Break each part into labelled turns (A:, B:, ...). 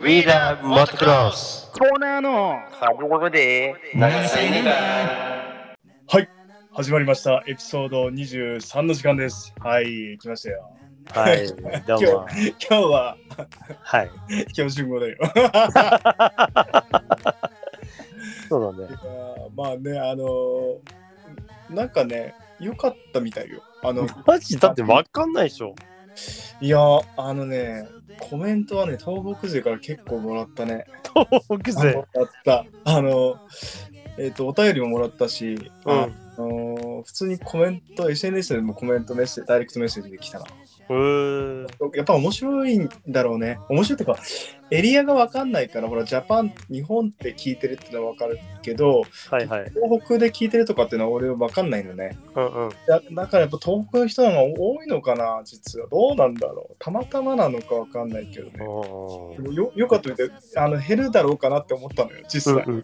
A: We love motocross!
B: コーナーの
C: さあ、どこで
A: 長さいねか
D: 始まりました。エピソード23の時間です。はい、来ましたよ。
E: はい、どうも。
D: 今日は、
E: はい。
D: 今日集合だよ。
E: そうだ
D: い
E: ね。
D: やーまあね、あのーなんかね、良かったみたいよ。あの、
E: マジだってわかんないでしょ。
D: いやー、あのね、コメントはね、東北勢から結構もらったね。
E: 北
D: あ
E: 勢
D: も。らった。あのーえっ、と、お便りももらったし、
E: うん。
D: あのー普通にコメント、SNS でもコメントメッセージ、ダイレクトメッセージで来たな。
E: うーん。
D: やっぱ面白いんだろうね。面白いっていうか、エリアがわかんないから、ほら、ジャパン、日本って聞いてるってのはわかるけど、
E: はいはい。
D: 東北で聞いてるとかっていうのは俺わかんないのね。
E: うんうん。
D: だだからやっぱ東北の人の方が多いのかな、実は。どうなんだろう。たまたまなのかわかんないけどね。
E: おー
D: でもよよかったみたいあの減るだろうかなって思ったのよ、
E: う
D: 実
E: ん
D: 際
E: う。んうん。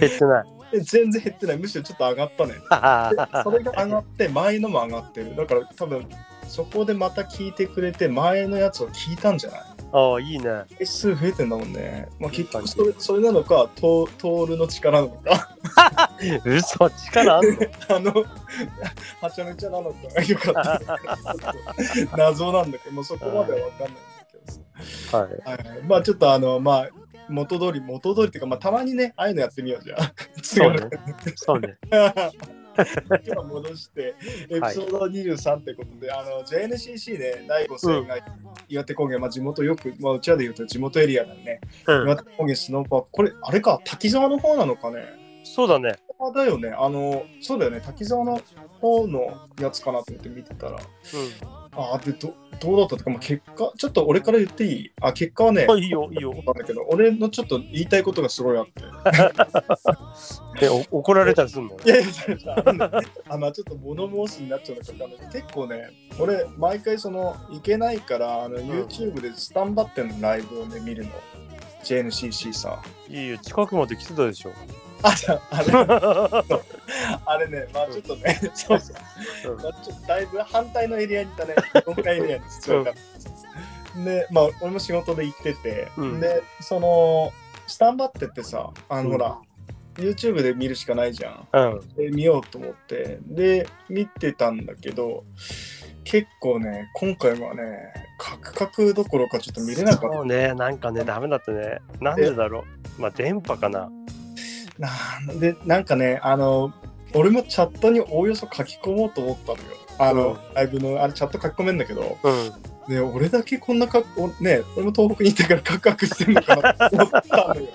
E: 減って ない。
D: で全然減ってない、むしろちょっと上がったね。
E: は
D: でそれが上がって、前のも上がってる。だから多分、そこでまた聞いてくれて、前のやつを聞いたんじゃない
E: ああ、いいね。
D: 回数増えてんだもんね。まあ、結局それそれなのか、トールの力なのか、
E: 嘘、力あんの
D: あの、はちゃめちゃなのか、よかった。ち ょっと謎なんだけど、もうそこまでは分かんないんだけどさ
E: はい。
D: はい、まあちょっとあの、まあ、元通り、元通りっていうか、まあたまにね、ああいう のやってみようじゃん。
E: そうね。そうね。
D: 今戻して、エピソード23ってことで、あの JNCC ね、第5戦が岩手高原、まあ地元よく、まあうちらで言うと地元エリアだよね。
E: うん。
D: 岩手高原スノーパーク、これ、あれか、滝沢の方なのかね。
E: そうだね。
D: あだよね、あの、そうだよね、滝沢の方のやつかなと思って見てたら、あでど、どうだったとか、まあ、結果、ちょっと俺から言っていいあ、結果はね、
E: うん。あ、いいよ、いいよ。
D: なんだけど、俺のちょっと言いたいことがすご いあって。
E: で、お怒られたりすんの
D: いやいやそれさあのねあまあちょっと物申しになっちゃうのかわかんないけど結構ね俺毎回その行けないからあの YouTube でスタンバってんのライブをね見るの JNCC さ
E: いいよ、近くまで来てたでしょ。
D: あじゃああれあれねまあちょっとね、 そうそううんまあちょっとだいぶ反対のエリアにい たね今回エリアに必要だったでまあ俺も仕事で行ってて、
E: うん
D: でそのスタンバってってさあ
E: う
D: の
E: ん
D: ほら、YouTube で見るしかないじゃん
E: うん。
D: で見ようと思ってで見てたんだけど結構ね今回はねカクカクどころかちょっと見れなかっ
E: そうね、なんかね、ダメだったね。なんでだろう。まあ、電波かな。
D: たなんでなんかねあの俺もチャットにおおよそ書き込もうと思ったのよあの、ライブのあれチャット書き込めんだけど
E: うん。
D: ね俺だけこんなかおね俺も東北にいたからカクカクしてんのかなと思ったのよ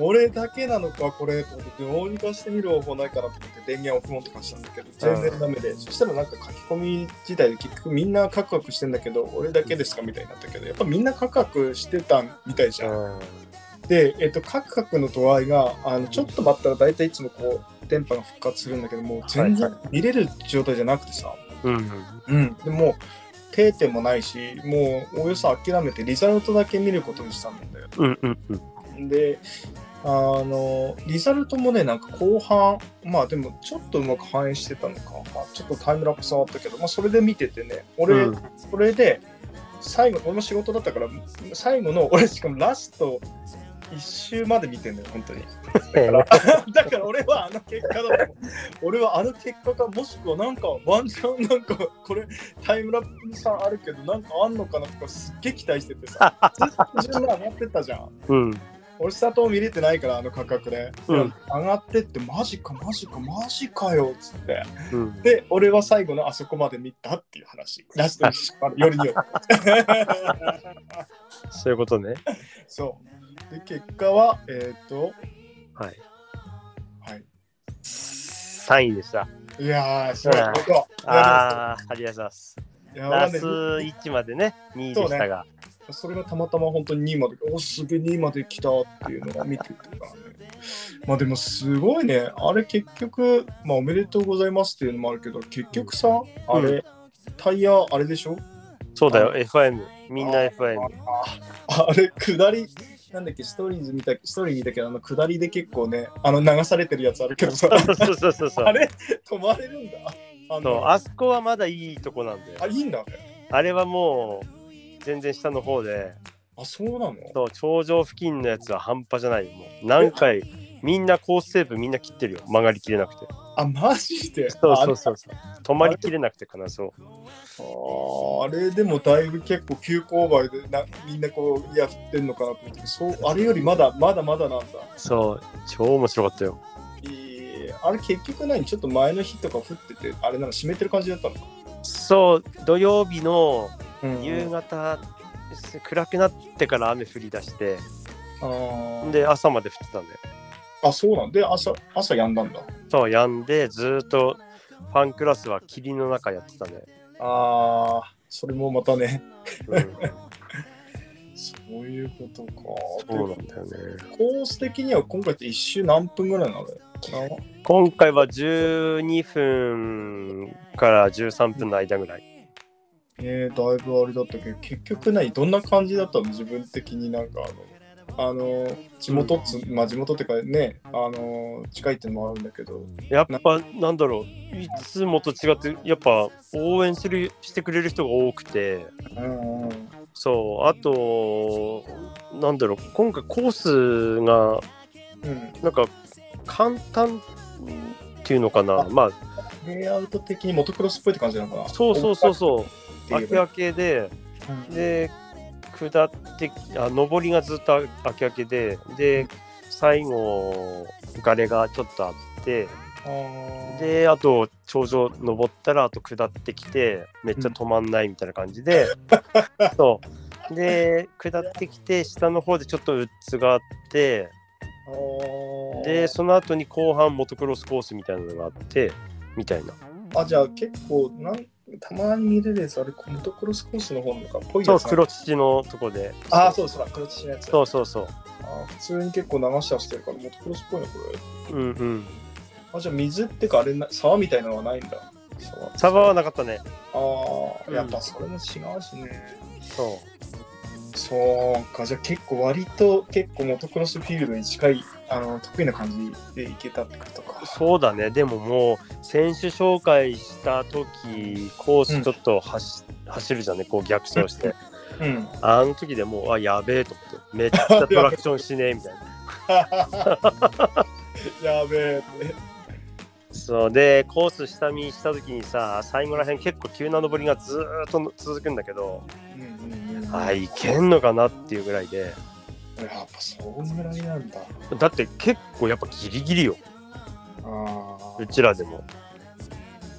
D: 俺だけなのかこれと思ってどうにかしてみる方法ないかなと思って電源オフモンとかしたんだけど全然ダメで、そしたらなんか書き込み自体で結局みんなカクカクしてんだけど俺だけですかみたいになったけどやっぱみんなカクカクしてたみたいじゃん、で、えっと、カクカクの度合いがあのちょっと待ったら大体いつもこう電波が復活するんだけどもう全
E: は
D: 然
E: いは
D: 見れる状態じゃなくてさ、
E: うん。
D: うん、でもう定点もないしもうおおよそ諦めてリザルトだけ見ることにしたんだよ
E: うんうんうん。
D: であのリザルトもねなんか後半まあでもちょっとうまく反映してたのか、まあ、ちょっとタイムラプスはあったけど、まあ、それで見ててね俺、
E: うん
D: それで最後俺も仕事だったから最後の俺しかもラスト1周まで見てんだよ本当に だから俺はあの結果だと思う俺はあの結果かもしくはなんかワンチャンなんかこれタイムラプスさんあるけどなんかあんのかなとかすっげえ期待しててさずっと順番上がってったじゃん
E: うん。
D: 俺スタートも見れてないからあの価格で、
E: うん
D: 上がってってマジかマジかマジかよっつって
E: うん。
D: で俺は最後のあそこまで見たっていう話ラストにしまるよりよく
E: そういうことね。
D: そうで結果はえっ、と
E: はい。
D: はい
E: 3位でした。
D: いやーそういうこと
E: ああ、ありがとうございます。
D: いや
E: ラ
D: ー
E: ス
D: ね
E: 1までね、2位でしたが。
D: それがたまたま本当に2位までおすげえ2位まで来たっていうのが見てたからねまあでもすごいねあれ結局まあおめでとうございますっていうのもあるけど結局さ、あれタイヤあれでしょ
E: そうだよ、FM。みんな FM。
D: ああれ、下り、なんだっけ、ストーリーズ見た、ストーリー見たけど、あの、下りで結構ね、あの、流されてるやつあるけどさ、
E: そうそうそうそ
D: あ
E: う。
D: れ、止まれるんだ。あ
E: そう
D: の、あ
E: あそこはまだいいとこなんだよ。
D: いいんだね。
E: あれはもう、全然下の方で、
D: あ、そうなの
E: そう頂上付近のやつは半端じゃないよもう何回みんなコーステープみんな切ってるよ曲がりきれなくて
D: あ、マジで
E: そうそうそうそう止まりきれなくてかなそう
D: ああれでもだいぶ結構急勾配でなみんなこうやってんのかなと思ってそうあれよりまだまだまだなんだ
E: そう超面白かったよ
D: えーあれ結局何ちょっと前の日とか降っててあれなの湿ってる感じだったのか、
E: そう土曜日の
D: うん
E: 夕方、暗くなってから雨降り出して
D: あー
E: で朝まで降ってたんだよ
D: あそうなんで朝朝やんだんだ
E: そうやんでずーっとファンクラスは霧の中やってたね、
D: あーそれもまたね
E: うん、
D: そういうことか
E: そうなんだよね
D: コース的には今回って1周何分ぐらいなのな
E: 今回は12分から13分の間ぐらい。
D: えー、だいぶあれだったけど結局何どんな感じだったの自分的になんかあのあの地元っつ、まあ地元ってかねあの近いってのもあるんだけど
E: やっぱなんだろう、いつもと違って、やっぱ応援するしてくれる人が多くて、
D: うんうん
E: そう、あと、なんだろう、今回コースが
D: うん
E: なんか簡単っていうのかな、
D: あ
E: ま
D: レイアウト的にモトクロスっぽいって感じなのかな
E: あ、そうそうそうそう、
D: 明
E: 明け
D: け
E: 明けで、
D: で
E: で下ってあ上りがずっと明け明けでで最後がれがちょっとあって
D: で
E: であと頂上登ったらあと下ってきてめっちゃ止まんないみたいな感じで、そうで下ってきて下の方でちょっとウッズがあってでその後に後半モトクロスコースみたいなのがあってみたいな
D: あじゃあ結構なんたまに見れるやつあれコモトクロスコースの方なのかぽい
E: そう
D: やつ
E: 黒土のとこで
D: ああそうそう黒土のやつ
E: そうそうそう
D: あー普通に結構流し出してるからモトクロスっぽいのこれ
E: うんうん
D: あじゃあ水ってかあれな沢みたいなのはないんだ沢
E: サバはなかったね
D: ああ、
E: うん
D: やっぱそれも違うしね。
E: そう
D: そうか、じゃあ結構割と結構モトクロスフィールドに近い、あの、得意な感じでいけたってことか。
E: そうだね、でももう選手紹介した時コースちょっと走,、走るじゃんね、こう逆走して、
D: うん。
E: あの時でもう、あ、やべえと思って、めっちゃトラクションしねえみたいな。
D: やべえって。
E: そうで、コース下見した時にさ、最後らへん結構急な登りがずーっと続くんだけど、
D: うんうんうん。
E: あ、いけんのかなっていうぐらいで、
D: やっぱそんぐらいなんだ。
E: だって結構やっぱギリギリよ、
D: ああ
E: う。ちらでも。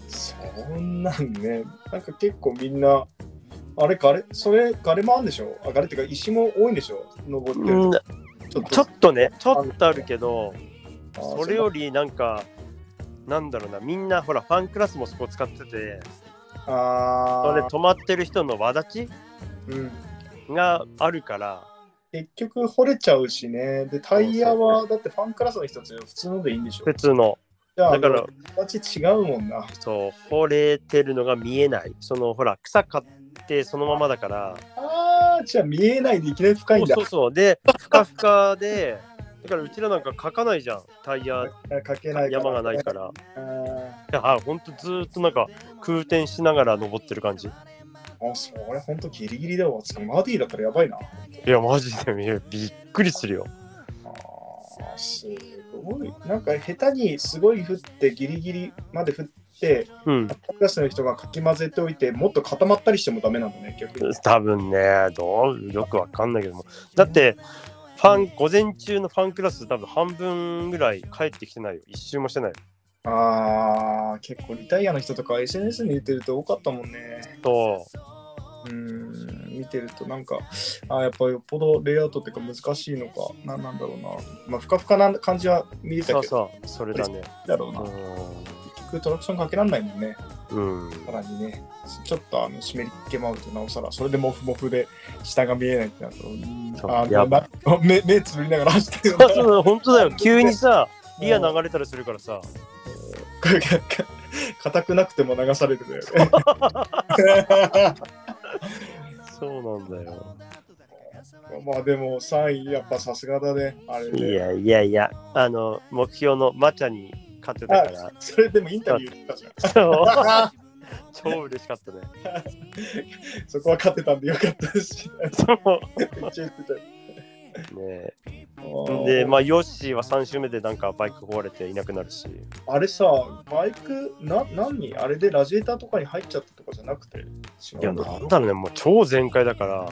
D: そんなんね、なんか結構みんな、あれ、ガレ、それ、ガレもあるんでしょあ、ガレってか石も多いんでしょ登って
E: うん
D: る。ちょっ
E: ちょっとね、ちょっとあるけど、それよ
D: り。
E: りなんか、なんだろうな、みんなほら、ファンクラスもそこ使ってて、
D: あ
E: それ
D: あ
E: で。泊まってる人の輪立ち
D: うん。
E: があるから、
D: 結局掘れちゃうしね。で、タイヤはだってファンクラスの人たちは普通のでいいんでしょ
E: 普。通の。
D: じゃ
E: だ
D: あ、
E: から、
D: 形違うもんな。
E: そう、掘れてるのが見えない。その、ほら、草買ってそのままだから、
D: ああ、じゃあ見えないでいきなり深い
E: そ
D: ん
E: う
D: だ
E: そ。うそう。で、ふかふかで、だからうちらなんか書かないじゃん。タイヤ、
D: かけないから
E: 山がないから。い
D: あ
E: や、ほんとずーっとなんか空転しながら登ってる感じ。い
D: ーあ、それほんとギリギリだわ。つかマディだったらやばいな。
E: や、マジでいやびっくりするよ。
D: あーすごい。なんか下手にすごい降ってギリギリまで降って、
E: うん
D: フ。ァンクラスの人がかき混ぜておいて、もっと固まったりしてもダメなんだね、逆に。
E: 多分ね、どうよくわかんないけども。だって、ファン、午前中のファンクラス多分半分ぐらい帰ってきてないよ。一周もしてないよ。
D: ああ、結構リタイアの人とか SNS に出てると多かったもんね。
E: そう
D: ーん見てるとなんかあやっぱよっぽどレイアウトっていうか難しいのかななんだろうなまあふかふかな感じは見
E: う。
D: れたけ
E: そ
D: ど
E: うそう。それだね。
D: だろうな、結局トラクションかけらんないもんね
E: うん。うん
D: さらにねちょっとあの湿り気もあるとなおさらそれでモフモフで下が見えないってなるとうー
E: そうん
D: あ
E: や
D: の
E: ば
D: な目目つぶりながら走ってるよ
E: そうそう、本当だよ。急にさ、リア流れたりするからさ。
D: 硬くなくても流されるだよね
E: そうなんだよ。
D: まあでも3位やっぱさすがだねあれ
E: い
D: ね
E: やいやいや、あの、目標のマチャに勝てたから。
D: それでもインタビュー言ってたじゃん
E: そう。超嬉しかったね。
D: そこは勝てたんでよかったし、
E: そう
D: めっちゃ言ってたよ
E: ね
D: あ
E: え
D: ー
E: で、まあ、ヨッシーは3周目でなんかバイク壊れていなくなるし、
D: あれさ、バイク、な、何あれでラジエーターとかに入っちゃったとかじゃなくて、
E: いや、なんだろうね、もう超全開だから、
D: あ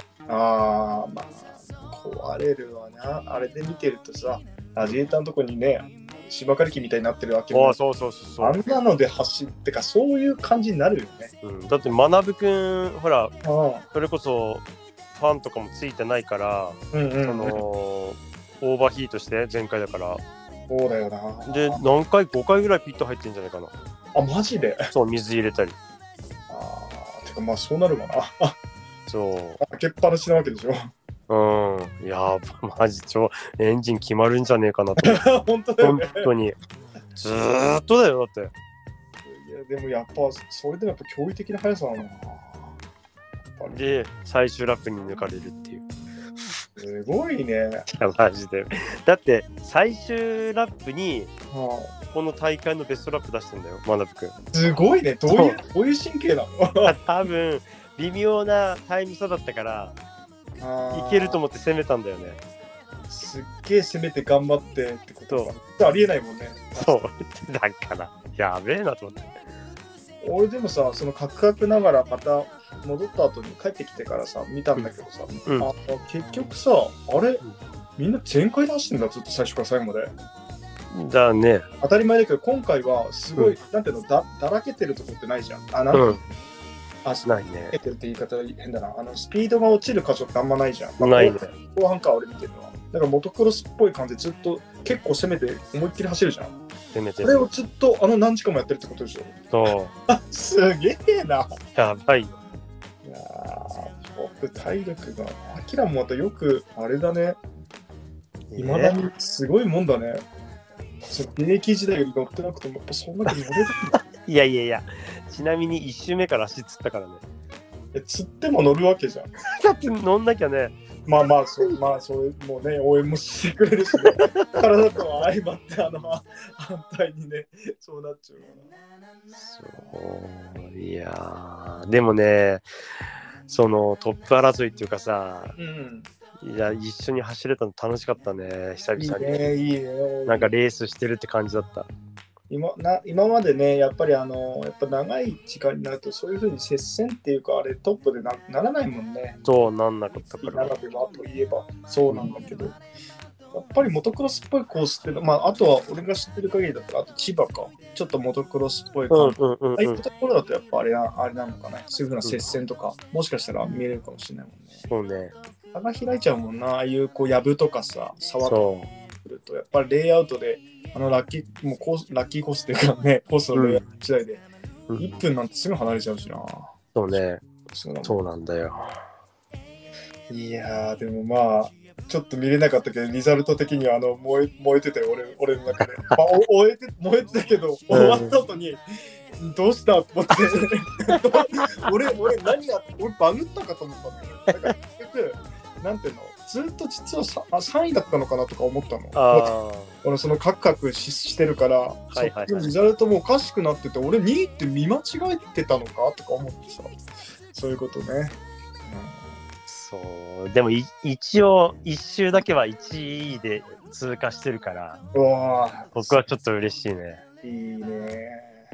D: あ、まあ、壊れるわな。あれで見てるとさ、ラジエーターのとこにね、芝刈り機みたいになってるわけ
E: あ
D: も
E: あ、そうそうそうそ
D: あ
E: う、
D: んなので走ってか、そういう感じになるよね。
E: うん。だって、まなぶくん、ほら、
D: あ
E: それこそファンとかもついてないから、
D: うんう
E: あ
D: ん、
E: のーオーバーヒートして全開だから。
D: そうだよな。
E: で、何回、5回ぐらいピット入ってんじゃないかな。
D: あ、マジで。
E: そう、水入れたり。
D: ああ、てか、まあ、そうなるわな。
E: そう。
D: 開けっぱなしなわけでしょ。
E: うん。いやー、マジ超、エンジン決まるんじゃねえかなと。
D: 本当だよ
E: 本
D: ね。
E: 当に。ずーっとだよ、だって。
D: いや、でもやっぱ、それでもやっぱ驚異的な速さなのかな。
E: で、最終ラップに抜かれるっていう。
D: すごい
E: い
D: ね。
E: や、マジで。だって、最終ラップに、
D: は
E: この大会のベストラップ出してんだよ、まなぶくん。
D: あ、すごいね。どういう、どういう神経なの
E: 多分、微妙なタイム差だったから、いけると思って攻めたんだよね。
D: すっげえ攻めて頑張ってってこと
E: そう
D: かありえないもんね
E: そう。だから、やべえなと思って。
D: 俺でもさそのカクカクながらまた戻った後に帰ってきてからさ見たんだけどさ、
E: うん
D: あ結局さあれ
E: ん
D: みんな全開出してんだずっと最初から最後まで
E: だね。
D: 当たり前だけど今回はすごい、
E: う
D: なんていうのだだらけてるとこってないじゃんあなんて、
E: うん。
D: あだ
E: な
D: ら
E: いね
D: け。てるって言い方変だなあのスピードが落ちる箇所ってあんまないじゃん、まあ
E: ないね。
D: 後半か俺見てるのはだからモトクロスっぽい感じでずっと結構攻めて思いっきり走るじゃん
E: 攻めて
D: それ
E: る。
D: をずっとあの何時間もやってるってことでしょ
E: そ
D: すげえな。
E: う。やばいよ。
D: いやー、僕、体力が。アキラもまたよく、あれだね。いまだ
E: ね
D: にすごいもんだね。その現役時代より乗ってなくても、やっぱそんなに乗れるんだ。
E: いやいやいや。ちなみに1周目から足つったからね。
D: え釣っても乗るわけじゃん。
E: だって乗んなきゃね。
D: まあまあ、そう、まあ、そう、もうね、応援もしてくれるし、ね、 体とは相まって、あの、反対にね、そうなっちゃうから
E: そう。いやー。でもね、そのトップ争いっていうかさ、
D: うん。
E: いや、一緒に走れたの楽しかったね。久
D: いい
E: 々に。
D: ね、いいね。
E: なんかレースしてるって感じだった。
D: 今な今までね、やっぱりあの、やっぱ長い時間になると、そういうふうに接戦っていうか、あれ、トップでなならないもんね。
E: そうなんなかったか
D: なら
E: ら。
D: ではといえば、そうなんだけど、やっぱりモトクロスっぽいコースっての、まあ、あとは俺が知ってる限りだったら、あと千葉か、ちょっとモトクロスっぽ
E: う
D: い
E: ん
D: 感
E: う
D: じ。
E: んうん。
D: ああいううんところだとやっぱあれなあれなのかな、そういうふうな接戦とか、もしかしたら見えるかもしれないもんね。
E: そうね。
D: 差が開いちゃうもんな、ああいうこう、やぶとかさ、沢とか
E: そう。
D: 来ると、やっぱりレイアウトで、あのラッキー、もうコース、ラッキーコースっていうかね、コースのレイアウト次第で、
E: うん
D: 1分なんてすぐ離れちゃうしな。
E: そうね。
D: そうだもん
E: そうなんだよ。
D: いやー、でもまあ、ちょっと見れなかったけど、リザルト的にはあの燃え燃えてたよ、俺俺の中 で。まあ、お終えて燃えてたけど、終わった後に、どうしたと思って、 俺、俺、何や俺、バグったかと思ったんだけど、だから結局、なんていうの、ずっと実はさあ3位だったのかなとか思ったの。
E: あ
D: 俺そのカクカクししてるから、
E: いはいはい
D: そっちのリザルトもおかしくなってて俺2位って見間違えてたのかとか思ってさそういうことね、
E: あ、そう。でもい、一応、一周だけは1位で通過してるから、
D: うん、うわ
E: 僕はちょっと嬉しいね。
D: ーいいね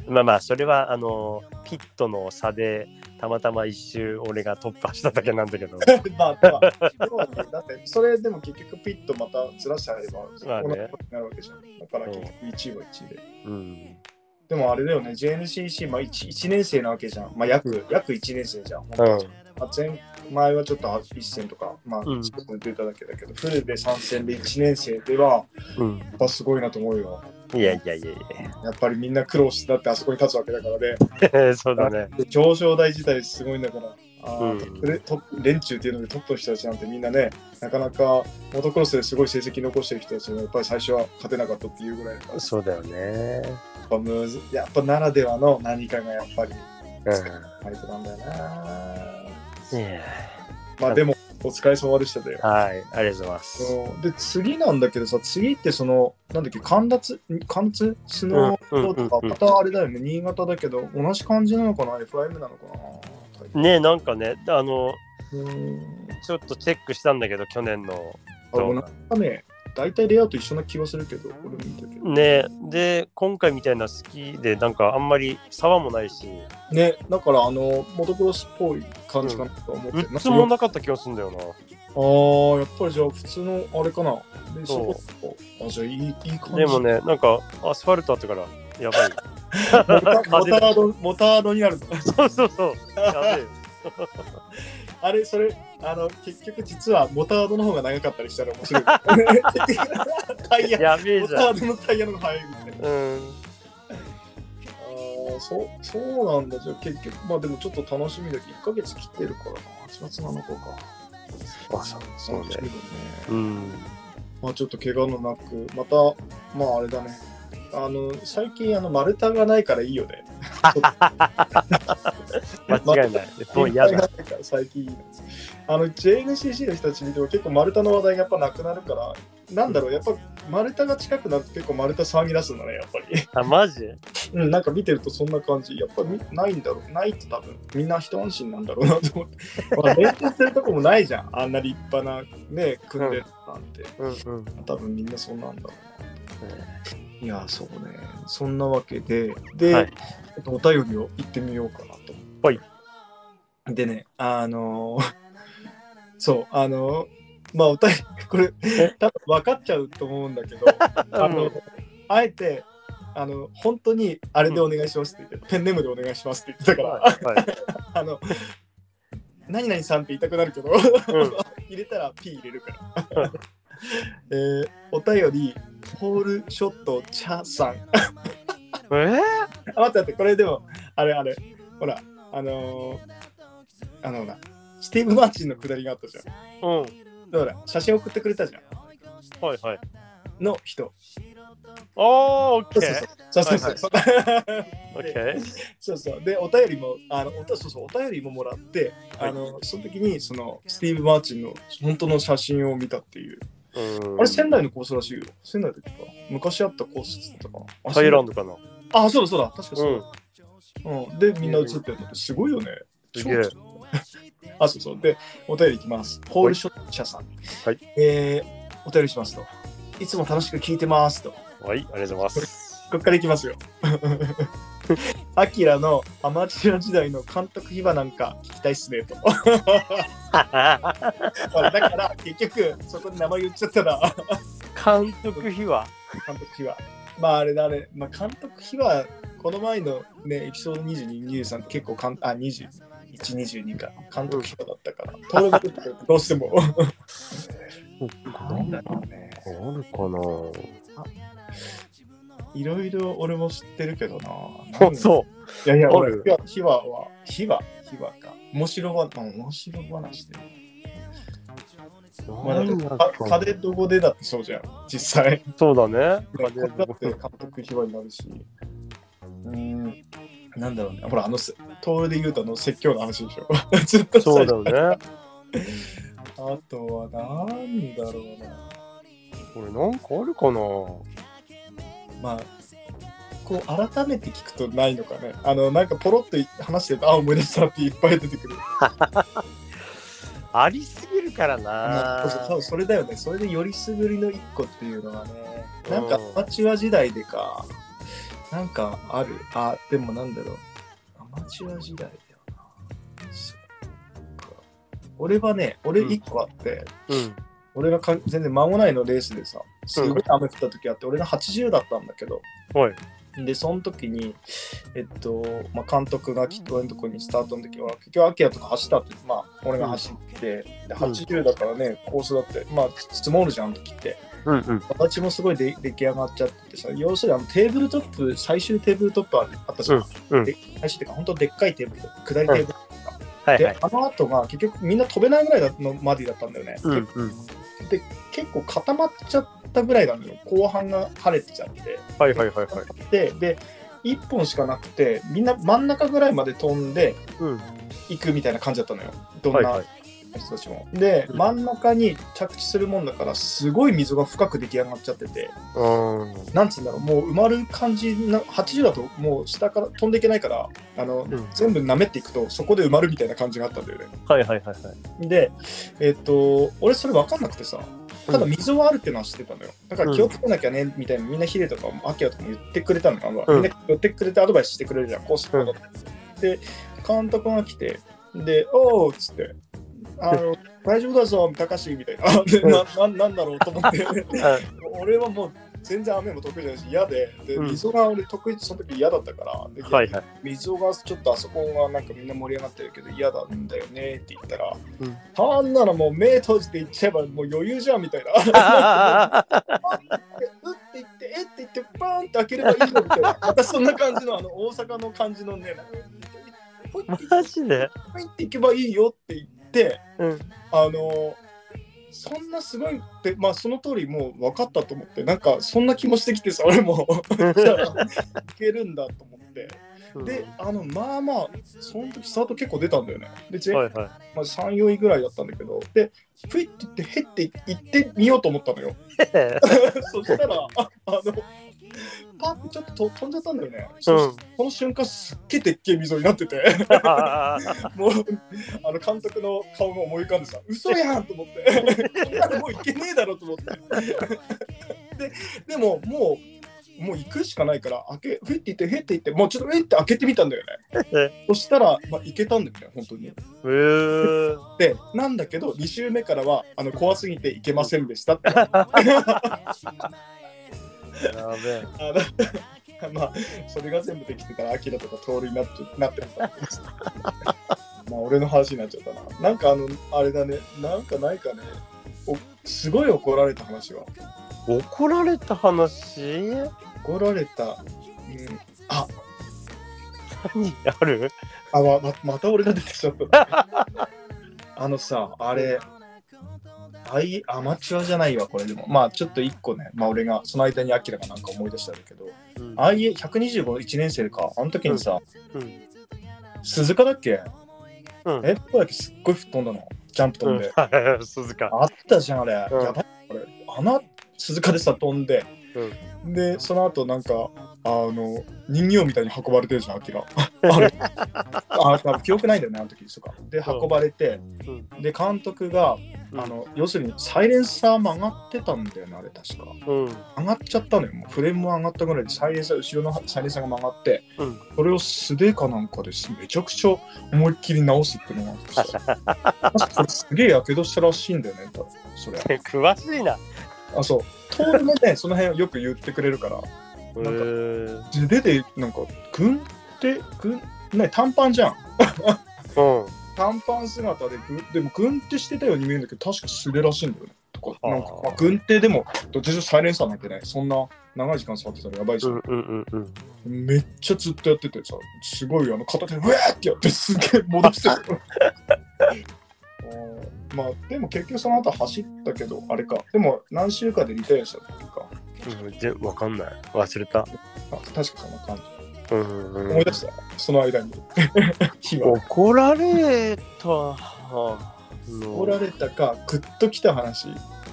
E: まあまあ、それは、あの、ピットの差で、たまたま一周、俺が突破しただけなんだけ ど、
D: まあ、まあ、そうねだってそれでも結局ピッとまたずらしてあれば
E: まあ
D: 同
E: ね
D: じことになるわけじゃんだから結局1位は1位で
E: うん。
D: でもあれだよね JNCC、まあ、1, 1年生なわけじゃん、まあ、約,、約1年生じゃん、本当
E: う
D: は
E: ん。
D: まあ、前前はちょっと一戦とか、まあ、
E: うん
D: ちょっと出ただけだけど、フルで参戦で1年生では、
E: うん。
D: やっぱすごいなと思うよ。
E: いやいやいやい
D: やっぱりみんな苦労してだってあそこに立つわけだからね。
E: や。 そうだね。
D: で上昇台自体すごいんだから。あー
E: うん
D: トップレトップ連中っていうのでトップの人たちなんてみんなね、なかなかモトクロスですごい成績残してる人たちもやっぱり最初は勝てなかったっていうぐらいだから、や
E: そうだよね。
D: っぱむずやっぱならではの何かがやっぱり
E: う
D: 相手なんだよな。
E: ん。いや
D: まあでも、お疲れ様でしただよ。
E: はい、ありがとうございます。
D: うんで、次なんだけどさ、次ってその、なんだっけ、神田つ、神津スノーボードと
E: うんうんうんう
D: か、
E: ん
D: またあれだよね、新潟だけど、同じ感じなのかな、FIM なのかな。
E: ねなんかね、あの、
D: うん。
E: ちょっとチェックしたんだけど、去年の
D: あ
E: 動
D: 俺なん
E: 画。
D: かね、大体レイアウト一緒な気はするけど、俺見たけど。
E: ねで、今回みたいな好きで、なんかあんまり沢もないし、
D: ね、だから、あの、モトクロスっぽい感じかなとは思って
E: グ
D: る
E: ッズもなかった気がするんだよな。
D: あーやっぱりじゃあ普通のあれかな。でそ
E: そう
D: こあじゃあいいいい感じ。
E: でもね、なんかアスファルトあったから、やばい。
D: モタモタード、モタードになるの。
E: そうそうそう。やべえ。
D: あれ、それ、あの、結局実はモタードの方が長かったりしたら 面白い。タイヤ、
E: やべえ
D: モ
E: じ
D: タ
E: ゃん。
D: ードのタイヤの方が早いみたいな。
E: うん。
D: ああ、そう、そうなんだ。じゃあ結局、まあでもちょっと楽しみだけど、1ヶ月切ってるからな。8月7日か。
E: あ、そうそう
D: 楽し
E: ね
D: み。だね。
E: うん。
D: まあちょっと怪我のなく、また、まああれだね。あの、最近、あの、丸太がないからいいよね。
E: 間違い ない。もう嫌だ。
D: 最近あの JNCC の人たち見ても結構丸太の話題がやっぱなくなるからなんだろうやっぱ丸太が近くなると結構丸太騒ぎ出すんだねやっぱり
E: あ、マジ
D: うんなんか見てるとそんな感じやっぱみないんだろうないと多分みんな一安心なんだろうなと思って まあ練習してるとこもないじゃんあんな立派なね組んでるなんて
E: うんうん。
D: 多分みんなそうなんだろういやそうねそんなわけでで、
E: はい
D: ちょっとお便りを言ってみようかなと。
E: はい。
D: でね、あのーそう、あのーまあお便り、 これ、多分分かっちゃうと思うんだけど、あの、あえて、あの、本当にあれでお願いしますって言って、ペンネームでお願いしますって言ってたから、
E: はいはい。
D: あの、何々さんって言いたくなるけど、 入れたら P 入れるから。 えー、お便り、ホールショットチャさん。
E: うん。え
D: あ、待って待って、これでも、あれあれ、ほら、あのー、あのほら、スティーブ・マーチンのくだりがあったじゃん。
E: うん。
D: だから、写真送ってくれたじゃ
E: はいはい。
D: ん。の人。
E: ああ、オッケー。
D: そうそうそう。そう
E: オッケー。
D: そうそう。で、お便りも、あの、おたそうそう、お便りももらって、あの、その時に、その、スティーブ・マーチンの本当の写真を見たっていう。
E: うん
D: あれ、仙台のコースらしいよ。仙台だっけか。昔あったコースだったかな。あ
E: タイランドかな。
D: あ、そうだそうだ。確か
E: う
D: そうだ
E: ん。
D: うん、で、みんな映ってるのってすごいよね。
E: すげえ
D: 超あ、そうそう。で、お便りいきます。ホールショット社さん。
E: はい。
D: えー、お便りしますと。いつも楽しく聞いてますと。
E: はい、ありがとうございます。
D: こっからいきますよ。 アキラのアマチュア時代の監督秘話なんか聞きたいっすねと。 ほらだから結局そこで名前言っちゃったら
E: 監督秘話。
D: 監督秘話。まああれだね、まあ、監督秘話この前のねエピソード22、23って結構かんあ20。122か監督秘話だった から登録ってどうしてもなんだろうね
E: あるか
D: いろいろ俺も知ってるけどな
E: な。そ
D: いやいや、
E: あ
D: 俺
E: る、
D: ひわは、ひわ、ひわか。面白話、うん面白話で。
E: う。
D: まあ、だってか風どこでだってそうじゃん、実際。
E: そうだね。
D: これだって監督ひわになるし。うーん、なんだろうね。ほら、あの、せトールで言うとあの説教の話でしょ。 ずっと最
E: そう
D: 初
E: だよね。
D: あとは、なんだろうな。
E: これなんかあるかな。
D: まあ、こう、改めて聞くとないのかね。あの、なんかポロっと話してた、あ、思い出したっていっぱい出てくる。
E: ありすぎるから
D: あ
E: な
D: の。そう多分それだよね。それでよりすぐりの一個っていうのはね、なんか
E: うん
D: アマチュア時代でか、なんかある。あ、でもなんだろう。アマチュア時代だよな。そっか俺はね、俺
E: うん
D: 一個あって、
E: うん。
D: 俺がか全然間もないのレースでさ、すごい雨降った時あって、俺が80だったんだけど、
E: はい。
D: で、その時に、えっと、まあ、監督がきっと俺のとこにスタートの時は、結局、アキラとか走ったって、まあ、俺が走って、で80だからね、コースだって、まあ、積もるじゃん、あの時って。
E: うんうん。
D: 形もすごいで出来上がっちゃっててさ、要するにあのテーブルトップ、最終テーブルトップあったじゃん。
E: うんうん
D: で最終っていうか、本当でっかいテーブルトップ、下りテーブルトップか。
E: はい
D: で、
E: はい。
D: あの後が結局、みんな飛べないぐらいのマディだったんだよね。
E: うんうん。
D: で、結構固まっちゃったぐらいなのよ。後半が晴れてちゃって。
E: はいはいはいはい。
D: でで1本しかなくてみんな真ん中ぐらいまで飛んで
E: うん。
D: いくみたいな感じだったのよどん
E: はい
D: な
E: はい。
D: の人たちも。で、真ん中に着地するもんだから、すごい溝が深く出来上がっちゃってて、
E: うん。
D: なんつうんだろう、もう埋まる感じな、80だともう下から飛んでいけないから、あの、
E: うん
D: 全部舐めていくと、そこで埋まるみたいな感じがあったんだよね。
E: はいはいはいはい。
D: で、えっと、俺それ分かんなくてさ、ただ溝はあるってのは知ってたのよ。だから気をつけなきゃね、みたいな、みんなヒデとかも、アキラとかも言ってくれたのかな。
E: うん
D: みんな言ってくれてアドバイスしてくれるじゃん、こうすることで、監督が来て、で、おーっつって、あの、大丈夫だぞ、高橋みたいな。あでな、な、なんだろうと思って。
E: はい
D: 俺はもう全然雨も得意じゃないし嫌でで
E: うん
D: 溝が俺得意その時嫌だったからで、
E: はいはい。
D: 溝がちょっとあそこがなんかみんな盛り上がってるけど嫌なんだよねって言ったら、
E: うん
D: あんならもう目閉じて行っちゃえばもう余裕じゃんみたいな
E: あああああ
D: でうって言ってえって言ってバーンって開ければいいのみたいな またそんな感じのあの大阪の感じのねほいって
E: あマジで
D: ほいっていけばいいよって言って
E: うん。
D: あのそんなすごいってまあその通りもう分かったと思ってなんかそんな気もしてきてさ俺もじゃあいけるんだと思ってであのまあまあその時スタート結構出たんだよね
E: う
D: で、
E: ん、
D: 全
E: はい は
D: まあ、34位ぐらいだったんだけどでふいって言ってへって行ってみようと思ったのよ
E: い。
D: そしたらああのパッてちょっとと飛んじゃったんだよね、
E: う
D: そ
E: ん。
D: この瞬間すっげえでっけえ溝になってて
E: ああ
D: もうあの監督の顔が思い浮かんでさ嘘やんと思って こんなのもういけねえだろと思ってででももうもう行くしかないから開けふいって言ってへって言ってもうちょっとえって開けてみたんだよねそしたら、まあ、いけたんだよね本当に
E: うー
D: でなんだけど2週目からはあの怖すぎていけませんでしたって
E: やべえ。
D: あの まあそれが全部できてからアキラとかトールになってなってたんですけ どまあ俺の話になっちゃったななんかあのあれだねなんかないかねおすごい怒られた話は
E: 怒られた話
D: 怒られた、うん、
E: 何ある
D: あまままた俺が出てきちゃった あのさあれアイアマチュアじゃないわこれでもまあちょっと1個ねまあ俺がその間にアキラがなんか思い出したんだけど
E: うん
D: ああいう125の1年生か、あの時にさ、
E: うん
D: 鈴鹿だっけ
E: うん
D: え、どこだっけすっごい吹っ飛んだの。ジャンプ飛んで。
E: はい鈴鹿。
D: あったじゃん、あれ。
E: うん
D: やばい、これ。穴、鈴鹿でさ、飛んで。で、その後、なんか、あの、人形みたいに運ばれてるじゃん、アキラ。 あれ。あ、多分記憶ないんだよね、あの時。そうか。で、運ばれて、で、監督が、
E: うん
D: あの、要するに、サイレンサー曲がってたんだよね、あれ、確か。
E: うん。うん
D: 上がっちゃったのよ。もうフレームは上がったぐらいで、サイレンサー、後ろのサイレンサーが曲がって、
E: うん
D: それを素手かなんかですめちゃくちゃ思いっきり直すっていうのがあってさ。確かこれすげえやけどしたらしいんだよね、多分それ。
E: 詳しいな。
D: あ、そう。トールもね、その辺よく言ってくれるから、
E: うーん。
D: 素手で、なんか、軍手、軍、ね、短パンじゃん。
E: うん。
D: 短パン姿で軍、でも軍手してたように見えるんだけど、確か素手らしいんだよね。とか、なんか
E: あ、ー
D: まあ、軍手でも、どっちにしろサイレンサーなんてね、そんな長い時間触ってたらやばいじゃん
E: うんうんうんうん。
D: めっちゃずっとやっててさ、すごいあの片手でうわーってやってすげえ戻してる。 あーまあでも結局その後走ったけど、あれか。でも何週かでリタイアしたっていうか、
E: うんでわかんない。忘れた。
D: あ確かそんな感じ。
E: うんうん
D: 思い出した、その間に。 今
E: 怒られたの。
D: 怒られたか、グッときた話。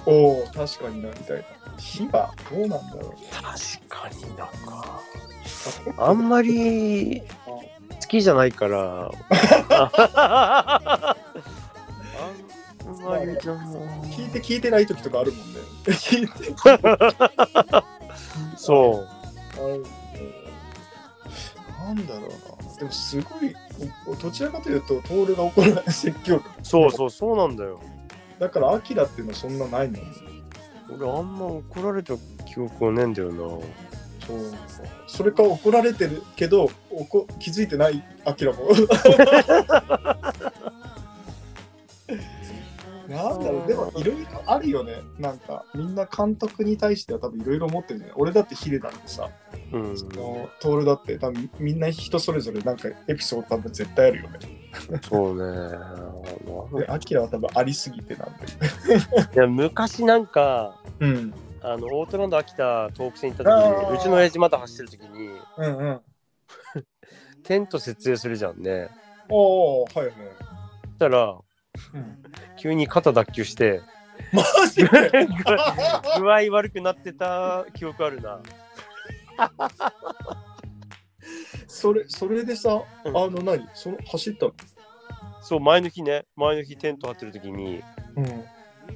D: おお、確かにな、みたいな。火はどうなんだろ
E: 確かになんか。
D: う。
E: あんまり好きじゃないから。あんまりな
D: 聞いて聞いてない時とかある もんね。 聞いて。
E: そう。
D: なんだろうな。でもすごい、おどちらかというと、トールが怒らない説教だ。
E: そうそうそうなんだよ。
D: だから、アキラっていうのはそんなないの
E: 俺あんま怒られた記憶はねえんだよな。
D: そうそれか怒られてるけど、おこ気づいてないアキラも。なんだろう、でもいろいろあるよね。なんか、みんな監督に対しては多分いろいろ思ってるじゃない。俺だってヒデだってさ、
E: うん。
D: そのトールだって多分みんな人それぞれなんかエピソード多分絶対あるよね。
E: そうね。
D: で、アキラは多分ありすぎてなんだよ。
E: いや昔なんか
D: うん。
E: あのオートランド秋田東北線行った
D: あ
E: 時
D: ー
E: にうちの親父また走ってる時に
D: うんうん。
E: テント設営するじゃんね。
D: おおはいはい。
E: そしたら
D: うん
E: 急に肩脱臼して、
D: マジ で
E: 具合悪くなってた記憶あるな。
D: それそれでさ、あ
E: うん
D: の何その走ったの、
E: そう、前の日ね、前の日テント張ってる時に、
D: うん、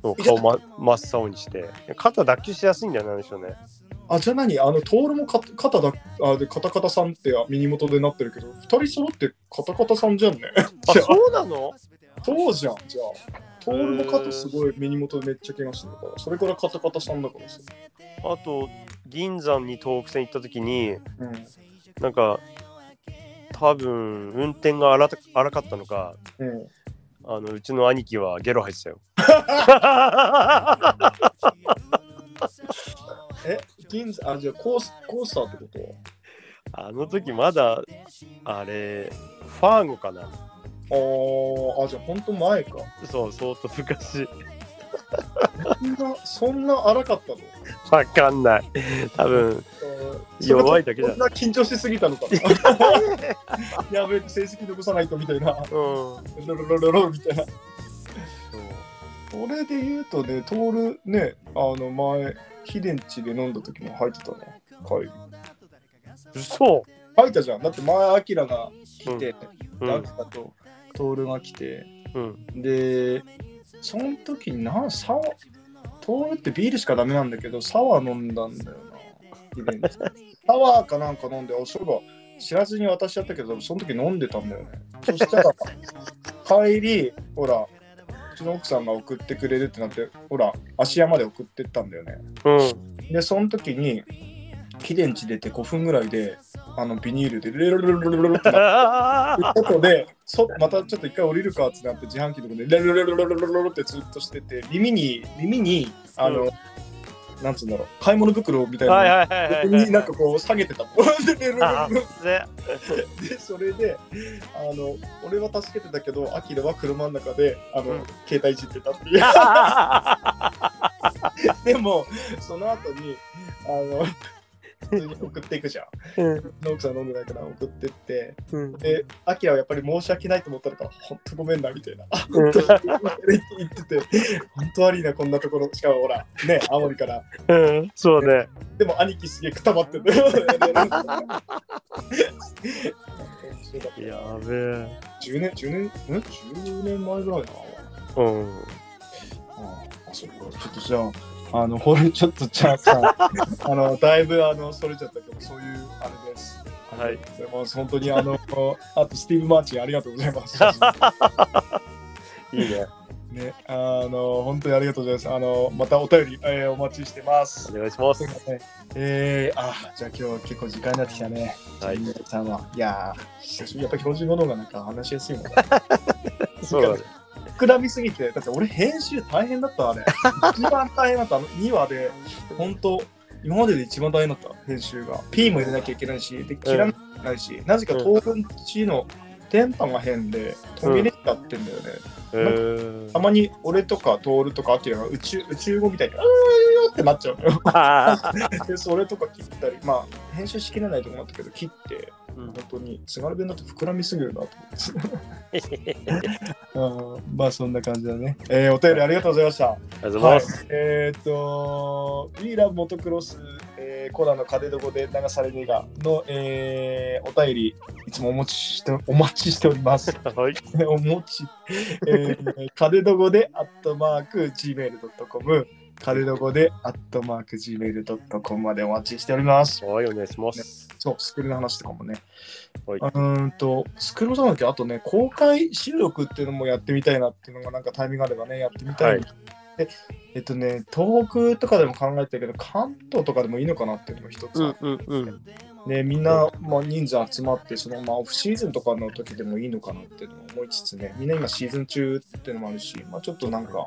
E: そう顔、ま、真っ青にして、肩脱臼しやすいんだよね、なんでしょうね。
D: あじゃあ何あのトールもか肩だあでカタカタさんって耳元でなってるけど二人揃ってカタカタさんじゃんね
E: あ、
D: じゃ
E: そうなの
D: あそうじゃんじゃあトールも肩すごい耳元でめっちゃ怪我してるからそれからカタカタさんだからさ、
E: あと、銀山に東北線行った時に、
D: うん
E: なんか、多分運転が荒た荒かったのか、
D: うん、
E: あのうちの兄貴はゲロ入って たよ。
D: え銀座あじゃあコースコースターってこ
E: あの時まだあれファーゴかな
D: とあーあじゃあほんと前か
E: そう相当昔
D: そんなそんな荒かったの
E: わかんない多分 弱いだけだ
D: そんな緊張しすぎたのか なやべえ成績残さないとみたいな
E: うん
D: ロロロロロみたいなそれで言うとねトールねあの前ヒデンチで飲んだ時も入ってたの帰り
E: 嘘
D: 入ったじゃんだって前アキラが来て、
E: う
D: でア
E: ん
D: キラとトールが来て
E: うん
D: でその時になサワトールってビールしかダメなんだけどサワー飲んだんだよなヒデンチサワーかなんか飲んであそういえば知らずに渡しちゃったけどその時飲んでたんだよねそしたら帰りほらうちの奥さんが送ってくれるってなってほら芦屋まで送ってったんだよね
E: うん
D: でその時に貴電池出て5分ぐらいであのビニールでレロレロレロレロってなって外でそまたちょっと一回降りるかってなって自販機のとこでレロレロレロレロレロってずっとしてて耳に耳にあの、なんつうんだろう買い物袋みたい
E: はい
D: な
E: はいはいはい
D: のになんかこう下げてたもんでレロレロ
E: あ
D: レロ
E: ぜ
D: でそれであの俺は助けてたけどアキラは車の中であの、
E: うん
D: 携帯いじってたっていうでもその後にあの普通に送っていくじゃんノークさん飲んでないから送ってって
E: うん
D: でアキラはやっぱり申し訳ないと思ったのから本当ごめんなみたいな本当に言ってて本当悪いなこんなところしかもほらね青森から
E: うんそうね
D: でも兄貴すげえくたばってる
E: やべえ
D: 10年10年ん10年前ぐらいかな
E: うん
D: あ、そっか。ちょっとじゃあ、あの、ほれ、ちょっとじゃあ さ、あの、だいぶ、あの、それちゃったけど、そういう、あれです。
E: はい
D: でも、本当に、あの、あと、スティーブ・マーチン、ありがとうございます。
E: いいね
D: ね、あの、本当にありがとうございます。あの、またお便り、えーお待ちしてます
E: お。願いします
D: えー、あ、じゃあ今日結構時間になってきたね。
E: はい
D: ジャニーさんは。いやー、久しぶりやっぱ標準語の方がなんか話しやすいもんね。
E: そうだね
D: 膨らみすぎて、だって俺編集大変だった、あれ。一番大変だった、あの2話で、本当今までで一番大変だった、編集が。P も入れなきゃいけないし、で、切らなきゃいけないし、なぜか当分地の電波が変で、途切れちゃってんだよね。
E: へー
D: たまに俺とか、トールとか、アキラが宇宙宇宙語みたいに、うーよってなっちゃうの よ。
E: あー
D: で、それとか切ったり、まあ、編集しきれないとこもあったけど、切って、
E: うん
D: 本当に津軽弁だと膨らみすぎるなと思ってうん。まあそんな感じだね。えーお便りありがとうございました。
E: ありがとうございます
D: えーっと、ウィーランモトクロス、えーコーナーの壁どこで流されねえがの、えーお便り、いつもお持ちしてお待ちしております。
E: はい
D: お持ち、えー、壁どこで、アットマーク、gmail.com、壁どこで、アットマーク、gmail.com までお待ちしております。
E: はい、お願いします。
D: そう、スクールの話とかもね。
E: はいう
D: ーんと、スクールじゃなきゃ、あとね、公開収録っていうのもやってみたいなっていうのが、なんかタイミングあればね、やってみたい。
E: はい
D: で、えっとね、東北とかでも考えてるけど、関東とかでもいいのかなっていうのも一つ、
E: うんうん。
D: ね、みんな、まあ、人数集まって、その、まあ、オフシーズンとかの時でもいいのかなっていうのも思いつつね、みんな今シーズン中っていうのもあるし、まあ、ちょっとなんか、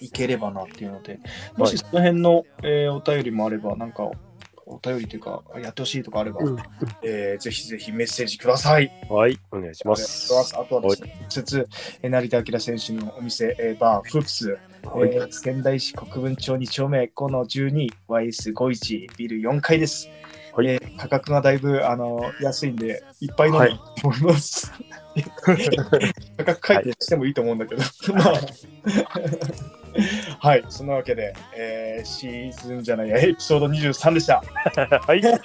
D: いければなっていうので、もしその辺の、えーお便りもあれば、なんか、お便りというか、やってほしいとかあれば、えーぜひぜひメッセージください。
E: はい、お願いし
D: あ
E: ま
D: りがとうご
E: す
D: ざい。ますあとはですね、直接、えー成田明選手のお店、えーバー、フープス、
E: はい
D: えー仙台市国分町2丁目5の 12YS51 ビル4階です。
E: はい
D: えー価 格がだいぶあの安いんで、いっぱい飲んで
E: は
D: と思います。価格改定してもいいと思うんだけど、まあ はい、そんなわけで、えーシーズンじゃないや、エピソード23でした。
E: はい。
D: はい、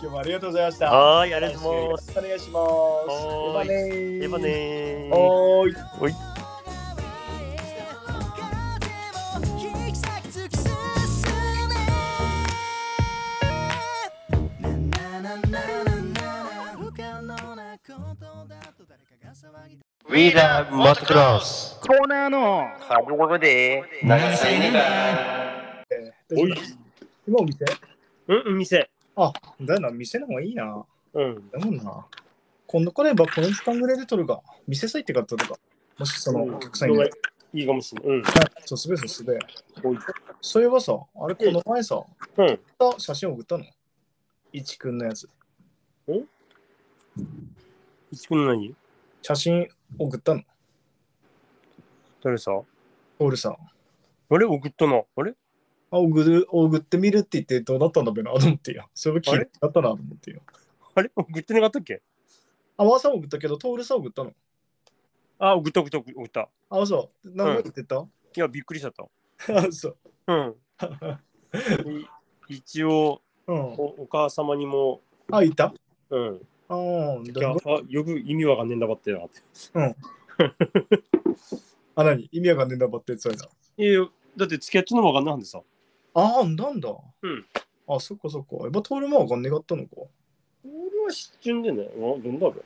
D: 今日もありがとうございました。
E: はーい、あ
D: お
E: りがとうございます。
D: お願いします。エ
E: はー
D: バ
E: い
D: ネー。
E: エヴァねー。
D: はーい。
A: We love motocross.
B: コーナーのサブゴロで
A: 長瀬ネタ。
E: おい
D: 今お店
E: うん、店。
D: だな、店の方がいいな。
E: うん。
D: だもんな。今度来ればこの時間ぐらいで撮るが、店先ってか撮るが、もしそのお客さんいない。
E: いいかもしれない。うん。
D: そうすべそうすべ。
E: おい
D: そういえばさ、あれこの前さ、
E: うん。
D: 撮った写真送ったのいちくんのやつ。
E: 一君何
D: 写真送ったの
E: 誰さ
D: 俺さ、
E: あれ送ったな。あれ
D: あ送る送ってみるって言ってどうだったんだべなと思ってよ。それは気になったなと思ってよ。
E: あれ送ってなかったっけ
D: あ、わさん送ったけど、トールさん送ったの。
E: あ、送った送った送った。
D: あ、そう。何言ってた、
E: いや、びっくりしちゃっ
D: あ、そう。
E: た。うん。 い一応
D: うん。
E: お、お母様にも、
D: あ、いた
E: うん。
D: あー
E: いや、あ
D: ど
E: 呼ぶ意味わかんねえんだばってなって。
D: あ、何意味わかんねえんだばってやつだ。
E: いや、だって付き合っちゃうのもわかんなはんでさ。
D: ああ、なんだ。
E: うん。
D: あ、そっかそっか。やっぱトールもわかんねがったのか。
E: 俺は知っちゅんでね。あ、どんだべ。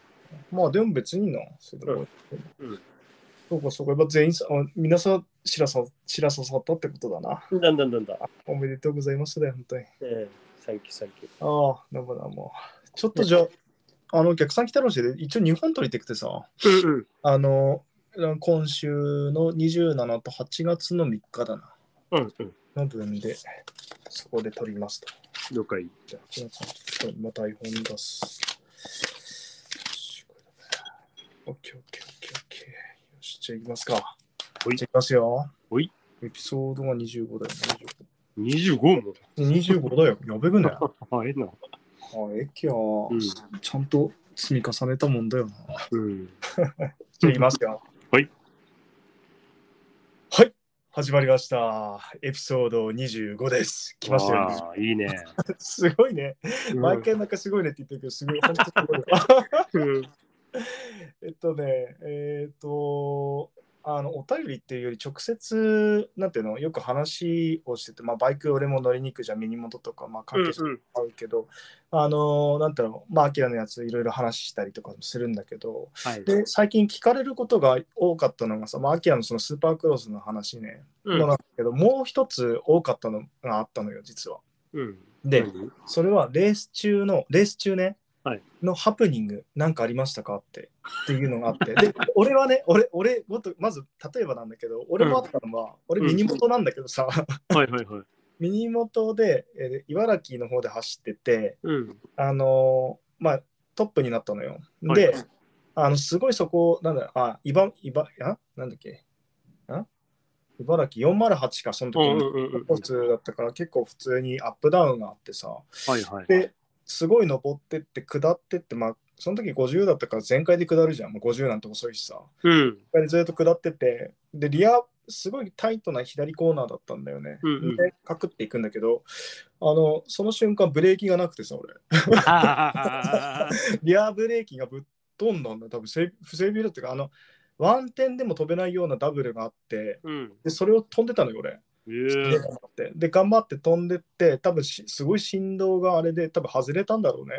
D: まあでも別にな。それでも
E: うん
D: そうかそうか。やっぱ全員さ、あ皆さん知らさ、知らささったってことだな。
E: だんだんだんだん。
D: おめでとうございますだよ、本当に。
E: ええ、サンキューサンキュー。
D: ああ、なるほど、もう。ちょっとじゃあ、あの、お客さん来たらしいで、一応日本取りてくてさ、
E: うんうん。
D: あの、今週の27と8月の3日だな。
E: うんうん。
D: の分で、そこで取りますと。
E: 了解。
D: じゃあ、皆さん、ちょっと今台本出す。オッケーオッケーオッケーオッケー。よし、じゃあ行きますか。
E: ほい
D: じゃあ行きますよ。
E: ほい。
D: エピソードが25だよ、
E: 25も。
D: 25。25だよ。やべくね。
E: あ、ええな。
D: あ、えきゃ、
E: ん
D: ちゃんと積み重ねたもんだよな。
E: うん。
D: じゃあ言いますよ。
E: はい。
D: はい。始まりました。エピソード25です。来ましたよ、
E: ああ、いいね。
D: すごいね。 毎回なんかすごいねって言ってるけど、す ごい。本当すごいわ
E: うん。
D: えっとね、えっと、あのお便りっていうより直接なんていうのよく話をしてて、まあ、バイク俺も乗りに行くじゃんミニモトとか、まあ、関係者
E: うんうん
D: あるけど、あのーなんていうのまあアキラのやついろいろ話したりとかもするんだけど、
E: はい。
D: で最近聞かれることが多かったのがさ、まあ、アキラのそのスーパークロスの話ね、
E: う
D: のなん
E: ん。
D: だけどもう一つ多かったのがあったのよ実は。
E: うん。
D: で、
E: うん
D: それはレース中のレース中ね、
E: はい
D: のハプニングなんかありましたかってっていうのがあってで俺はね俺俺ごとまず例えばなんだけど俺もあったのは、俺ミニモトなんだけどさ、
E: はいはいはい。
D: ミニモトで、えー茨城の方で走ってて
E: うん。
D: あのーまあトップになったのよ
E: はい
D: で、あのすごいそこなんだあ茨茨あなんだっけあ茨城408かその
E: う
D: 時
E: んうん
D: の
E: うんうん。
D: コースだったから結構普通にアップダウンがあってさ、
E: はいはい。
D: ですごい登ってって下ってってまあその時50だったから全開で下るじゃんもう50なんて遅いしさ
E: うん。
D: でずっと下っててでリアすごいタイトな左コーナーだったんだよね、
E: うんうん
D: でかくっていくんだけどあのその瞬間ブレーキがなくてさ俺
E: ああ。
D: リアブレーキがぶっ飛んだんだよ多分せい不整備だっていうかあのワンテンでも飛べないようなダブルがあって
E: うん。
D: でそれを飛んでたのよ俺
E: え
D: で頑張ってで頑張って飛んでって多分しすごい振動があれで多分外れたんだろうね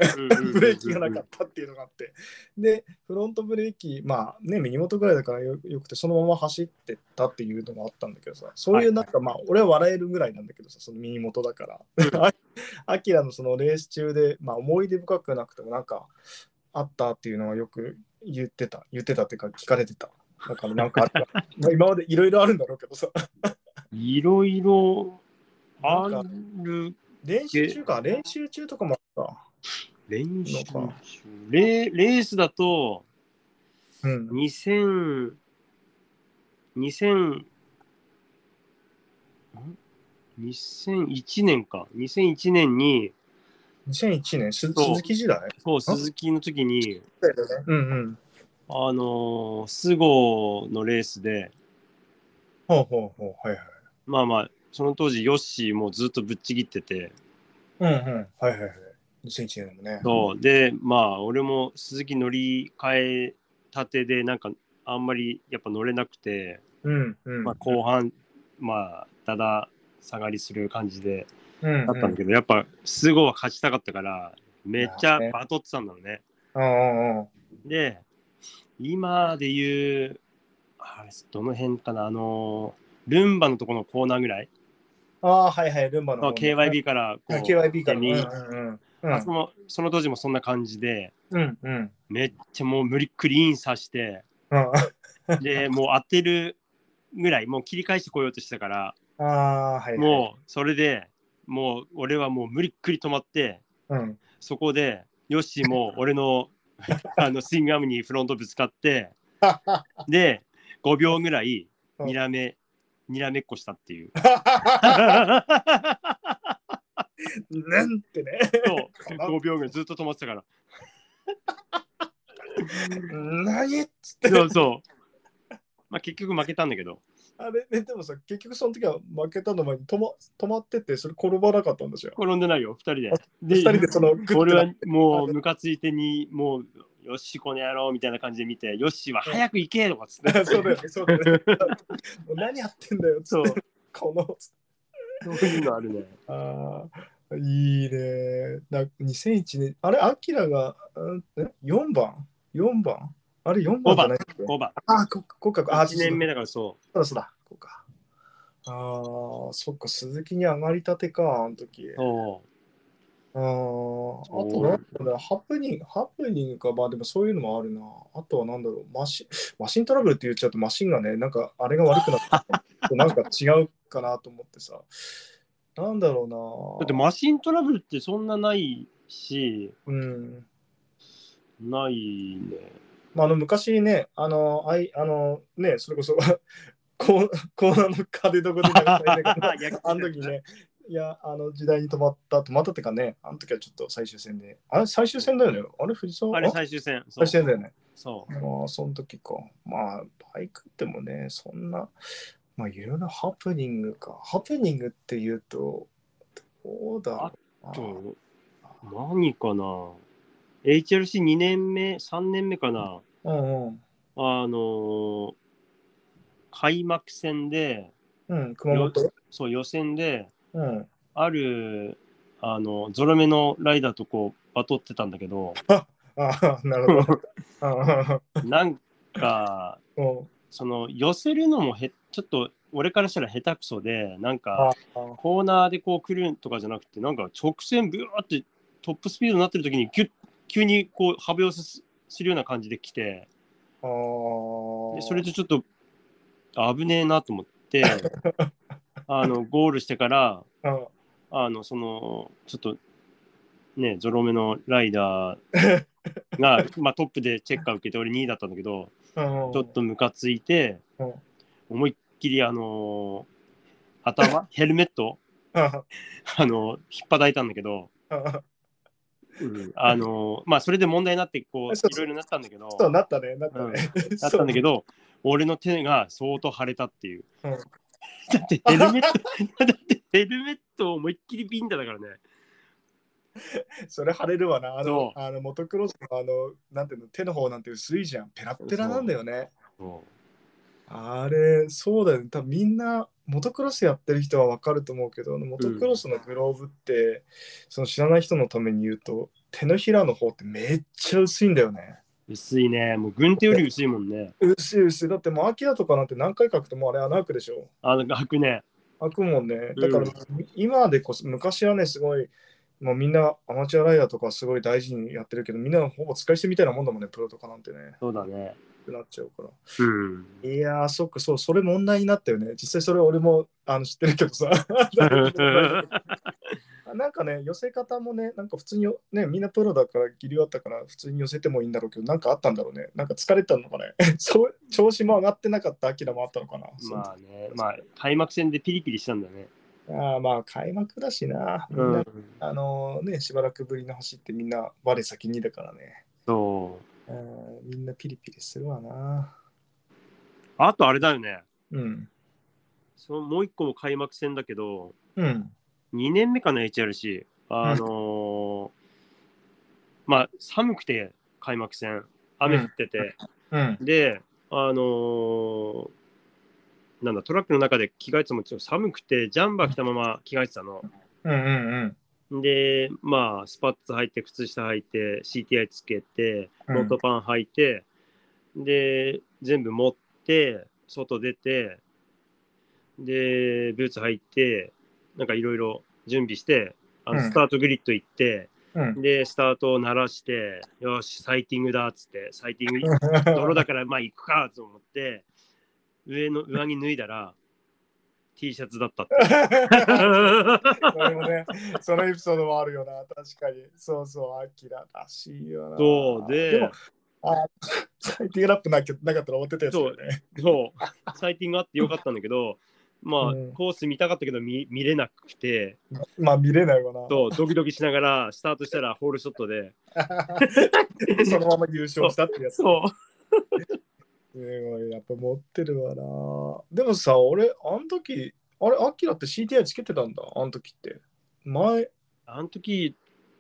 D: ブレーキがなかったっていうのがあって、で、フロントブレーキ、まあね、右元ぐらいだからよよくて、そのまま走ってったっていうのがあったんだけどさ、そういうなんか、まあ、俺は笑えるぐらいなんだけどさ、その右元だから。あ アキラのそのレース中で、まあ、思い出深くなくても、なんか、あったっていうのはよく言ってた、言ってたっていうか、聞かれてた。だから、なんかあった、 まあ今までいろいろあるんだろうけどさ、
E: いろいろあ
D: なんか
E: る
D: 練習中か、練習中とかもあっ
E: 練習
D: のか
E: レレースだと
D: た。うん。
E: 2000 2000ん2001年か2001年に
D: 2001年、す
E: そう
D: 鈴木時代
E: そう鈴木の時に
D: うんうん。
E: あのー、菅生のレースで、
D: ほうほうほう、はいはい。
E: まあまあ、その当時、ヨッシーもずっとぶっちぎってて、
D: うんうん、はいはいはい。2001年もね。
E: そうで、まあ、俺も鈴木乗り換えたてで、なんか、あんまりやっぱ乗れなくて、
D: うんうん。
E: まあ、後半、まあ、だだ下がりする感じで
D: うんうん、
E: だったんだけど、やっぱ、菅生は勝ちたかったから、めっちゃバトってたんだろうね。
D: うんうんうん。
E: で、今で言う、あれ、どの辺かな、あの、ルンバのところのコーナーぐらい、
D: ああ、はいはい、ルンバの
E: まあ
D: 方ね。
E: KYB からこう、
D: あ KYB から。
E: 右
D: うんうん
E: あそのその当時もそんな感じで、
D: うんうんうん
E: めっちゃもう無理クリーンさ して、
D: うん。
E: で、もう当てるぐらい、もう切り返してこようとしてたから、
D: ああ、はいはい。
E: もうそれでもう俺はもう無理っくり止まって、
D: うん。
E: そこで、ヨッシーも俺の あのスイングアームにフロントぶつかって、 で、5秒ぐらい、
D: うん
E: にらめ、にらめっこしたって いう。
D: なんてね。
E: そう、5秒ぐらいずっと止まってたから。
D: 何っつって。
E: そうそう。まあ結局負けたんだけど、
D: あれ、ね、でもさ、結局その時は負けたの前に止ま止まってて、それ転ばなかったんですよ。
E: 転んでないよ、2人で。
D: 二人でそのグッてな
E: 俺はもうムカついてに、もう、よっし、この野郎みたいな感じで見て、よっしは早く行けとかっつって。
D: そうだよね、そうだよね。もう何やってんだよ、つ
E: そ
D: っ
E: う
D: て。、この。
E: そういうのあるね。
D: ああ、いいね。な2001年、あれ、アキラが、うんえ4番 ?4 番あれ、4番じゃないっけ
E: 5番。
D: ああ、ここか、ああ、
E: 1年目だからそ
D: そうだそうだ、こうか。ああ、そっか、鈴木に上がりたてか、あの時。
E: う。
D: あ
E: そ
D: あ、あとなんだろうな、ハプニング、ハプニングか、まあでもそういうのもあるな。あとはなんだろう、マシン、マシントラブルって言っちゃうと、マシンがね、なんかあれが悪く なって、なんか違うかなと思ってさ。なんだろ
E: う。
D: う
E: だ
D: な。
E: ってマシントラブルってそんなないし、
D: うん。
E: ない ね。
D: まあ、あの昔ね、あの、あいあのね、それこそ コー、コーナーの壁どこで流したいんだけど あの時ね、いや、あの時代に止まった、止まったってかね、あの時はちょっと最終戦で、あれ最終戦だよね、あれ藤沢
E: あれ
D: あ
E: 最終戦。そう
D: 最終戦だよね。
E: そう。
D: まあ、その時か。まあ、バイクってもね、そんな、まあ、いろいろハプニングか。ハプニングっていうと、どうだろうな。
E: そう何かな ?HRC2 年目、3年目かな
D: うんうん。
E: あのー開幕戦で、
D: うん、熊本。
E: そう予選で
D: うん。
E: あるあのゾロ目のライダーとこうバトってたんだけど
D: ああ、なるほど。 あ
E: なんか
D: あ、うん
E: その寄せるのもへちょっと俺からしたら下手くそでなんか
D: ああ
E: コーナーでこう来るとかじゃなくてなんか直線ブワーってトップスピードになってる時にギュッ急にこう幅寄せすするような感じで来てで
D: あー
E: それでちょっと危ねえなと思って あのゴールしてから
D: あ
E: あの、その、ちょっと、ね、ゾロ目のライダー が、まあ、トップでチェッカー受けて、俺2位だったんだけど、
D: うん
E: ちょっとムカついて
D: うん、
E: 思いっきり、あのー 頭、ヘルメットを、
D: あ
E: あのー引っ叩いたんだけど、
D: あ
E: あのーまあ、それで問題になって、こう、
D: そう
E: いろいろなったんだけど、
D: そうなったねなった ね、
E: なったんだけど、俺の手が相当腫れたっていう。
D: うん
E: だってヘ ルメット、だってヘルメットを思いっきりビンタだからね。
D: そうそれ晴れるわなあ
E: そ
D: のあのモトクロスのあのなんていうの手の方なんて薄いじゃんペラッペラなんだよねあれそうだよね多分みんなモトクロスやってる人は分かると思うけどあのモトクロスのグローブって、その知らない人のために言うと手のひらの方ってめっちゃ薄いんだよね
E: 薄いね。もう軍手より薄いもんね。
D: 薄い薄いだってもうアキラとかなんて何回書くともうあれ穴開くでしょ
E: あの、白ね。
D: 開くもんね。
E: う
D: だ
E: ん
D: から、今でこそ、昔はね、すごい、もうみんなアマチュアライダーとかすごい大事にやってるけど、みんなほぼ使い捨てみたいなもんだもんね、プロとかなんてね、
E: そうだね。
D: なっちゃうから。
E: うん。
D: いやー、そっか、そう、それ問題になったよね。実際それ俺もあの知ってるけどさ。 なんかね、寄せ方もね、なんか普通に、ね、みんなプロだから、技量あったから、普通に寄せてもいいんだろうけど、なんかあったんだろうね。なんか疲れたのかね。 そう調子も上がってなかった、アキラもあったのかな。
E: まあね。まあ、開幕戦でピリピリしたんだね。
D: あーまあ、開幕だしな。み
E: うん。
D: なんあのね、しばらくぶりの走ってみんな我先にだからね。
E: そう。
D: うんみんなピリピリするわな。
E: あとあれだよね。
D: うん。
E: そのもう一個も開幕戦だけど、
D: うん。
E: 2年目かな、HRC。あのーまあ、寒くて、開幕戦。雨降ってて。
D: うん。
E: で、あのーなんだ、トラックの中で着替えてたもちろん寒くて、ジャンバー着たまま着替えてたの。
D: うんうん
E: で、まあ、スパッツ履いて、靴下履いて、CTI つけて、
D: うん
E: ノートパン履いて、で、全部持って、外出て、で、ブーツ履いて、なんかいろいろ準備して、あの
D: うん
E: スタートグリッド行って、
D: うん。
E: で、スタートを鳴らして、よし、サイティングだっつって、サイティ ング泥だからまあ行くかと思って上の上着脱いだら T シャツだ ったって
D: それもね、そのエピソードもあるよな、確かに。そうそう、アキラらしいよな。
E: そうで
D: も、あ、サイティーラップなきゃなかったら終わってたやつだよね。
E: そうサイティングあってよかったんだけどまあ、
D: うん
E: コース見たかったけど見見れなくて
D: まあ見れないわな。
E: とドキドキしながらスタートしたらホールショットで
D: そのまま優勝したってやつ。す
E: そう
D: ごい、やっぱ持ってるわな。でもさ、俺、あの時、あれ、アキラって CTI つけてたんだ、あの時って。前、
E: あの時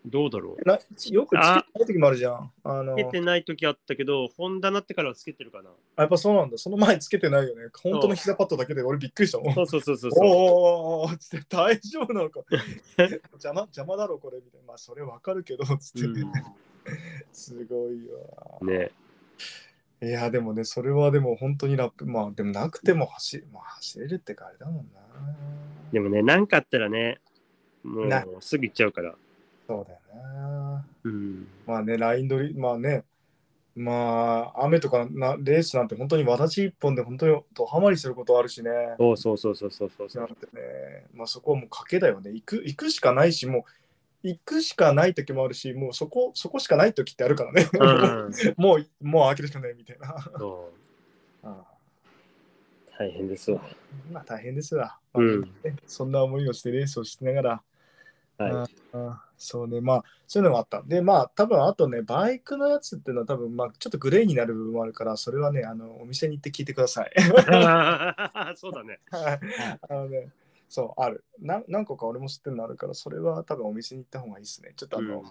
E: どうだろう
D: なよくつけてない時もあるじゃん。あの
E: つけてない時あったけど本棚ってからはつけてるかな
D: あやっぱそうなんだ。その前つけてないよね。本当の膝パッドだけで俺びっくりしたもん。
E: そうそうそうそうそう
D: おーおーおーつって大丈夫なのか邪魔邪魔だろこれみたいなまあそれわかるけどつって、
E: う
D: すごいよ
E: ん、ね
D: ないやでもねそれはでも本当にラップまあでもなくても走,、まあ、走れるってかあれだもんな
E: でもね何かあったらねも
D: な
E: うすぐ行っちゃうから
D: そうだよな
E: うん
D: まあねライン取りまあねまあ雨とかなレースなんて本当に私一本で本当にドハマりすることあるしね
E: そうそうそうそうそうそうそ
D: な
E: うん
D: てね、まあ、そこはもう賭けだよね行く行くしかないしもう行くしかない時もあるしもうそこそこしかない時ってあるからね、
E: うん、
D: もうもう開けるしかないみたいな
E: そう
D: あ
E: 大変ですわ。
D: まあ大変ですわ、
E: うん
D: まあそんな思いをしてレースをしながら
E: は
D: あそうねまあそういうのがあったでまあ多分あとねバイクのやつっていうのは多分まあちょっとグレーになる部分もあるからそれはねあのお店に行って聞いてください
E: い。 そうだね。
D: あのねそうあるな何個か俺も知ってるのあるからそれは多分お店に行った方がいいですねちょっとあの、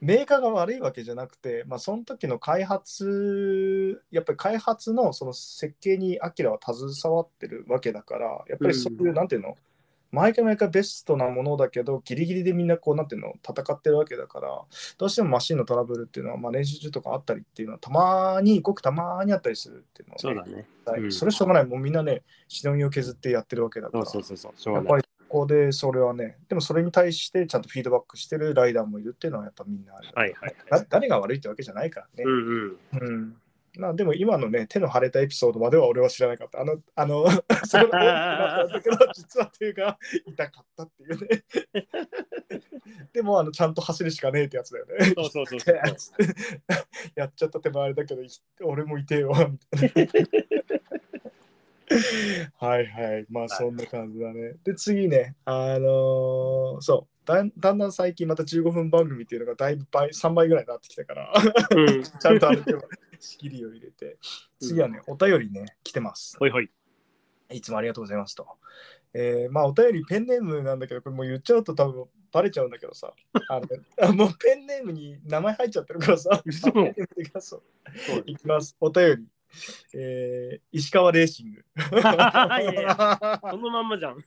D: メーカーが悪いわけじゃなくて、まあ、その時の開発、やっぱり開発のその設計にアキラは携わってるわけだから、やっぱりそういう、
E: うん
D: なんていうの、毎回毎回ベストなものだけど、ギリギリでみんなこう、なんていうの、戦ってるわけだから、どうしてもマシンのトラブルっていうのは、まあ、練習中とかあったりっていうのは、たまに、ごくたまにあったりするっていうのは
E: そう
D: ね、
E: だね。
D: はい
E: うん
D: それしょうがない、もうみんなね、しのぎを削ってやってるわけだか
E: そ
D: ら。
E: うそうそうそう。しょ
D: や
E: う
D: っ
E: が
D: ぱ
E: ない。
D: りここでそれはね、でもそれに対してちゃんとフィードバックしてるライダーもいるっていうのはやっぱみんなある。
E: はいはいは
D: だ誰が悪いってわけじゃないから
E: い。う
D: ね。
E: んうん。
D: うんまあでも今のね、手の腫れたエピソードまでは俺は知らなかった。あの、 あの、それのだったけど、実は手が痛かったっていうね。 でも、あの、ちゃんと走るしかねえってやつだよね。
E: そうそうそうそう。
D: やっちゃった手前あれだけど、俺も痛えわ、みたい な。はいはい、まあそんな感じだね。で、次ね、あのーそうだん、だんだん最近また15分番組っていうのがだいぶ倍3倍ぐらいになってきた から、
E: うん。
D: ちゃんとあれでも仕切りを入れて。次はね、お便りね、来てます。
E: ほいほい。
D: いつもありがとうございますと。えーまあ、お便りペンネームなんだけど、これもう言っちゃうと多分バレちゃうんだけど さ。あのあもうペンネームに名前入っちゃってるからさ。
E: 嘘
D: ペンネームってかそう
E: そう
D: いきます。お便り。えー石川レーシング。
E: だね いやいやそのまんまじゃん。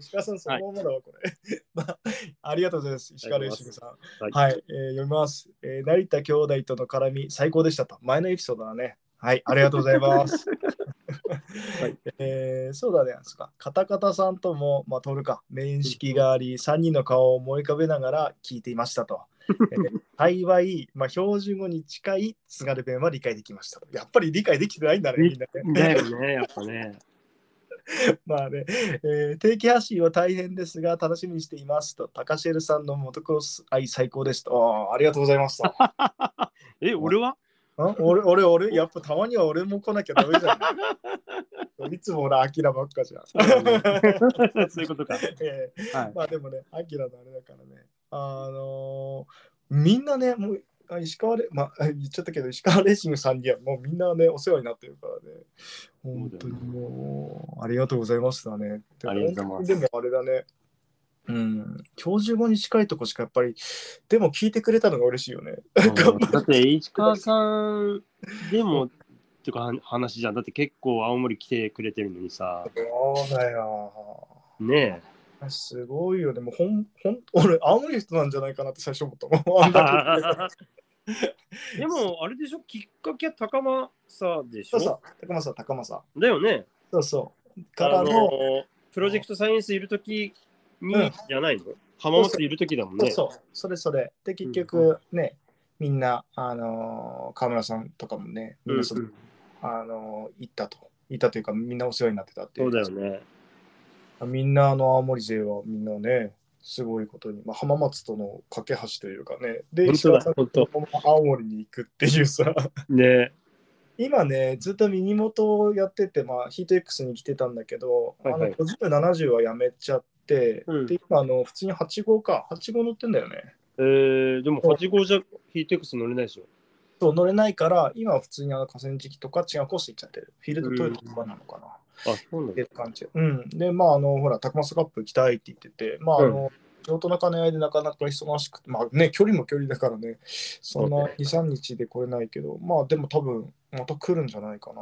D: 石川さん、そのままだわ、これ、まあ。ありがとうございます。石川レーシングさん。
E: はい
D: はい、えー読みます、えー成田兄弟との絡み、最高でしたと。前のエピソードだね。はい、ありがとうございます。
E: はい
D: えーそうだね、そっかカタカタさんとも、まあ、トルか、面識があり、3人の顔を思い浮かべながら聞いていました と。えー幸い、まあ、標準語に近い津軽弁は理解できましたと。やっぱり理解できてないんだね、みんなね。
E: だよね、やっぱね。
D: まあね、えー定期発信は大変ですが、楽しみにしていますと、高シェルさんのモトクロス愛最高ですと、あーありがとうございま すと。ん
E: え、俺は
D: 俺、俺、俺、やっぱたまには俺も来なきゃダメじゃ ん。いつも俺、アキラばっかじゃん。
E: そうだね そういうことか。
D: えー
E: はい
D: まあでもね、アキラのあれだからね、あのーみんなね、もうあ石川レ、まあ、言っちゃったけど、石川レーシングさんにはもうみんなね、お世話になってるからね。本当にもう、ありがとうございましたね。
E: ありがとうございます
D: でもあれだね。うん、今日中後に近いとこしかやっぱり、でも聞いてくれたのが嬉しいよね。
E: うんだって、市川さんでも、っていうかは話じゃん。だって結構青森来てくれてるのにさ、
D: そうだよ。
E: ね
D: すごいよね。もうほん、ほん、俺、青森の人なんじゃないかなって最初思ったも ん。あんだけ
E: え。でも、あれでしょ、きっかけは高まさでし
D: そうそ
E: ょ
D: う、高政、高政。
E: だよね。
D: そうそう。か
E: あ
D: ら
E: の
D: の、
E: プロジェクトサイエンスいるときに、
D: うん
E: じゃないの浜松いるときだもん
D: そう
E: ね。
D: そう、それそれ。で、結局ね、みんな、あのー河村さんとかもね、み
E: ん
D: ん
E: う
D: な
E: ん
D: そ、あのー行ったと。行ったというか、みんなお世話になってたってい
E: そう
D: う。
E: だよね。
D: みんな、あの、青森勢はみんなね、すごいことに、まあ、浜松との架け橋というかね、
E: 本当
D: で、
E: だ
D: 石川さん
E: 本当
D: この青森に行くっていうさ、
E: ね
D: 今ね、ずっとミニモトをやってて、まあ、ヒート X に来てたんだけど、
E: はいはい
D: あの50、70はやめちゃって、
E: うん
D: で、今、あの、普通に8号か、8号乗ってんだよね。
E: えー、でも8号じゃヒート X 乗れないでしょ。
D: そう乗れないから、今は普通にあの河川敷とか違うコース行っちゃってる。フィールドトイレとかなのかな、
E: あ、そうなん
D: っ
E: だ
D: ていう。感じ。うん。で、まあ、あの、ほら、タクマスカップ行きたいって言ってて、まあ、あの、仕事の兼ね合いでなかなか忙しくて、まあね、距離も距離だからね、そんな
E: そう
D: 2、3日で来れないけど、まあ、でも多分、また来るんじゃないかな。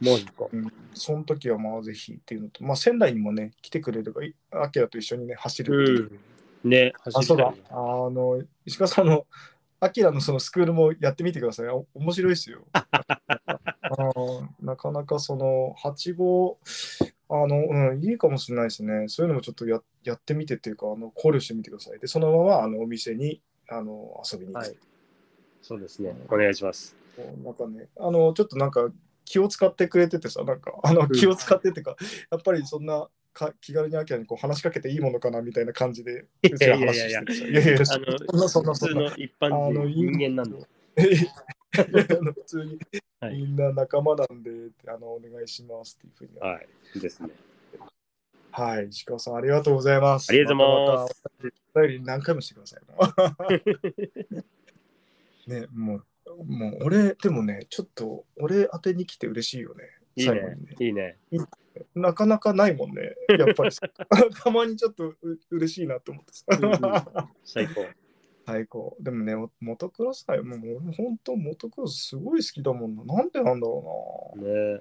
E: マジか。
D: その時はまあぜひっていうのと、まあ仙台にもね、来てくれればいい、アキラと一緒にね、走るっていう。
E: うん。ね、走
D: あ、そう
E: りた
D: だ
E: い。
D: あの、石川さんの、アキラのそのスクールもやってみてください。お面白いで すよ。あのなかなかその、八号、あの、うん、いいかもしれないですね。そういうのもちょっとややってみてっていうか、あの考慮してみてください。で、そのままあのお店にあの遊びに行く。
E: はいそうですね。お願いします。
D: なんかね、あの、ちょっとなんか気を使ってくれててさ、なんか、あの、
E: ん
D: 気を使ってっていうか、やっぱりそんなか気軽にアキラにこう話しかけていいものかなみたいな感じで、
E: いや
D: うちら話してるじゃんいやいやいや、そ
E: あ
D: ん
E: の、
D: なそんなそ
E: 普通
D: んな。
E: の一般
D: あ
E: 人
D: の
E: 人間なんで。
D: あの普通に
E: はい
D: みんな仲間なんで、あのお願いしますっていうふうに。
E: はい。ですね。
D: はい、石川さん、ありがとうございます。。
E: ありがとうございます
D: お便り何回もしてください。 ね、もう、もう俺、でもね、ちょっと俺宛てに来て嬉しいよね。
E: いい
D: 最後
E: ね
D: にね。
E: いいね。
D: なかなかないもんね、や っぱりさ。たまにちょっとう嬉しいなと思って
E: うんうん
D: さ。
E: 最高。
D: 最高。でもね、おモトクロスはもう俺本当モトクロスすごい好きだもんな。なんでなんだろう
E: ね。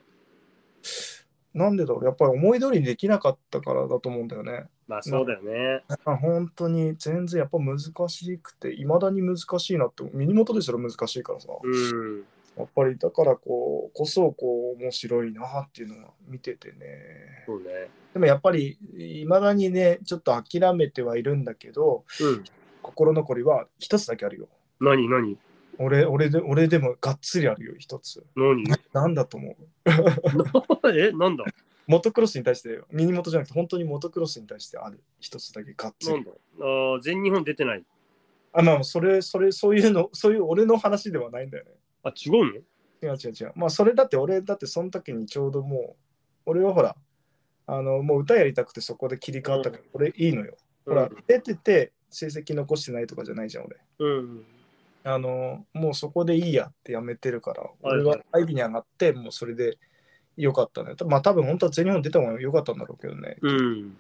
D: な。なんでだろう。やっぱり思い通りにできなかったからだと思うんだよね。
E: まあそうだよね。
D: あ本当に全然やっぱ難しくて、いまだに難しいなって、ミニモトですら難しいからさ。
E: うん。
D: やっぱりだからこう、こそこう面白いなっていうのは見ててね。
E: そうね。
D: でもやっぱり、いまだにね、ちょっと諦めてはいるんだけど、
E: うん。
D: 心残りは一つだけあるよ。
E: 何何
D: 俺、俺で、俺でもがっつりあるよ、一つ。
E: 何
D: なんだと思う
E: え、なんだ
D: モトクロスに対して、ミニモトじゃなくて、本当にモトクロスに対してある一つだけがっつ
E: なん
D: り
E: だ。あー全日本出てない。
D: あ、まあ、それ、それ、そういうの、 そういう俺の話ではないんだよね。
E: あ、違うの
D: 違う違う違う。まあ、それだって俺、だってその時にちょうどもう、俺はほら、あの、もう歌やりたくてそこで切り替わったから、これいいのよ。ほら、出てて成績残してないとかじゃないじゃん、俺。
E: うん。
D: あのもうそこでいいやってやめてるから、
E: はいはい
D: 俺は会議に上がって、もうそれでよかったね。まあ多分本当は全日本出た方がよかったんだろうけどね。
E: うん。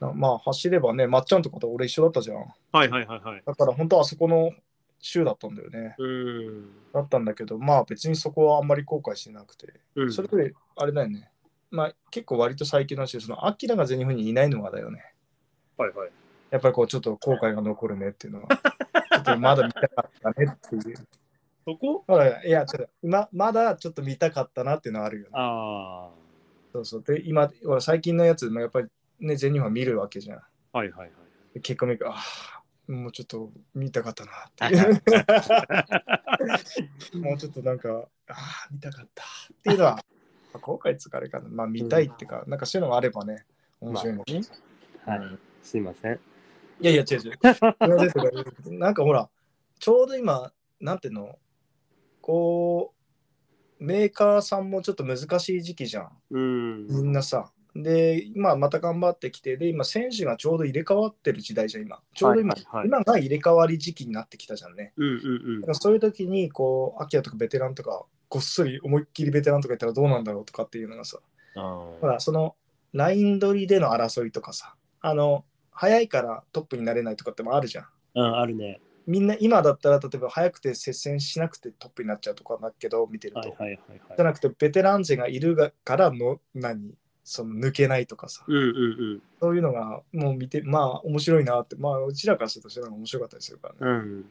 D: なまあ走ればね、まっちゃんとかと俺一緒だったじゃん。
E: はいはいはいはい。
D: だから本当はあそこの州だったんだよね。
E: うん。
D: だったんだけど、まあ別にそこはあんまり後悔してなくて。
E: うん。
D: それよりあれだよね。まあ結構割と最近の話で、そのアキラが全日本にいないのがだよね。
E: はいはい。
D: やっぱりこうちょっと後悔が残るねっ ていうのは。ちょっとまだ見たかったねっていう。
E: そこ
D: ほら、いや、ちょっと、ま、まだちょっと見たかったなっていうのはあるよね。
E: あ
D: そうそう。で、今、ほら、最近のやつ、まあやっぱりね、全日本は見るわけじゃん。
E: あ。はいはいはい。
D: で結果見るああ、もうちょっと見たかったなって。もうちょっとなんか、ああ、見たかったっていうの は、まあ後悔つかあれかな。まあ、見たいっていうか、なんかそういうのがあればね、面白いの。
E: はい。すいません。
D: いやいや、違う違う。同じです同じですなんかほら、ちょうど今、なんていうの、こう、メーカーさんもちょっと難しい時期じゃん。
E: うん。
D: みんなさ、で、今また頑張ってきて、で、今選手がちょうど入れ替わってる時代じゃん、今。ちょうど今、
E: はいはいはい
D: 今が入れ替わり時期になってきたじゃんね。
E: うんうん
D: だからそういう時に、こう、アキラとかベテランとか、ごっそり思いっきりベテランとかいったらどうなんだろうとかっていうのがさ、ほら、その、ライン取りでの争いとかさ、あの、早いからトップになれないとかってもあるじゃん。
E: うん。うん、あるね。
D: みんな今だったら例えば早くて接戦しなくてトップになっちゃうとかだけど見てると、
E: はいはいはい
D: じゃ
E: はい。
D: なくてベテラン勢がいるがからの何その抜けないとかさ
E: うんうん
D: そういうのがもう見てまあ面白いなってまあうちらからするとして面白かったりするからね
E: うん。うん。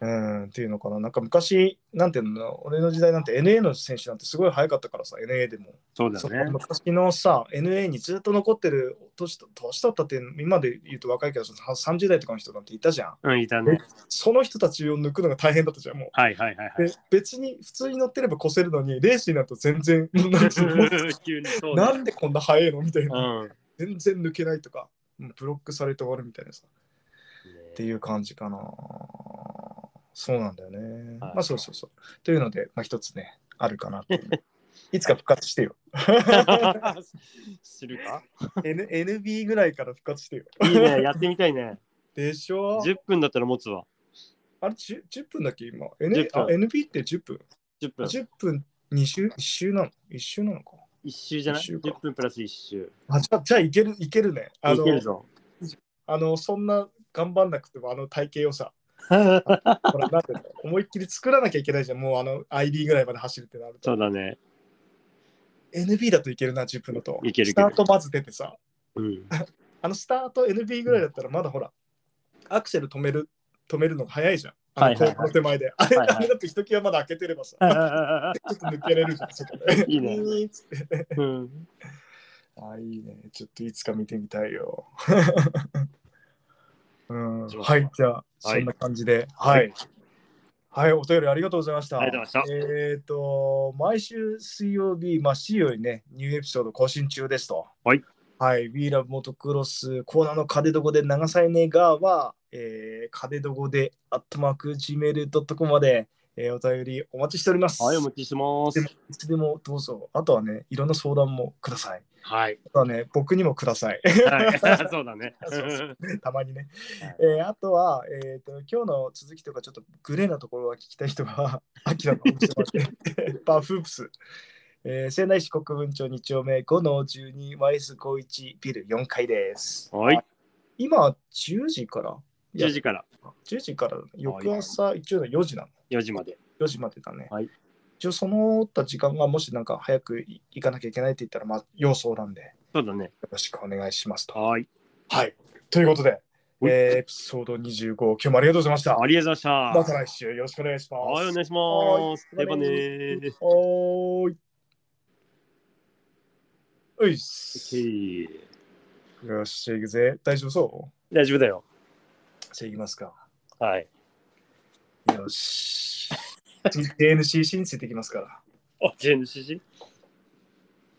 D: うんっていうのかななんか昔なんていうの俺の時代なんて NA の選手なんてすごい早かったからさ NA でも
E: そうだ
D: そ
E: ね
D: の。昔のさ NA にずっと残ってる年と年だったって今で言うと若いけどその30代とかの人なんていたじゃん
E: うん、いたね。
D: その人たちを抜くのが大変だったじゃんもう
E: はいはい はいはい。
D: で別に普通に乗ってれば越せるのにレースになると 全然なんつうの
E: 急にそうだ
D: なんでこんな速いのみたいな
E: うん。っ
D: 全然抜けないとかうんブロックされて終わるみたいなさっていう感じかなそうなんだよね、
E: はい
D: まあそうそうそうというので、まあ、一つねあるかなっていう いつか復活してよ
E: するか
D: N NB ぐらいから復活してよ
E: いいね、やってみたい ね。
D: でしょ
E: 10分だったら持つわ。
D: あれ 10, 10分だっけ今
E: 10
D: N
E: 分
D: あ NB って10分
E: 10分。
D: 10分2周1周なの1周なのか
E: 1周じゃない
D: 一周か
E: ?10 分プラス1周。
D: あじゃあじゃあいけるいけるねあ
E: い
D: の
E: けるぞ。
D: あの、そんな頑張んなくても、あの体型を さ、ほら、なんていうの思いっきり作らなきゃいけないじゃん、もうあの ID ぐらいまで走るってなる
E: そ
D: と
E: う。だね。
D: NB だといけるな、10分だと。
E: いけるい
D: ス
E: け
D: タ
E: る
D: ートまず出てさ、
E: うん。
D: あのスタート NB ぐらいだったら、まだほら、アクセル止める、止めるのが早いじゃん。あ
E: はいは
D: の、
E: いはい
D: 後方の手前で。あれ、
E: はいはい
D: あれだってひときわまだ開けてれ ばさ、ちょっと抜けれるじゃん、そこで。
E: いい ね
D: ウィーンっつって
E: うん
D: あ、いいね。ちょっといつか見てみたいよ。 うん、はい、じゃあ、そんな感じで。はい。はい、お便りありがとうございました。
E: ありがとうござ
D: ました。えっ、と、毎週水曜日、まあ、C よりね、ニューエピソード更新中ですと。
E: はい。
D: はい、We Love Motocross コーナーのカデどこで長さいねがは、えー、カデどこで、アットマーク、gmail.com まで、えー、お便りお待ちしております。
E: はい、お待ちしてます。
D: いつでもどうぞ。あとはね、いろんな相談もください。
E: はい。
D: あと はね、僕にもください。
E: はい、 そうだね。
D: そうそたまにね
E: はい。
D: えーあとは、えーと、今日の続きとかちょっとグレーなところは聞きたい人は、 アキラのお店 まで、パーフープス。えー仙台市国分町2丁目5の12 YS51 ビル4階です。
E: はい、
D: 今、10時からいや
E: 10時から
D: 10時からだね、翌朝一応4時なの。
E: 4時まで。
D: 4時までだね。
E: はい
D: 一応そのった時間がもしなんか早くい行かなきゃいけないって言ったら、まあ、要相談でよ
E: そうだね。
D: ろしくお願いしますと。
E: はい。
D: はい。ということで、え
E: はい
D: ーエピソード25、今日もありがとうございました。
E: ありがとうございま
D: ま
E: した
D: た。来週よろしくお願いします。
E: はい、お願いします。
D: はい
E: ではねー。
D: おーい。ういっす。
E: OK
D: よし、じゃあ行くぜ。大丈夫そ
E: 大丈夫だよ。
D: うじゃあ行きますか。
E: はい。
D: よし。DNCC についていきますか
E: あ、JNCC?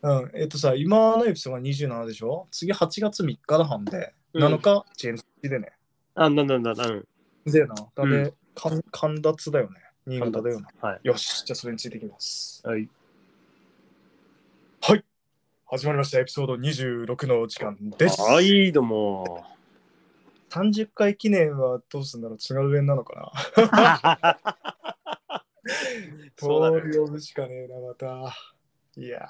D: ら。うん。えっとさ、今のエピソードが27でしょ次8月3日だはんで、7日、JNCC でね。
E: あ、なんだなんだなん
D: だよな。だ
E: う
D: ね、かん、神達だよね。新潟だよな。
E: はい。
D: よし、じゃあそれについていきます。
E: はい。
D: はい。始まりました。エピソード26の時間です。
E: はい、どうも。
D: 30回記念はどうするんだろう津軽弁なのかな
E: そうだ
D: 通
E: ね。
D: り呼ぶしかねえな、また。いやー。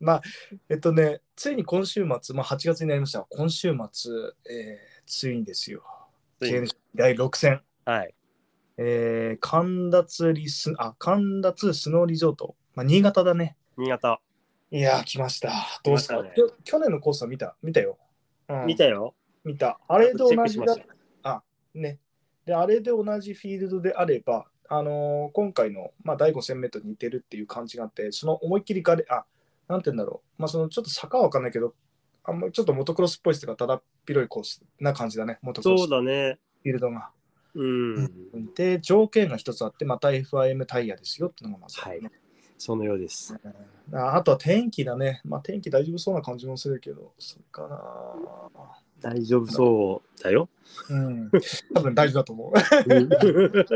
D: まあ、えっとね、ついに今週末、まあ8月になりました。今週末、えーついにですよ。
E: ついに
D: JNC 第6戦。
E: はい。
D: えー、神達リス、あ、神達スノーリゾート。まあ、新潟だね。
E: 新潟。
D: いやー、来ました。どうした
E: 来ましたね
D: きょ去年のコースは見た見たよ。うん
E: 見たよ。
D: 見た。あれと
E: チェッ
D: 同
E: クし
D: じ
E: ま
D: だ
E: し。
D: ね。で、あれで同じフィールドであれば、あのー今回の、まあ、第5戦目と似てるっていう感じがあって、その思いっきりガレ、あ、なんて言うんだろう。まあ、そのちょっと坂はわかんないけど、あんまりちょっとモトクロスっぽいですが、ただ広いコースな感じだね、モトクロス
E: そう
D: フ
E: だね。
D: ィールドが。
E: うん。
D: で、条件が一つあって、また FIM タイヤですよっていうのがまず、
E: はいそのようです。
D: ああとは天気だね。まあ、天気大丈夫そうな感じもするけど、それかな。
E: 大丈夫そうだよ。
D: うん。多分大丈夫だと思う。
E: うん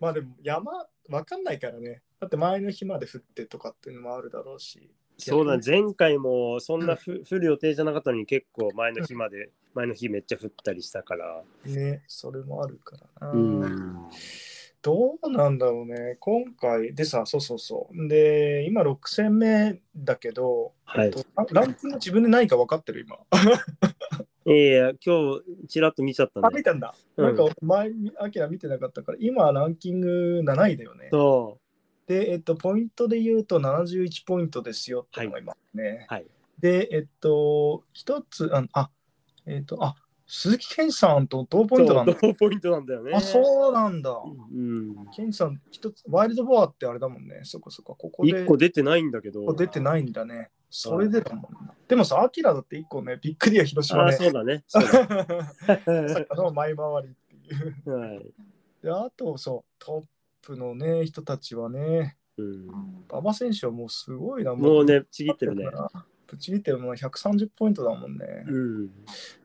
D: まあでも山わかんないからね。だって前の日まで降ってとかっていうのもあるだろうし。
E: そうだね、前回もそんなふ降る予定じゃなかったのに結構前の日まで、前の日めっちゃ降ったりしたから。
D: ね、それもあるからな。
E: うん。
D: どうなんだろうね。今回でさ、そうそうそう。で、今6戦目だけど、
E: はい。
D: ラランキング自分で何か分かってる今。
E: いやいや、今日ちらっと見ちゃった
D: あ、
E: ん
D: 見
E: で。
D: たんだ。
E: うん
D: なんか前、アキラ見てなかったから、今ランキング7位だよね。
E: そ
D: で、えっと、ポイントで言うと71ポイントですよってのが今ね。
E: はい
D: で、えっと、一つ、あ、あえっと、あ、鈴木健さんと同
E: う。
D: ポイントなんだ。
E: そう同ポイントなんだよね。
D: あ、そうなんだ。
E: うん。
D: 健さん、一つ、ワイルドボアってあれだもんね。そこそこ、ここで
E: 一個出てないんだけど。
D: 出てないんだね。それでだもんな。でもさ、アキラだって一個ね、びっくりや広島
E: あ、
D: ね。
E: そうだね。そうだ
D: さっきの前回りっていう。
E: はい。
D: で、あと、そう、トップのね、人たちはね、
E: うん。
D: 馬場選手はもうすごいな、
E: もうね、ちぎってるね。
D: プチ見てもう130ポイントだもんね。
E: うん。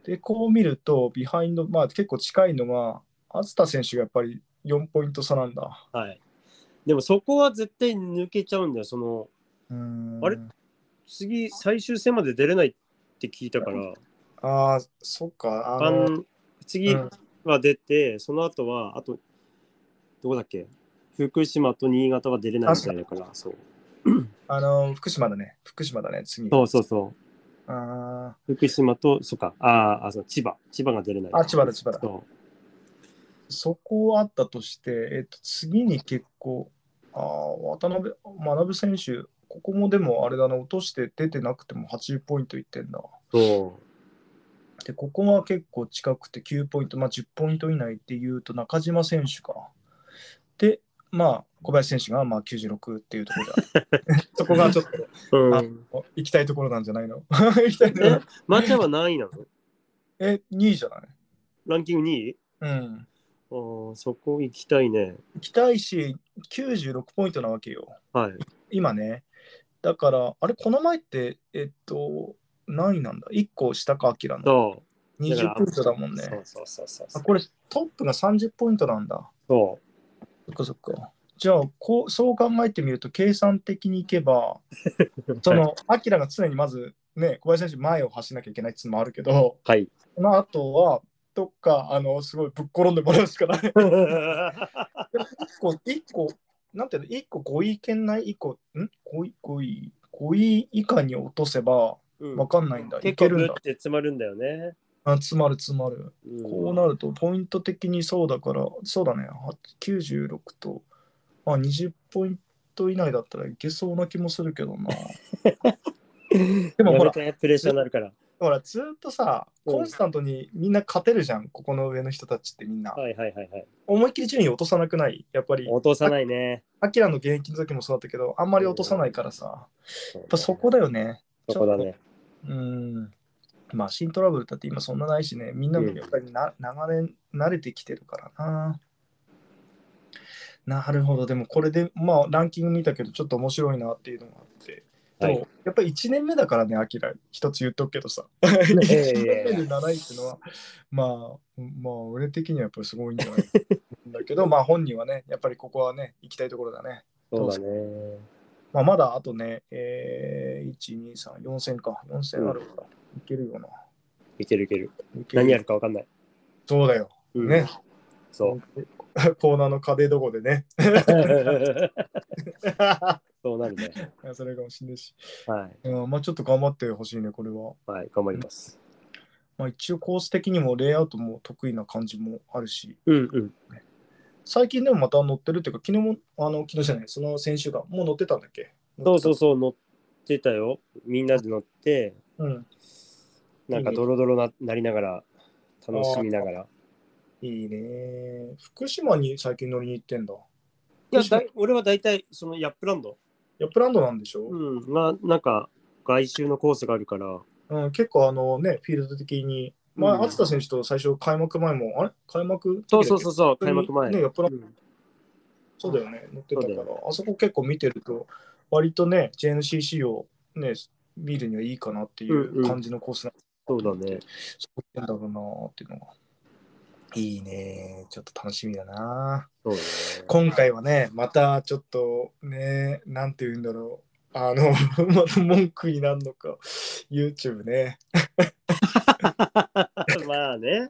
D: で、こう見ると、ビハインド、まあ結構近いのが、熱田選手がやっぱり4ポイント差なんだ。
E: はい。でもそこは絶対抜けちゃうんだよ。その、
D: うーん
E: あれ次、最終戦まで出れないって聞いたから、
D: ああ、そっか。あ
E: あ
D: の、
E: の次
D: うん
E: は出て、その後は、あと、どこだっけ福島と新潟は出れないみたいだから、そう
D: あの福島だね。福島だね、次。
E: そうそうそ
D: あ
E: う。福島と、そっか、あーあ、そう千葉、千葉が出れない。
D: あ千葉だ千葉だ
E: そ
D: ーそこはあったとして、えっと、次に結構、ああ、渡辺、学選手、ここもでもあれだな、落として出てなくても80ポイントいってんだ。
E: う。そ
D: で、ここは結構近くて9ポイント、まあ、10ポイント以内っていうと中島選手か。で、まあ、小林選手がまあ96っていうところ だ。そこがちょっ
E: う。う
D: あ
E: ん。
D: と行きたいところなんじゃないの 行きたいところ
E: まーちゃんは何位なの
D: え、2位じゃない
E: ランキング2位
D: うん。
E: あーそこ行きたいね。
D: 行きたいし、96ポイントなわけよ。
E: はい。
D: 今ね。だから、あれ、この前って、えっと、何位なんだ ?1 個下か、明の。
E: そう。だから
D: 20ポイントだもん
E: そう
D: ね。
E: そうそうそうそ
D: あ、
E: う。
D: これ、トップが30ポイントなんだ。
E: そ
D: そっかそっか。じゃあこう、そう考えてみると、計算的にいけば、
E: う。
D: その、アキラが常にまず、ね、小林選手、前を走らなきゃいけないっていうのもあるけど、
E: はい。
D: その後は、どっか、あの、すごいぶっ転んでもらうしかない。1個、一個、なんていうの、1個5位圏内、1個、ん ?5 位、5位、5位以下に落とせば、
E: うん
D: わかんないんだ。い
E: 結
D: け
E: 構
D: る
E: グ
D: ん
E: っ
D: だ。
E: て詰まるんだよね。
D: あ詰まる、詰まる。
E: うん
D: こうなると、ポイント的にそうだから、そうだね、は96と、まあ、20ポイント以内だったらいけそうな気もするけどな。でもほら、
E: やめてプレッシャーになるから。
D: ほらずっとさ、
E: うん
D: コンスタントにみんな勝てるじゃん、ここの上の人たちってみんな。
E: はいはいはいはい。
D: 思いっきり順位落とさなくないやっぱり、
E: 落とさないね。
D: アキラの現役の時もそうだったけど、あんまり落とさないからさ、や
E: やっ
D: っぱそこだよね。
E: そこだね。
D: うん。まあ、新トラブルだって今そんなないしね、みんなもやっぱりな、長年慣れてきてるからな。なるほど、でもこれで、まあ、ランキング見たけど、ちょっと面白いなっていうのがあって。でも、
E: はい
D: やっぱり1年目だからね、アキラ、一つ言っとくけどさ。1
E: いやいや
D: 年目で7位っていうのは、まあ、まあ、俺的にはやっぱりすごいんじゃない だけど、まあ、本人はね、やっぱりここはね、行きたいところだね。
E: そうだね。
D: まあ、まだあとね、えー、1、2、3、4戦か。4戦あるから、いけるよな。
E: いけるいける。
D: いける
E: 何やるかわかんない。
D: そうだよ。
E: うん
D: ね。。
E: そう。
D: コーナーの壁どこでね。
E: そうなるね。
D: それかもしんないし。
E: はい。
D: うん、まあちょっと頑張ってほしいね、これは。
E: はい。頑張ります。
D: まあ一応コース的にもレイアウトも得意な感じもあるし、
E: うんうん。
D: 最近でもまた乗ってるっていうか、昨日も、あの、昨日じゃない、その先週が、もう乗ってたんだっけ。
E: そうそううそう、乗ってたよ。みんなで乗って、
D: うん。
E: なんかドロドロななりながら、楽しみながら。
D: いいね。福島に最近乗りに行ってんだ。
E: いや、だい俺は大体、そのヤップランド。
D: やっぱランドなんでしょ、
E: うん。まあ、なんか、外周のコースがあるから、
D: うん、結構あのね、フィールド的に、ま
E: うん
D: あ、篤田選手と最初開幕前も、あれ開幕
E: そうそうそううそう、開幕前。
D: ね、やっぱり
E: うん
D: そうだよね、乗ってたか
E: そう
D: ら、
E: だ
D: あそこ結構見てると、割とね、JNCC をね、見るにはいいかなってい
E: んう
D: うん感じのコースな
E: そうだね。
D: そうなんだろうなーっていうのが。いいね、ちょっと楽しみだな。
E: そうだね。
D: 今回はね、またちょっとね、なんて言うんだろう。あの、 また文句になるのか、YouTube ね。
E: まあね。
D: なん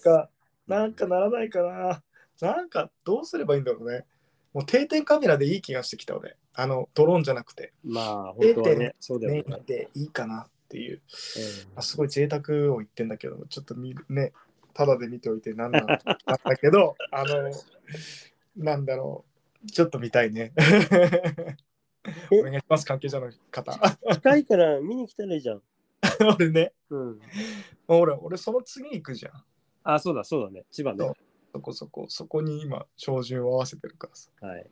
D: か、なんかならないかな。なんか、どうすればいいんだろうね。もう定点カメラでいい気がしてきた俺。あの、ドローンじゃなくて、
E: まあ、本当はね、そうだよ
D: メイ
E: ね。
D: ンでいいかなっていう。あすごい贅沢を言ってんだけど、ちょっと見るね、ただで見ておいてなんなんなんだけ ど、あの、なんだろう、ちょっと見たいね。お願いします、関係者の方。
E: うん近いから見に来たらいいじゃん。
D: 俺ね、
E: うん。
D: 俺、俺その次行くじゃん。
E: あ、そうだ、そうだね。千葉ね。
D: そこそこ、そこに今、照準を合わせてるからさ。
E: はい。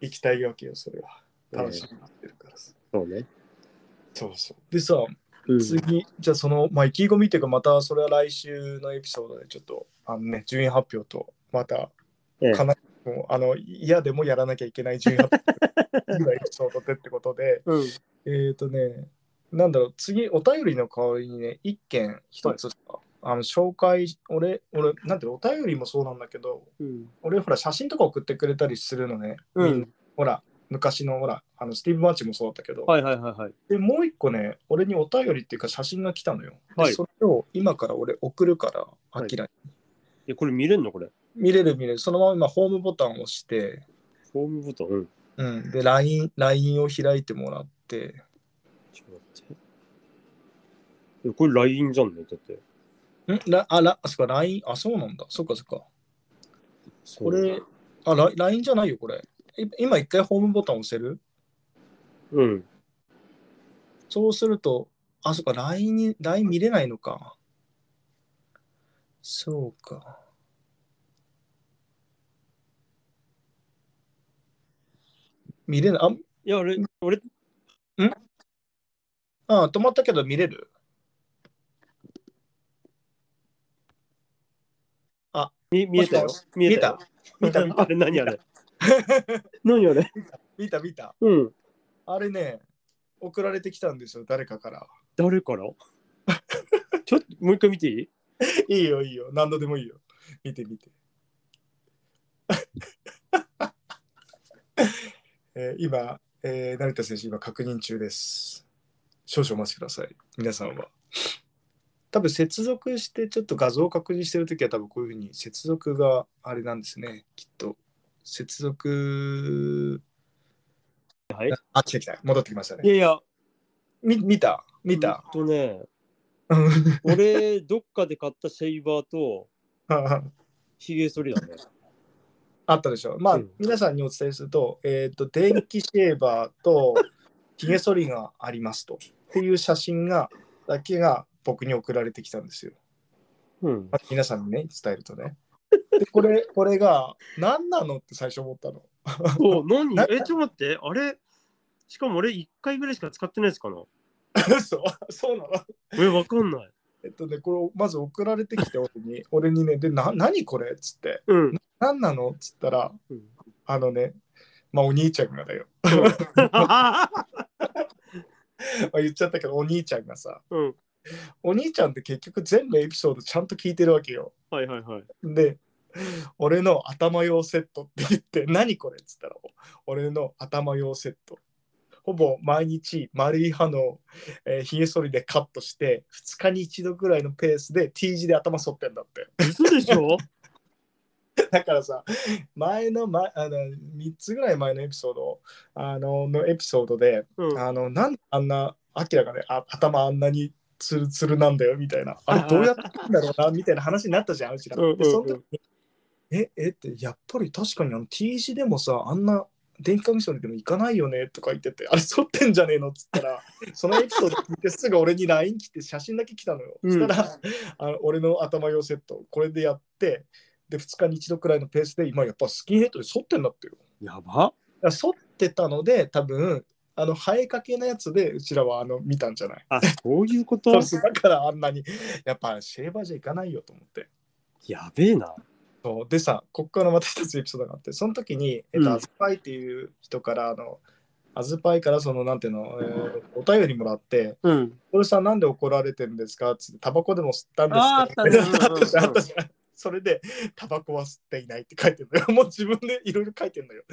D: 行きたいわけよ、それは。楽し
E: えー
D: みになってるからさ。
E: そうね。
D: そうそう。でさ、
E: うん
D: 次、じゃあその、まあ、意気込みっていうか、またそれは来週のエピソードで、ちょっと、あのね、順位発表と、また、
E: ええ
D: かなもうあの嫌でもやらなきゃいけない順位発表のエピソードでってことで、
E: うん。
D: えっ、ー、とね、なんだろう、次、お便りの代わりにね、一件、一つ、あの紹介、俺、俺、なんていうのお便りもそうなんだけど、
E: うん。
D: 俺、ほら、写真とか送ってくれたりするのね、
E: う。
D: みなんほら、昔の、ほら、あのスティーブ・マーチもそうだったけど、
E: はいはいはいはい。
D: でもう一個ね、俺にお便りっていうか写真が来たのよ。で
E: はい
D: それを今から俺送るから、アキラに。
E: え、これ見れんのこれ。
D: 見れる見れる。そのまま今、ホームボタンを押して、
E: フォームボタン。うん。
D: うん、で、LINE、LINE を開いてもらって、
E: ちょっと待って。え、これ LINE じゃんね。だって。
D: んラあ、ラあ、そっか、LINE、あ、そうなんだ。そっかそっか。
E: こ
D: これ、あ、ラ LINE じゃないよ、これ。い今一回ホームボタン押せる
E: うん。
D: そうすると、あ、そっか、LINE に、LINE 見れないのか。そうか。見れない。あ、
E: いや、あれ、俺、
D: あ止まったけど見れる
E: み見えたよ
D: もし。
E: 見えたよ。
D: 見た見
E: あれ、何あれ。何あれ。
D: 見た見た。
E: うん。
D: あれね、送られてきたんですよ、誰かから。
E: 誰 からちょっと、もう一回見ていい
D: いいよ、いいよ、何度でもいいよ。見て見て。 えー今、えー成田選手、今確認中です。少々お待ちください、皆さんは。多分接続して、ちょっと画像を確認してるときは、多分こういうふうに接続があれなんですね、きっと。接続。
E: はい
D: あ、来た来た、戻ってきました
E: い
D: ね。
E: やいや、
D: み見た見た。
E: うんとね、
D: うん
E: 俺、どっかで買ったシェイバーと、ヒゲ剃りだね。
D: あったでしょ。まあ、
E: うん
D: 皆さんにお伝えすると、えっ、と、電気シェーバー と、ひげ剃りがありますと。っていう写真が、だけが僕に送られてきたんですよ。
E: うん。
D: まあ皆さんにね、伝えるとね。で、これ、これが、何なのって最初思ったの。
E: そう、何
D: な
E: え、ちょっと待って、あれしかも俺、一回ぐらいしか使ってないですかな
D: そう、そうなの。
E: え、わかんない。
D: えっとね、これをまず送られてきて、俺に、俺にね、で、な、何これっつって、
E: うん。
D: 何なのっつったら、
E: うん
D: あのね、まあ、お兄ちゃんがだよ。まあ、言っちゃったけど、お兄ちゃんがさ、
E: うん。
D: お兄ちゃんって結局全部エピソードちゃんと聞いてるわけよ。
E: はいはいはい。
D: で、俺の頭用セットって言って、 何これっつったら、俺の頭用セット。ほぼ毎日丸い歯のえーひげ剃りでカットして、2日に1度ぐらいのペースで T 字で頭剃ってんだって。
E: 嘘でし ょ
D: だからさ、前の、ま、あの3つぐらい前のエピソードあののエピソードで、
E: うん。
D: あの、なんであんな、明らかね、あ頭あんなにツルツルなんだよ、みたいな。あれ、どうやってんだろうな、みたいな話になったじゃん、うちら。
E: うんうんうん
D: で、その時に、え、えって、やっぱり確かにあの T 字でもさ、あんな、電気カミソリでも行かないよねとか言ってて、あれ、剃ってんじゃねえのっつった ら、そのエピソード聞いてすぐ俺に LINE 来て写真だけ来たのよ。
E: うん
D: そしたら、あの俺の頭用セット、これでやって、で、2日に1度くらいのペースで、今やっぱスキンヘッドで剃ってんだってよ。
E: やば
D: だから剃ってたので多分あの生えかけのやつでうちらはあの見たんじゃない
E: あ、そういうこと
D: そうそうだからあんなにやっぱシェーバーじゃいかないよと思って
E: やべえな。
D: そうでさこっからまた一つエピソードがあってその時に、えっ
E: う
D: と
E: ん
D: アズパイっていう人からあのアズパイからそのなんていうの、えーお便りもらって
E: うん。
D: 「これさんなんで怒られてるんですか?」っつって「タバコでも吸ったんですか?」
E: あーあったね
D: あったじゃんあったじゃんそれで、タバコは吸っていないって書いてるのよ。もう自分でいろいろ書いてるのよ。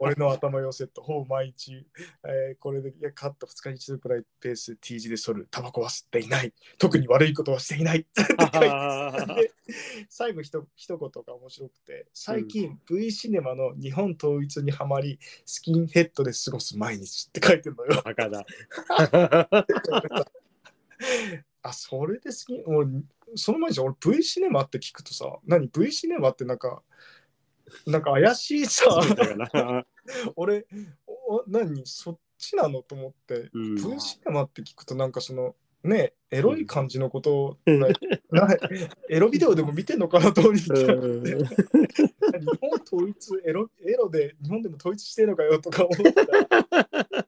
D: 俺の頭寄せと、ほぼ毎日、えーこれで、いや、カット2日に一度くらいペース、T 字で剃る、タバコは吸っていない、特に悪いことはしていないって書いてる で最後ひと一言が面白くて最近 V シネマの日本統一にはまりスキンヘッドで過ごす毎日って書いてるのよ。
E: バカだ。
D: あそれでスキン俺その前にさ俺 V シネマって聞くとさ何 V シネマってなんかなんか怪しいさ俺お何そっちなのと思って
E: うん
D: V シネマって聞くとなんかそのねエロい感じのことななエロビデオでも見てんのかなと思って。
E: うん
D: 日本統一エロエロで日本でも統一してるのかよとか思ってた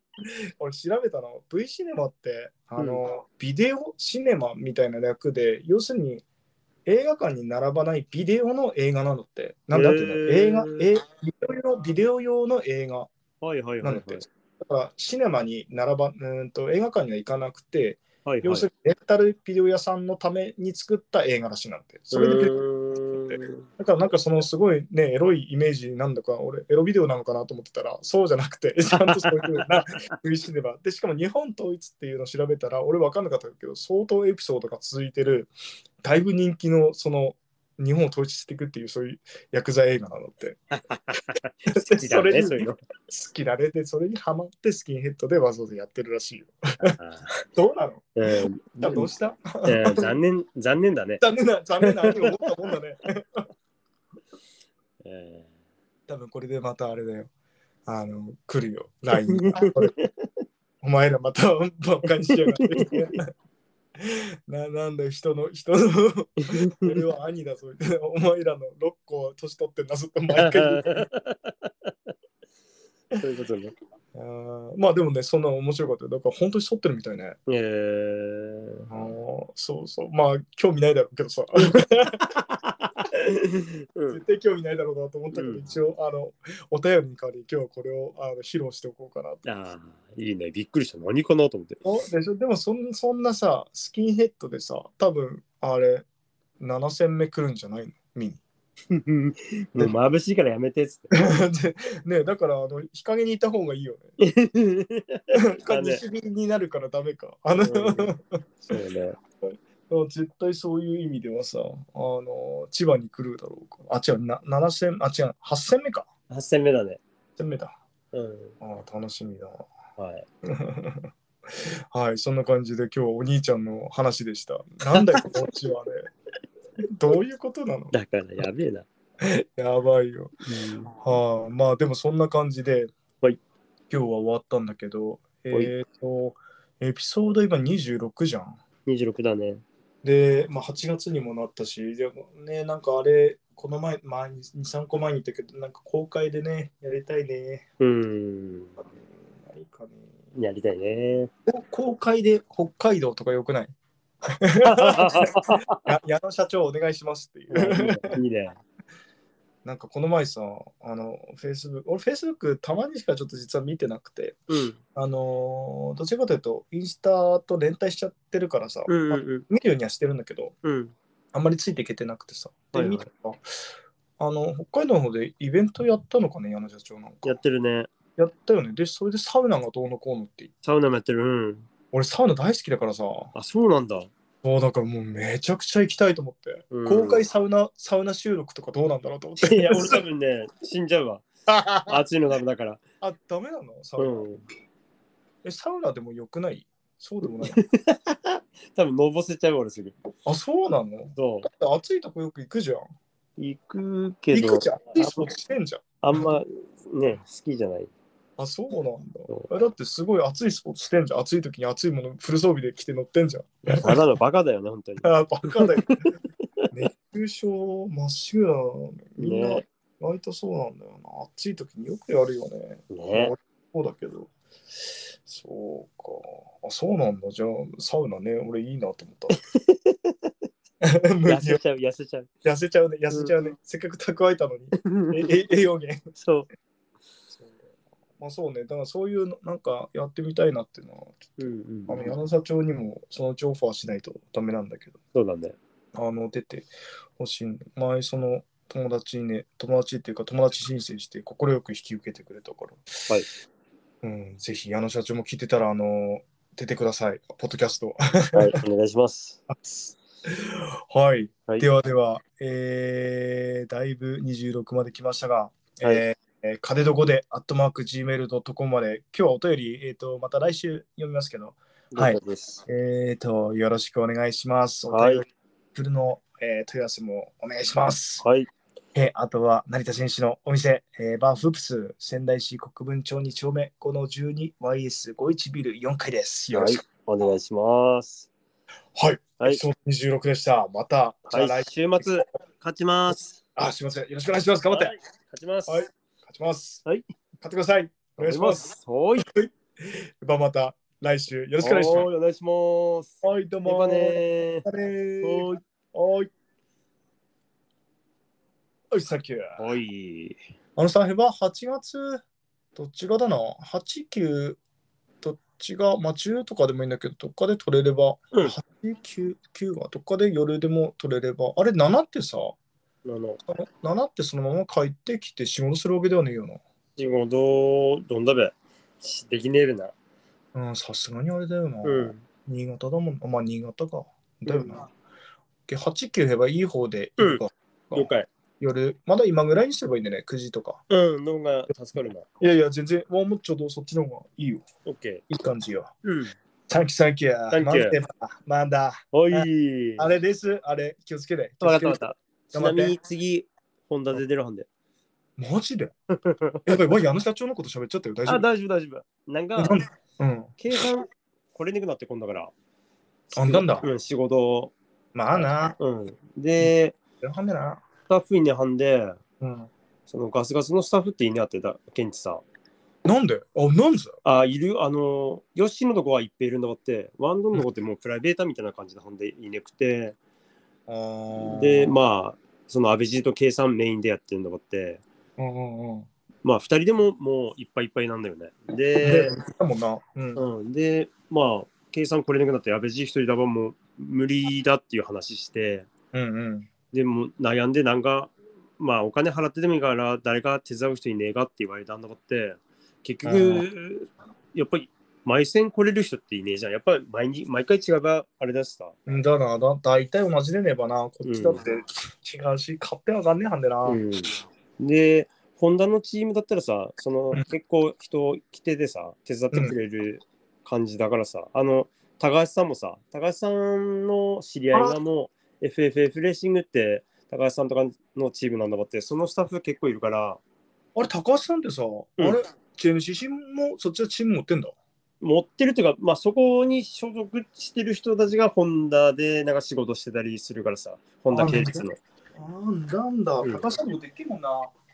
D: 俺調べたの V シネマってあの、ビデオシネマみたいな略で要するに映画館に並ばないビデオの映画なのってなんだっていうの
E: へー
D: 映画えビデオ用ビデオ用の映画
E: はいはい
D: な
E: はい
D: のっ
E: はい
D: て、。だからシネマに並ばうーんと映画館には行かなくて、
E: はいはい、
D: 要するにレンタルビデオ屋さんのために作った映画らしいなんてそれで結構
E: うん
D: だからなんかそのすごいね、エロいイメージなんだか、俺、エロビデオなのかなと思ってたら、そうじゃなくて、 ちゃんとそういうふうな V シネマ。で、しかも日本統一っていうのを調べたら、俺分かんなかったけど、相当エピソードが続いてる、だいぶ人気の、その、日本を統一していくっていう、そういう薬剤映画なの って。
E: 好きだ
D: それ
E: ね、
D: に
E: そういうの。
D: 好きだねで、それにハマってスキンヘッドでわざわざやってるらしいよ。どうなの
E: うん
D: だどうした
E: うん残念、残念だね。
D: 残念な、残念な、思ったもんだね。
E: うん
D: 多分これでまたあれだよ。あの、来るよ、LINE が。お前らまたバカにしやがって。 ななんだよ、人の、人の、俺は兄だぞ。お前らの6個年取ってんだぞって毎回言 う。
E: そういうことね。
D: あーまあでもね、そんな面白かったよ。だから本当に剃ってるみたいね。
E: え
D: あーそうそう。まあ、興味ないだろうけどさ。
E: ーうん
D: 絶対興味ないだろうなと思ったけど、
E: うん
D: 一応、あの、お便りに代わり、今日はこれをあの披露しておこうかなと。
E: ああ、いいね。びっくりした。何かなと思 って。
D: おでしょでもそんそんなさスキンヘッドでさ多分あれ7戦目来るんじゃないの見 に
E: もう眩しいからやめてっつ って。
D: でねだからあの日陰にいた方がいいよね西日になるからダメかあの、
E: うそうね。
D: 絶対そういう意味ではさあの千葉に来るだろうからあ違うな7戦あ違う8戦目か
E: 8戦目だね。
D: 8戦目だ
E: うん。
D: あー楽しみだな
E: はい。
D: はいそんな感じで今日はお兄ちゃんの話でしたなんだよこっちはね どういうことなの
E: だからやべえな。
D: やばいよはあ、まあでもそんな感じで、
E: はい
D: 今日は終わったんだけど、えっ、
E: い
D: と、エピソード今26じゃん。
E: 26だね。
D: で、まあ、8月にもなったし、でもね、なんかあれ、この前、前に2、3個前に言ったけど、なんか公開でね、やりたいね。
E: うん。
D: 何かね
E: やりたいね。
D: こ公開で北海道とかよくないや 矢野社長お願いしますっていう。
E: いいね。
D: なんかこの前さ、あの、Facebook、俺 Facebook たまにしかちょっと実は見てなくて、
E: うん。
D: あのーどちらかというと、インスタと連帯しちゃってるからさ、
E: うん
D: ま
E: う
D: あ
E: ん
D: 見るようにはしてるんだけど、
E: うん。
D: あんまりついていけてなくてさ。で、
E: はいはい
D: 見たら、あの、北海道の方でイベントやったのかね、矢野社長なんか。
E: やってるね。
D: やったよね。で、それでサウナがどうのこうのって言って
E: サウナもやってる。うん。
D: 俺サウナ大好きだからさ、そ
E: あ、そうなんだ。
D: うだからもうめちゃくちゃ行きたいと思って、
E: うん
D: 公開サウナ、サウナ収録とかどうなんだろうと思って。
E: いや、俺多 分ね、死んじゃうわ。
D: あ、
E: 暑いのダメだから。
D: ダメなのサウ
E: う
D: ナ、
E: ん。
D: え、サウナでもよくないそうでもない。
E: 多分、のぼせちゃうわ俺すぐ。
D: あ、そうなの
E: そ
D: 暑いとこよく行くじゃん。
E: う。行くけ
D: 行
E: ど
D: く、じゃん。暑いスポーツしてんじゃん。
E: あんまね、好きじゃない。
D: あ、そうなん
E: そ
D: だ。えだってすごい暑いスポーツしてんじゃん。暑い時に暑いものフル装備で着て乗ってんじゃん。
E: ただのバカだよね、本当に。
D: あ、バ カだよ。熱中症真っ白だなのに。みんな
E: ね
D: 割とそうなんだよな。暑い時によくやるよね。
E: ね
D: まあそうだけど。そうか。あ、そうなんだ。じゃあ、サウナね、俺いいなと 思った。 無
E: 痩
D: 理
E: せ
D: よ
E: ちゃう、痩せちゃ う。
D: 痩せちゃうね、痩せちゃうね。せっかく蓄え たのに。ええ栄養源。
E: そ
D: そうまあそうね、だからそういうのなんかやってみたいなっていうのは、
E: う。うんう
D: あの
E: ん、
D: 矢野社長にもそのうちオファーしないとダメなんだけど、
E: そうなんだよ。
D: あの出てほしいんで前その友達にね友達っていうか友達申請して快く引き受けてくれたから、
E: はい
D: うん、ぜひあの社長も聞いてたらあの出てくださいポッドキャスト
E: はい、お願いします。
D: はい、
E: はい
D: ではでは、えー、だいぶ26まで来ましたが、
E: はい
D: えーえー金どこで、アットマーク、gmail.com まで、今日はお便り、えっ、と、また来週読みますけど、はい
E: 了解です。
D: えー、と、よろしくお願いします。お
E: はい
D: 便りフルの、えー、問い合わせもお願いします。
E: はい。
D: えーあとは、成田選手のお店、えーバーフープス、仙台市国分町2丁目、この 12YS51 ビル4階です。よろしく。
E: お願いします。
D: はい。
E: は
D: エ
E: い
D: ピ。ソード26でした。また、じゃあ来、
E: はい、週末、勝ちます。
D: あ、すいません。よろしくお願いします。頑張って。
E: はい勝ちます。
D: はい勝ちます。
E: はい。
D: 勝ってください。お願いします。。
E: はい。よ
D: ではまた来週、よろしくお願いします。
E: お願いします。
D: はい、どう
E: で
D: も。
E: はね。
D: またねー。
E: はい。
D: はい。はい、サンキュー。
E: はい。
D: あのさ、ヘバ8月、どっちがだな ?8、9、どっちが、まあ10とかでもいいんだけど、どっかで取れれば、
E: うん
D: 8、9、9がどっかで夜でも取れれば、あれ7ってさ、
E: あの、
D: あの7ってそのまま帰ってきて仕事するわけではねえよ
E: 仕事、どんだべ。できねえるな。
D: な。うん、さすがにあれだよな。
E: うん。
D: 新潟だもん。あまあ新潟か。だよな。で8、9ヘバいい方で
E: うん
D: いくか
E: 了解。
D: 夜、まだ今ぐらいにすればいいんだね、9時とか。
E: うん、のが助かるな。
D: いやいや、全然、もうもうちょっとそっちの方がいいよ。
E: オッケ
D: いい感じよ。
E: ー。うん。
D: サンキューサンキュ
E: サン
D: ー。
E: キュー
D: 待ってばまだ。
E: はい。
D: あれです。あれ、気をつけて。
E: わかったわかった。
D: 頑
E: ち
D: 張っ
E: な
D: て
E: みに次、ホンダで出るはんで。
D: マジ でやばい、わい、あの社長のこと喋っちゃったよ。大丈
E: あ、
D: 夫。
E: 大丈夫、大丈夫。なんか、
D: うん。
E: 計算、これにくなってこんだから。
D: あなんだ
E: うん、仕事。
D: まあな。
E: うん。で、
D: やはんでな。
E: スタッフにねはんで、
D: うん。
E: そのガスガスのスタッフっていいねあってた、ケンチさん。
D: なんであ、なんで
E: あ、いる、あの、ヨッシーのとこはいっぺいいるんだわって、ワンドンのとこってもうプライベートみたいな感じではんでいなくて、
D: あー
E: で、まあ、その安倍爺と計算メインでやってるんだわって、
D: うんうんうん。
E: まあ、二人でももういっぱいいっぱいなんだよね。
D: で
E: で、、
D: だもんな。うん。
E: うん、で、まあ、計算これなくなって、安倍爺一人だばもう無理だっていう話して、
D: うんうん。
E: でも悩んで、なんか、まあ、お金払ってでもいいから、誰か手伝う人いねえかって言われたんだって、結局、やっぱり、毎戦来れる人っていねえじゃん。やっぱり毎日、毎回違うば、あれだしさ。
D: うんだな、だ大体同じでねえばな。こっちだって違うし、勝手わかんねえはんでな。
E: うん、で、ホンダのチームだったらさ、その
D: うん
E: 結構人来てでさ、手伝ってくれる感じだからさ、あの、高橋さんもさ、高橋さんの知り合いがもう FFF レーシングって、高橋さんとかのチームなんだばって、そのスタッフ結構いるから、
D: あれ、高橋さんってさ、
E: ん
D: あれ、JNCC もそっちはチーム持ってんだ。
E: 持ってるというか、まあ、そこに所属してる人たちがホンダでなんか仕事してたりするからさ、ホンダ系列の。
D: あなんだ、
E: うん
D: 高橋さんもでっけえもんな。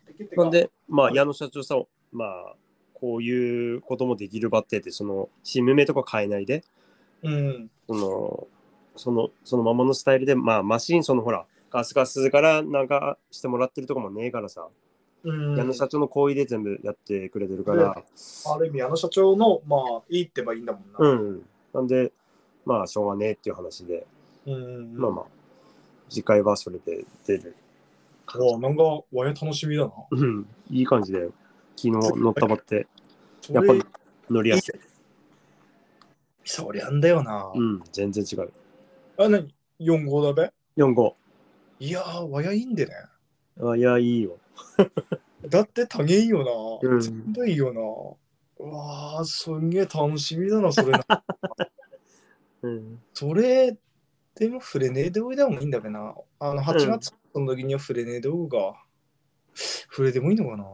D: でっけえってか
E: なんで、まあ、矢野社長さん、まあ、こういうこともできるばってって、その、チーム名とか変えないで、
D: うん。
E: その、その、そのままのスタイルで、まあ、マシン、そのほら、ガスガスからなんかしてもらってるとかもねえからさ、
D: うん、
E: 矢野社長の行為で全部やってくれてるから、
D: ある意味、あの社長の、まあ、いいってばいいんだもんな。
E: うん、なんで、まあ、しょうがねえっていう話で、
D: うん
E: まあまあ、次回はそれで出る。
D: うわなんか、わや楽しみだな。
E: うん、いい感じだよ。昨日乗ったばって、
D: そ
E: やっ
D: れ
E: ぱり乗りやすい。
D: そりゃんだよな。
E: うん、全然違う。
D: あ、なに ?4 号だべ
E: 4号。
D: いやー、わやいいんでね。
E: あいや、いいよ。
D: だって、たげいいよな。
E: うん
D: ちょうどいいよな。うわー、すんげえ楽しみだな、そ れな。
E: うん。
D: それ、でも、フレネーでおいでもいいんだべな。あの、8月の時にはフレネーでおうが、フレでもいいのかな。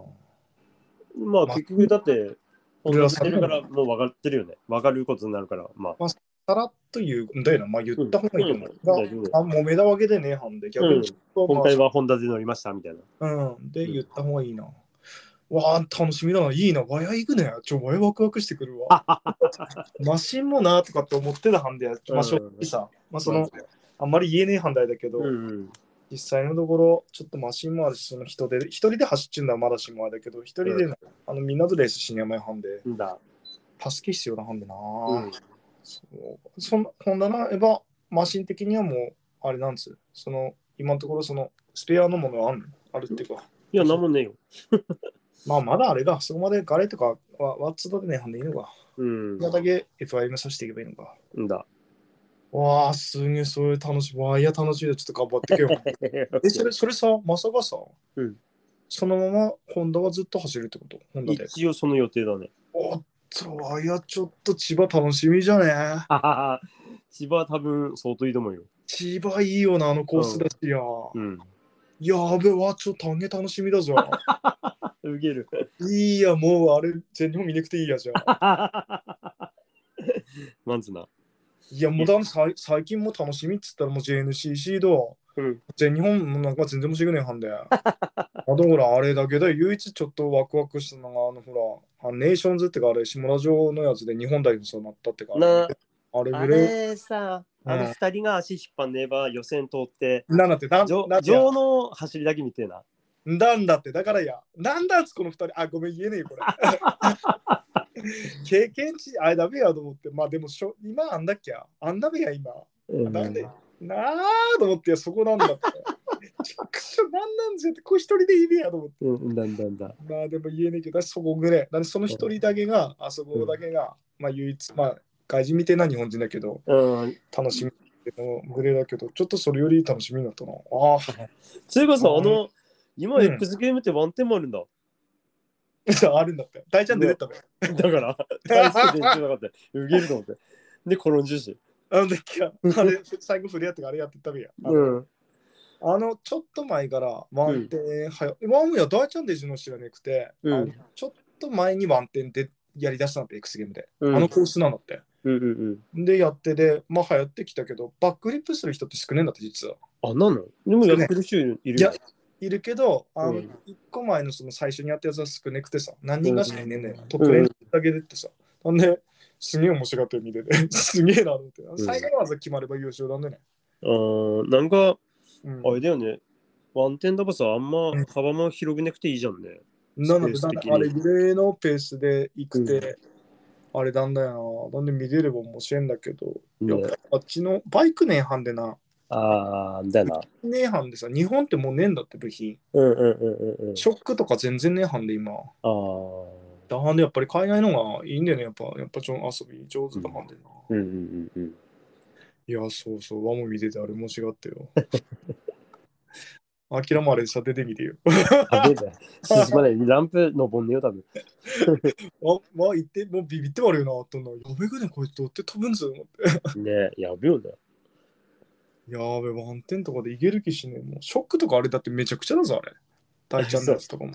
E: まあ、
D: まあ
E: 結局だって、
D: こ
E: 同
D: れは
E: じてるから、もう分かってるよね。分かることになるから、まあ。
D: さらっと言うんだよな、まあ言った方がいいと思う。
E: うんうん大丈夫
D: あ揉めたわけでねえはんで、逆
E: うん
D: にちょっと、
E: 今
D: ま
E: 回はホンダで乗りました、みたいな。
D: あ、うん、で言った方がいいな。わあ、楽しみだな、いいな、わや行くね。ちょ、わやワクワクしてく るわ。マシンもなとかって思ってたはんで、まあ正直さ、まあその、あんまり言えねえはんだけど、
E: うんうん。
D: 実際のところ、ちょっとマシンもあるし、その人で、一人で走っちゅうんだはまだしもあれだけど、一人で、
E: うん
D: あのみんなとレースしにゃまいはんで、
E: んだ。
D: 助け必要なはんでな。
E: うん。
D: そうそんほんだならば、マシン的にはもう、あれなんつう、その、今のところその、スペアのものはあんのあるっていうか。
E: いや、なんもねえよ。
D: まあ、まだあれだ。そこまでガレとかは、ワッツだでねえはんでいいのか。
E: うん。
D: 今だけ FIM させていけばいいのか。
E: んだ。
D: わあ、すげえ、そういう楽しい。わあ、いや、楽しいでちょっと頑張ってけよ。 え、それ、それさ、まさかさ、
E: うん
D: そのままホンダはずっと走るってことホンダで。
E: 一応その予定だね。
D: おっと、いや、ちょっと千葉楽しみじゃね
E: ははは千葉は多分相当いいと思うよ。
D: 千葉いいよな、あのコースだしや。
E: うん。
D: やべ、わ、ちょっとげ楽しみ だぞ。
E: 受ける。
D: いいや、もうあれ、全日本見に行くていいやじゃ ん。
E: マンツな。
D: いや、もうだんさい最近も楽しみっつったらもう JNCC だ。
E: うん。
D: 全日本もなんか全然面白くねえは んで。あとほら、あれだけど、唯一ちょっとワクワクしたのが、あのほら、あネーションズってか、あれ、下田城のやつで日本代表そうなったってか、
E: な
D: あれ
E: あ
D: ぐらい。
E: れさ、
D: うん
E: あの二人が足引っ張んねば予選通って、
D: なんだって、なん
E: 上
D: なんだ
E: 上の走りだけ見てえな。
D: なんだって、だからや、なんだっつこの二人、あ、ごめん、言えねえよ、 これ。経験値、あれだめやと思って、まあでもしょ、今あんだっけや、あんだべや、今。なんで、なあと思って、そこなんだって。 ちくしょ、なんなんじゃって、これ一人でいいねやと思って。
E: うん、なんだんだ。
D: まあでも言えねえけど、そこぐらい。だからその一人だけが、あそこだけが、まあ唯一、まあ外人みてえな日本人だけど、
E: うん。
D: 楽しみっていうのぐらいだけど、ちょっとそれより楽しみになったな。ああ、
E: それこそ、
D: う
E: あ
D: ん
E: の、今
D: うん
E: X ゲームってワンテンもあるんだ。
D: あるんだって。大ちゃん出てったのよ。
E: だ から、大して練習なかった。受けると思って。で、転んじゅうし。
D: あの時は、あれ、最後振り合ってからあれやってったべや。あ
E: う
D: の
E: ん。
D: あの、ちょっと前からワンテンはや、ワンもや大ちゃんで一緒の知らなくて、
E: うん
D: あのちょっと前にワンテンでやりだしたんだって、X ゲームで。
E: う
D: あ
E: ん
D: のコースなんだって。
E: うんうん
D: で、やってで、まあ流行ってきたけど、バックリップする人って少ねえんだって、実は。
E: うん。あ、なのでもやってる人いるいるよ
D: いやいるけど、あ
E: う
D: の、
E: ん
D: 一個前のその最初にやったやつは少なくてさ、何人がしかいねえんだよ
E: う。ん
D: トップレンだけでってさ。なんで、すげえ面白かったよ、見てて。 すげえなと思って。最後の技決まれば優勝なんでね。
E: あーなんか、
D: うん
E: あれだよね。ワンテンダバスあんま
D: うん
E: 幅も広くなくていいじゃんね。
D: な
E: ペ
D: の
E: ー
D: で、
E: ス
D: だん
E: 的
D: だ
E: に
D: んあれグレーのペースで行くて、あれなんだよな。なんで見れれば面白いんだけど、
E: ね
D: やっぱあっちのバイク年半でな、
E: ああ、だよな。
D: 年半でさ、日本ってもうねえんだって部品。
E: うんうんうんうんうん。
D: ショックとか全然年半で今。
E: ああ。
D: だんでやっぱり海外のがいいんだよね、やっぱ、やっぱちょ遊び上手だはんでな。
E: うんうんうんうん。
D: いや、そうそう、ワモ見ててあれ面白かったよ。あきらもあれさ、出てみて よ。
E: 食べだ。進まない。ランプ登んねえよ、多分。
D: あ、まあ、行って、もうビビってもあるよな、あったな。やべくね、こいつどうやって飛ぶんぞ。
E: ねえ、やべよね。
D: やべ、ワンテンとかでいける気しねえ。もうショックとかあれだってめちゃくちゃだぞ、あれ。大ちゃんのや つとかも。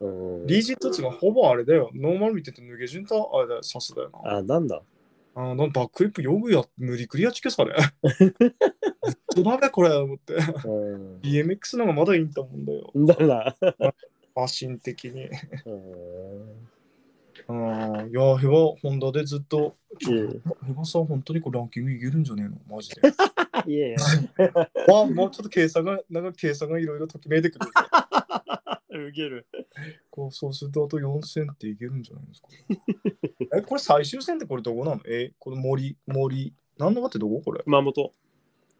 E: うん。
D: リージットっつうのはほぼあれだよ。ノーマル見てて脱げ順とあれだよ、さすだよな。
E: あ、なん だ。
D: あのバックリップよくや、無理くりやちけされ。ずっとだべ、これ、思って。
E: うん。
D: BMX の方がまだいいんだもんだよ。
E: だな。
D: マシン的に。
E: うん
D: うんいや、ヘバ、ホンダでずっと、ちょ
E: うん
D: ヘバさん、本当にこれランキングいけるんじゃねえのマジで。
E: いやいや。
D: まあ、もうちょっと計算が、なんか計算がいろいろときめいてくる。
E: ウケる。
D: こうそうすると、あと4戦っていけるんじゃないですか。え、これ最終戦ってこれどこなのえ、この森、森、何のかってどここれ
E: 熊本。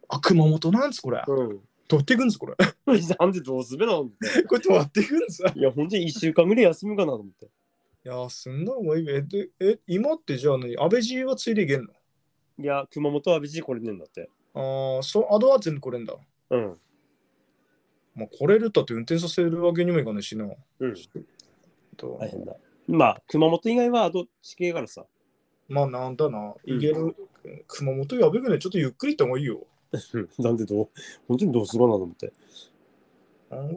D: あ、熊本なんですこれ。
E: うん。
D: どうやっていくんですこれ。
E: なんでどうすべなんだ
D: これどうやっていくんですい
E: いや、ほんとに1週間ぐらい休むかなと思って。
D: や、すんなもいいべ。で、え、今ってじゃあ何安倍爺はついでいけん
E: いや、熊本は別にこれねえんだって。
D: のああ、そう、アドは全部来れんだ。
E: うん。
D: まあ、来れるったって運転させるわけにもいかないしな。
E: うん。
D: と
E: 大変だ。まあ、熊本以外はどっち系からさ。
D: まあなんだな、
E: うん
D: いける、熊本やべくね、ちょっとゆっくり行った方がいいよ。
E: なんでどう、本当にどうするかなと思って。
D: なんか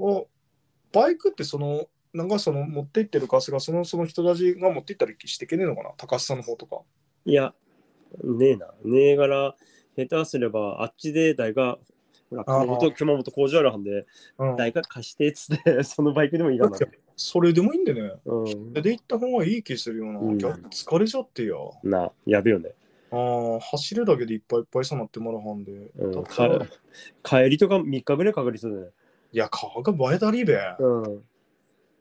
D: バイクってその、なんかその持って行ってるガスがそのその人たちが持って行ったりしてけねえのかな、高須さんの方とか。
E: いや、ねえな。ねえから、下手すれば、あっちで大が、ほら、
D: あ
E: 熊
D: ー
E: 本、熊本工場あるはんで、
D: うん、
E: 大が貸してっつって、 そのバイクでもいいかな。
D: それでもいいんでね。
E: うん。
D: で行った方がいい気するよな。
E: うん
D: 逆に疲れちゃってや。
E: な、やべよね。
D: あー走るだけでいっぱいいっぱいさなってもらうはんで。
E: うん、
D: だか
E: から
D: い
E: 帰りとか3日ぐらいかかりそうだね。
D: や、川がバえだりべ。
E: うん。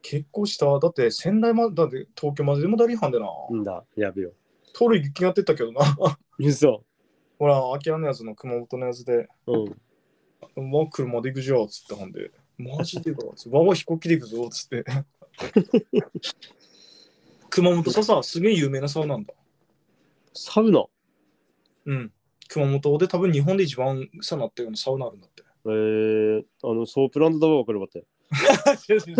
D: 結構した。だって仙台まで、だって東京まででもだりはんでな。
E: んだ、やべよ。
D: トル雪がってったけどな。
E: 嘘。
D: ほら、アキラのやつの熊本のやつで、
E: うん。
D: もう車で行くじゃんっつってほんで、マジでかっつって、わわ飛行機で行くぞっつって。 熊本笹、すげえ有名な沢なんだ。
E: サウナ。
D: うん。熊本で多分日本で一番サウナっていうのサウナあるんだ って。
E: えー、あの、ソープランドだわ、こればって。
D: 違う違う違う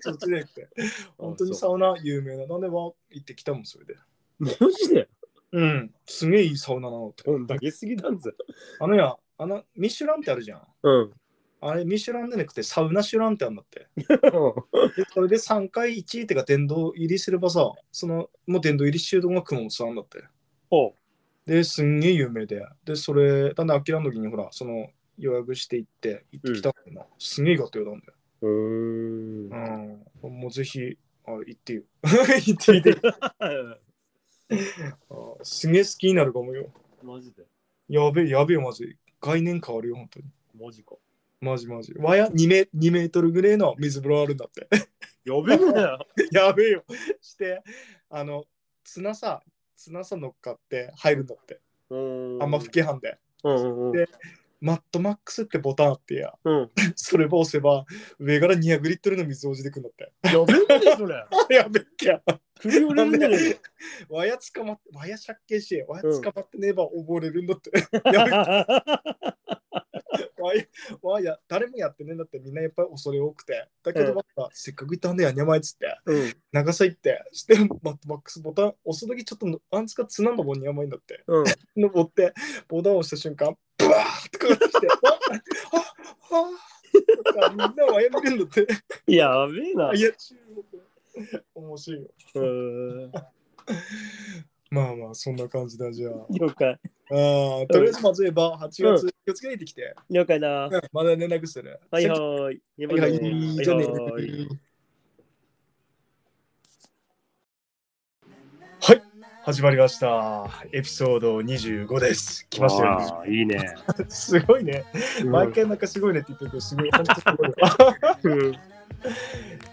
D: そっちじゃなくて。本当にサウナ有名な。なんでわ行ってきたもん、それで。
E: マジで
D: うん。すげえいいサウナなのって。
E: うん、投げすぎなんぜ。
D: あのや、あの、ミシュランってあるじゃん。
E: うん。
D: あれ、ミシュランじゃなくてサウナシュランってあるんだって。で、それで3回1位ってか殿堂入りすればさ、その、もう殿堂入りしてるとこが熊本さんだって。
E: おう
D: で、すんげえ有名で。で、それ、だんだん諦めの時にほら、その、予約して行って、行ってきたのな、すんげえ良かったよ、なんだよ。
E: う ーん。
D: うん。もうぜひ、あ行ってよ。 行ってみて。あすげえ好きになるかもよ。
E: マジで
D: やべえ、やべえ、マジ。概念変わるよ、本当に。
E: マジか。
D: マジマジ。わや2メ ,2 メートルぐらいの水風呂あるんだって。
E: やべえね。
D: やべえよ。して、あの、綱さ、綱さ乗っかって入るんだって。あんま吹きはんで。
E: うんうんうん。
D: でマットマックスってボタンあってや。
E: うん。
D: それば押せば、上から200リットルの水落ちてくんだって。
E: やべえね、それ。
D: やべっきゃ。
E: 振り折れるんだけど。
D: わや捕まって、わや借景して、わや捕まってねえば溺れるんだって。やべわや、わや、誰もやってねえんだってみんなやっぱり恐れ多くて。だけ
E: うん
D: どまた、せっかく行ったんだよ、にゃまいっつって。
E: うん。
D: 長さ行って、して、マットマックスボタン押すときちょっとの、あんつか綱の棒に甘いんだって。
E: うん。
D: 登って、ボタンを押した瞬間、ブワーってかかってきて、 ああああみんなはやめるんだって。
E: やべえな。
D: いや、中国。面白いよ。
E: うーん。
D: まあまあ、そんな感じだ、じゃあ。
E: 了解。
D: あーとりあえず、まず言えば、8月、気をつけてきて。
E: 了解な。
D: まだ連絡する。
E: はいはい。やば
D: は
E: な
D: いいは。
E: いはい
D: じゃあね
E: はい。
D: はい、始まりました。エピソード25です。来ました よ、
E: わあいいね。
D: すごいね。毎回なんかすごいねって言ってるけど、すごい。本当すごいわ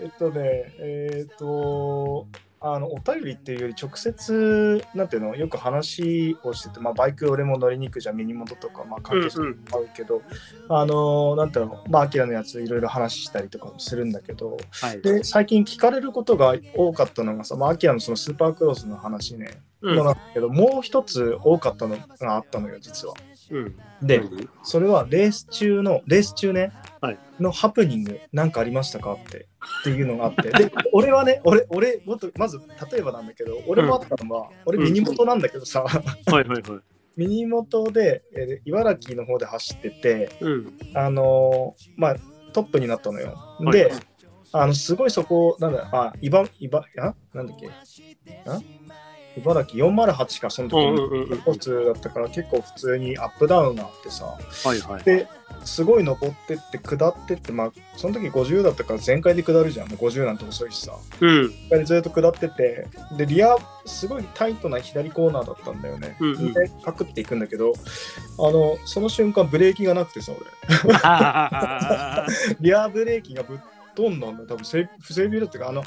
D: えっとね、えーっと、あの、お便りっていうより直接、なんていうの、よく話をしてて、まあ、バイク俺も乗りに行くじゃん、ミニモトとか、まあ、関係者
E: うんう
D: もあるけど、あの、なんていうの、まあ、アキラのやついろいろ話したりとかもするんだけど、
E: はい。
D: で、最近聞かれることが多かったのがさ、まあ、アキラのそのスーパークロスの話ね、
E: うん
D: のなんだけど、もう一つ多かったのがあったのよ、実は。
E: うん。
D: で、それはレース中の、レース中ね、
E: はい
D: のハプニング、なんかありましたかって、っていうのがあって、で、俺はね、俺、俺、もっと、まず、例えばなんだけど、俺もあったのは、俺、ミニモトなんだけどさ、
E: はいはいはい。
D: ミニモトで、えー茨城の方で走ってて、
E: うん。
D: あのーまあ、トップになったのよ。
E: はい
D: で、あの、すごいそこ、なんだ、あ、茨、茨、あなんだっけあ茨城408か、その時
E: うんう
D: の
E: んうんうん。
D: コースだったから、結構普通にアップダウンがあってさ、
E: はいはい。
D: ですごい登ってって下ってってまあその時50だったから全開で下るじゃんもう50なんて遅いしさ
E: うん。
D: 全開でずっと下っててでリアすごいタイトな左コーナーだったんだよね、
E: うんうん
D: でパクっていくんだけどあのその瞬間ブレーキがなくてさ俺 リアブレーキがぶっ飛んだんだよ多分せい不整備だったからあの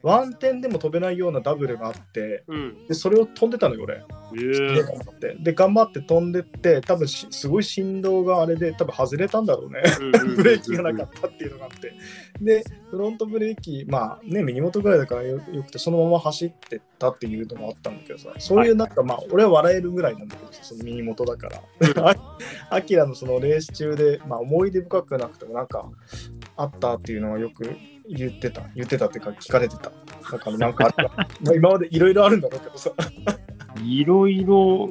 D: ワンテンでも飛べないようなダブルがあって
E: うん。
D: でそれを飛んでたのよ俺で
E: う
D: で頑張って飛んでって多分しすごい振動があれで多分外れたんだろうねブレーキがなかったっていうのがあって、で、フロントブレーキ、まあね、右元ぐらいだからよよくて、そのまま走ってったっていうのもあったんだけどさ、そういうなんか、まあ、俺は笑えるぐらいなんだけどさ、その右元だから。あ アキラのそのレース中で、まあ、思い出深くなくても、なんか、あったっていうのはよく言ってた、言ってたっていうか、聞かれてた。だから、なんか あった。まあ今までいろいろあるんだろうけどさ、
E: いろいろ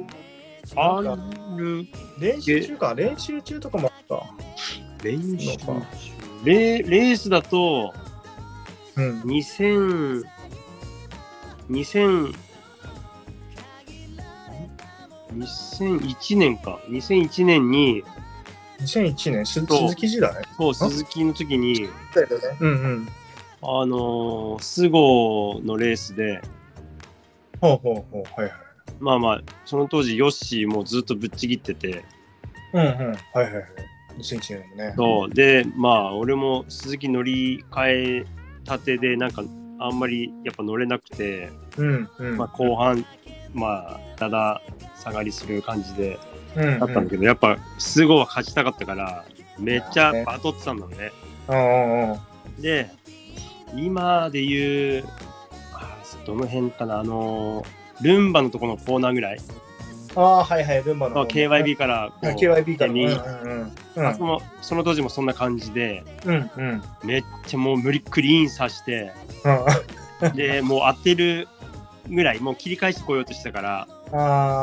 E: あ
D: なんか
E: る
D: 練習中か、練習中とかもあっ
E: 練習
D: のか
E: レレースだと
D: た。うん。
E: 2000 2000 2001年か2001年に
D: 2001年、す
E: そう
D: 鈴木時代
E: そう鈴木の時に
D: だよね。うんうん。
E: あのー菅生のレースで
D: ほうほうほう、はいはい。
E: まあまあその当時ヨッシーもずっとぶっちぎってて
D: うんうん。はいはいはい。2001年もね。
E: そうでまあ俺も鈴木乗り換えたてでなんかあんまりやっぱ乗れなくて、
D: うんうん。
E: まあ、後半まあだだ下がりする感じで
D: うんうん
E: だったんだけど、やっぱ菅生は勝ちたかったからめっちゃバトってたんだろうね。
D: うんうんうん。
E: で、今で言う、あどの辺かな、あの、ルンバのところのコーナーぐらい、
D: ああ、はいはい、ルンバ
E: ま
D: の。
E: あ KYB からこう
D: あ。KYB か
E: 手
D: ら。
E: に
D: うん
E: あそのその当時もそんな感じで、
D: うんうん。うんうん。
E: めっちゃもう無理っくりインさ して、
D: うん
E: で、もう当てるぐらい、もう切り返してこようとしたから、
D: あ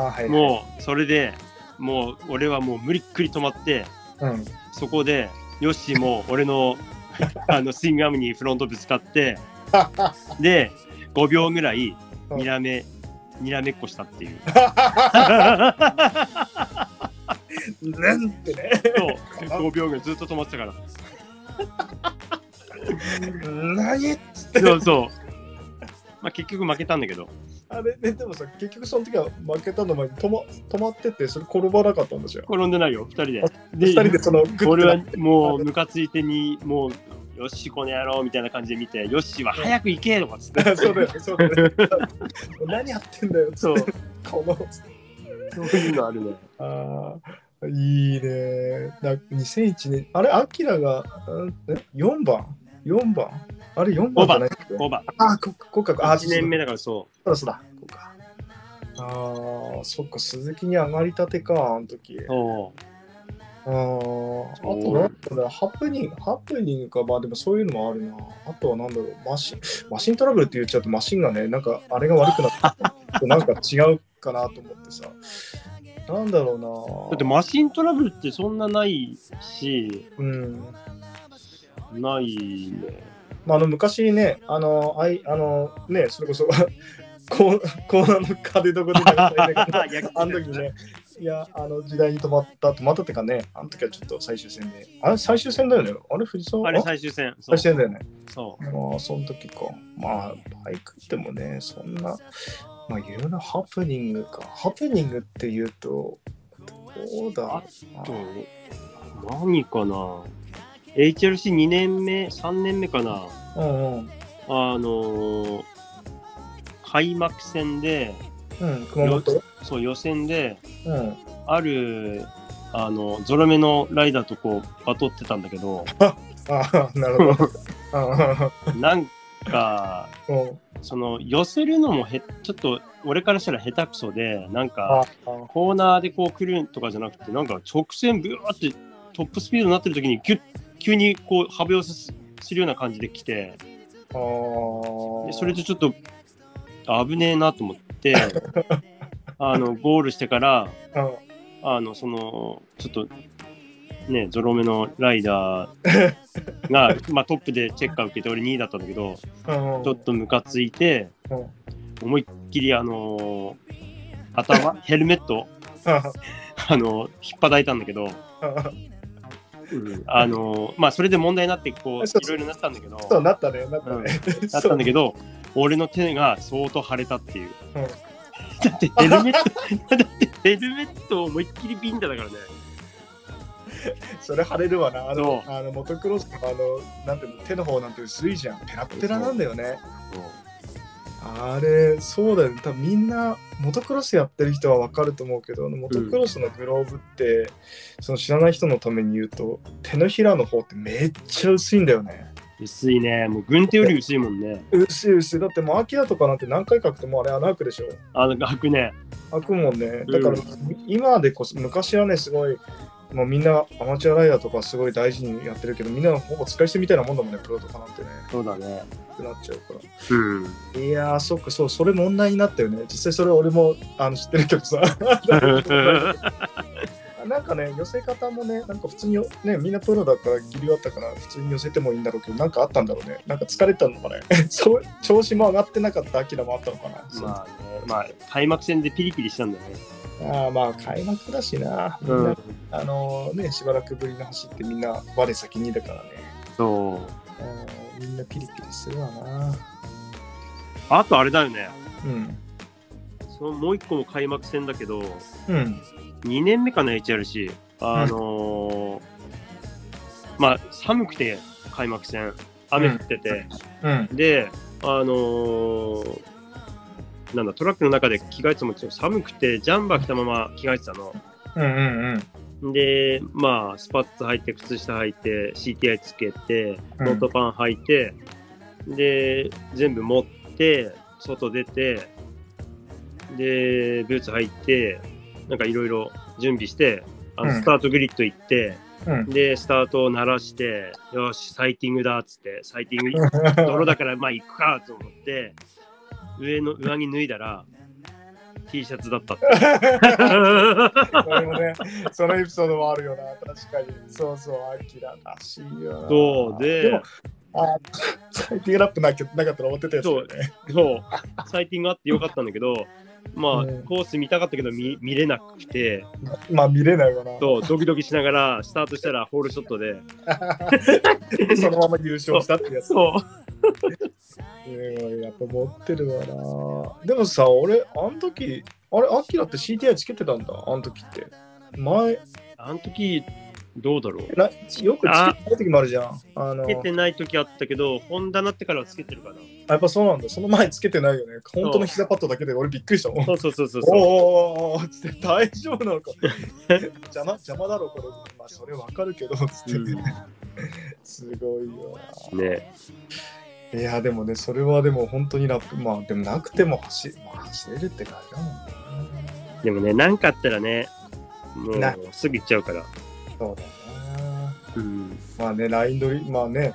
D: あ、はい。
E: もうそれでもう俺はもう無理っくり止まって、
D: う。うん。
E: そこで、ヨッシーも俺のあのスイングアームにフロントぶつかって、で、5秒ぐらい、にらめ、にらめっこしたっていう。
D: なんてね。
E: そう、5秒ぐらいずっと止まってたから。
D: 何
E: そうそう。まあ結局負けたんだけど、
D: あれ、ね、でもさ、結局その時は負けたの前に止ま止まってて、それ転ばなかったんですよ。
E: 転んでないよ、2人で。
D: 二人でそのグッて
E: 俺
D: な
E: は
D: って
E: もうムカついてに、もう、よし、この野郎みたいな感じで見て、よしは早く行けとかっつって。
D: そうだよね、そうだよね。何やってんだよ、つ
E: そ
D: っ
E: う
D: て、この。
E: そういうのあるね。
D: ああ、いいね。だ2001年、あれ、アキラが、うんえ4番 ?4 番あれ、4番じゃないっけ
E: 5番。
D: ああ、ここか、ああ、
E: 1年目だからそ
D: そうだそうだ、そうだ。ああ、そっか、鈴木に上がりたてか、あの時。
E: う。そう
D: あーあとなんだろう、ハプニング、ハプニングか、まあでもそういうのもあるな。あとはなんだろう、マシン、マシントラブルって言っちゃうとマシンがね、なんかあれが悪く なって、なんか違うかなと思ってさ。なんだろ
E: だっ
D: う
E: て
D: な。
E: マシントラブルってそんなないし、
D: うん。
E: ないね。
D: まああの昔ね、あの、あい、あの、ね、それこそ、 コーコーナーの壁どこで流したいんだけど あの時ね、いや、あの時代に止まった、止まったってかね、あの時はちょっと最終戦で、あれ最終戦だよね、あれ藤沢
E: あれ
D: 最
E: 最終戦。そう
D: 終。戦だよね。
E: そう
D: まあ、その時か。まあ、バイクってもね、そんな、まあ、いろんなハプニングか。ハプニングって言うと、どうだろうな
E: 何かな ?HLC2 年目、3年目かな
D: うんうん。
E: あのー開幕戦で、
D: うん、熊本
E: そう予選で、
D: うん。
E: ある、あの、ゾロ目のライダーとこう、バトってたんだけど、
D: ああ、な るほど。あ
E: なんか、
D: あ、うん。
E: その、寄せるのもへ、ちょっと、俺からしたら下手くそで、なんか、
D: ああ、
E: コーナーでこう来るとかじゃなくて、なんか直線ブワーってトップスピードになってる時に、ぎゅ急にこう、幅寄せすするような感じで来て、
D: ああ。
E: でそれでちょっと、危ねえなと思って、あの、ゴールしてから、
D: うん、
E: あの、その、ちょっと、ね、ゾロ目のライダーが、まあトップでチェッカー受けて、俺2位だったんだけど、
D: うん。
E: ちょっとムカついて
D: うん、
E: 思いっきり、あのー頭、ヘルメットを、あのー引っ張だいたんだけど、あのーまあそれで問題になって、こう、
D: そう
E: い
D: そ
E: ろ
D: う
E: いろなったんだけど、
D: そうなったね、なった
E: うん
D: ね。
E: なったんだ
D: け
E: けど、俺の手が相当腫れたっていう。
D: うん
E: だってヘルメット、だ ってヘルメットを思いっきりビンタだからね。
D: ど。それ晴れるわな。あの、
E: そ
D: あのモトクロスの、あの、なんていうの、手の方なんて薄いじゃん。ペラッペラなんだよね。あれ、そうだよね。多分みんな、モトクロスやってる人は分かると思うけど、あのモトクロスのグローブって、その知らない人のために言うと、手のひらの方ってめっちゃ薄いんだよね。
E: 薄いね。もう軍手より薄いもんね。
D: 薄い薄い。だってもう、アキラとかなんて何回かくてもあれ穴開くでしょ。
E: あの、開くね。
D: 開くもんね。だから、
E: うん
D: 今でこそ、昔はね、すごい、もうみんなアマチュアライダーとかすごい大事にやってるけど、みんなほぼ使い捨てみたいなもんだもんね、プロとかなんてね。
E: そうだね。
D: ってなっちゃうから。
E: うん。
D: いやー、そっか、そう、それ問題になったよね。実際それ俺もあの知ってるけどさ。 なんかね、寄せ方もね、なんか普通に、ね、みんなプロだから、ギリだったから、普通に寄せてもいいんだろうけど、なんかあったんだろうね。なんか疲れたのかね。 そう調子も上がってなかった、アキラもあったのかな。
E: まあね。まあ、開幕戦でピリピリしたんだよね。
D: あーまあ、開幕だしな。みんな、。あのね、しばらくぶりの走って、みんな、我先にだからね。
E: そう。
D: うんみんなピリピリするわな。
E: あとあれだよね。
D: うん。
E: そのもう一個も開幕戦だけど、
D: うん。
E: 2年目かな、HRC。あのーまあ、寒くて、開幕戦。雨降ってて。
D: うん。
E: で、あのーなんだトラックの中で着替えてたもん寒くてジャンバー着たまま着替えてたの
D: うんうんうん。
E: で、まあ、スパッツ履いて、靴下履いて、CTI つけて、
D: うん
E: ノートパン履いて、で、全部持って、外出て、で、ブーツ履いて、なんかいろいろ準備して、あの
D: うん
E: スタートグリッド行って、
D: うん
E: で、スタートを鳴らして、よし、サイティングだっつって、サイティン グ、泥だから、まあ行くかと思って、上の、上着脱いだら、T シャツだったって。
D: それもね、そのエピソードもあるよな、確かに。そうそう、アキラらしいよな。
E: そう
D: で
E: で
D: も、あ最低ラップなきゃなかったら思ってたやつだよね。
E: そう、サイティングあってよかったんだけど、まあ、
D: うん
E: コース見たかったけど見見れなくて、
D: まあ見れないよな。
E: そう、ドキドキしながらスタートしたらホールショットで、
D: そのまま優勝したってやつ。
E: そう、
D: すごいやっぱ持ってるわな。でもさ、俺、あの時、あれ、アキラって CTI つけてたんだ、あの時って。前、
E: あの時どうだろう。
D: なよくつけてない時もあるじゃん。あの
E: つけてない時あったけど、ホンダなってからはつけてるかな。
D: やっぱそうなんだ。その前つけてないよね。本当の膝パッドだけで俺びっくりしたもん。
E: そうそうそうそうそう。
D: おおーつって大丈夫 なのか邪魔邪魔だろこれまあそれわかるけどつって、
E: う
D: すごいよ
E: ん、ね
D: いやでもねそれはでも本当にラップまあでもなくても走,、まあ、走れるって感じだもんね
E: でもね、なんかあったらね、も
D: な
E: うすぐ行っちゃうから。
D: そうだな
E: うん、
D: まあねライン取りまあね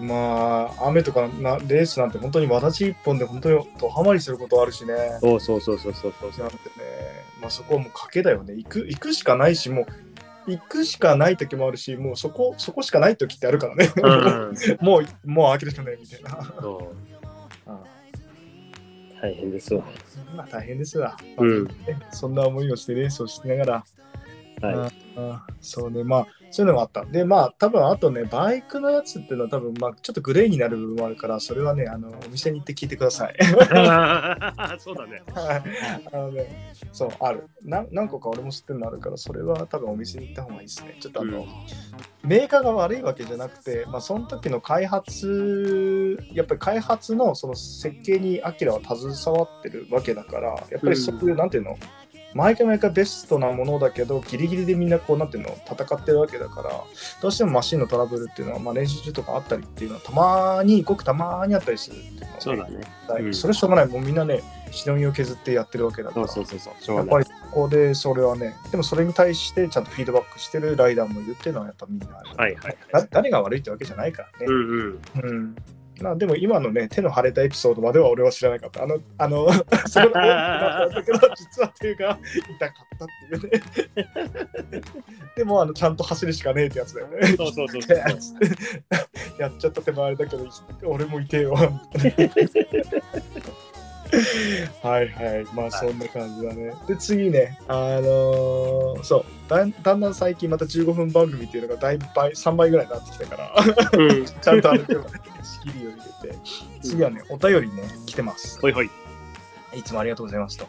D: まあ雨とかなレースなんて本当に私一本で本当にドハマりすることあるしね
E: そうそうそうそうそう そうそ
D: な。
E: うん
D: てねまあそこはもう賭けだよね行く行くしかないしもう行くしかない時もあるしもうそこそこしかない時ってあるからね、
E: うん、
D: もう、もう諦めないみたいな。
E: そ
D: あ
E: う大変ですわ。
D: まあ大変ですわ。
E: うん
D: まあねそんな思いをしてレースをしながら。
E: はい。
D: あそうね、まあ、そういうのもあった。で、まあ、多分あとね、バイクのやつっていうのは多分、まあ、ちょっとグレーになる部分もあるから、それはね、あの、お店に行って聞いてください。
E: そうだね。
D: あのね、そう、ある。な何個か俺も知ってるのあるから、それは多分お店に行った方がいいですね。ちょっとあの、
E: うん
D: メーカーが悪いわけじゃなくて、まあ、その時の開発、やっぱり開発のその設計にアキラは携わってるわけだから、やっぱりそういう、なんていうの、毎回毎回ベストなものだけど、ギリギリでみんなこう、なんていうの、戦ってるわけだから、どうしてもマシンのトラブルっていうのは、まあ、練習中とかあったりっていうのは、たまに、ごくたまにあったりするっていうのは
E: そうだね。うん
D: それしょうがない、もうみんなね、しのぎを削ってやってるわけだか
E: そ
D: ら、
E: うそうそうそう。しょ
D: や
E: う
D: っ
E: が
D: ぱ
E: ない。
D: りここでそれはね、でもそれに対してちゃんとフィードバックしてるライダーもいるっていうのは、やっぱみんな、
E: はいはい。
D: だ誰が悪いってわけじゃないから
E: う
D: ね。
E: んうん。
D: うんまあ、でも今のね、手の腫れたエピソードまでは俺は知らなかった。あの、 あの、それだったけど、実は手が痛かったっていうね。 でも、あの、ちゃんと走るしかねえってやつだよね。
E: そうそうそう
D: 痛えっつって やっちゃった手もあれだけど、俺も痛えよ。 はいはい、まあそんな感じだね。で、次ね、あのーそうだん、だんだん最近また15分番組っていうのがだいぶ倍、3倍ぐらいになってきたから、
E: うん。
D: ちゃんとある程度仕切りを入れて、次はね、お便りね、来てます。
E: ほいほい。
D: いつもありがとうございますと。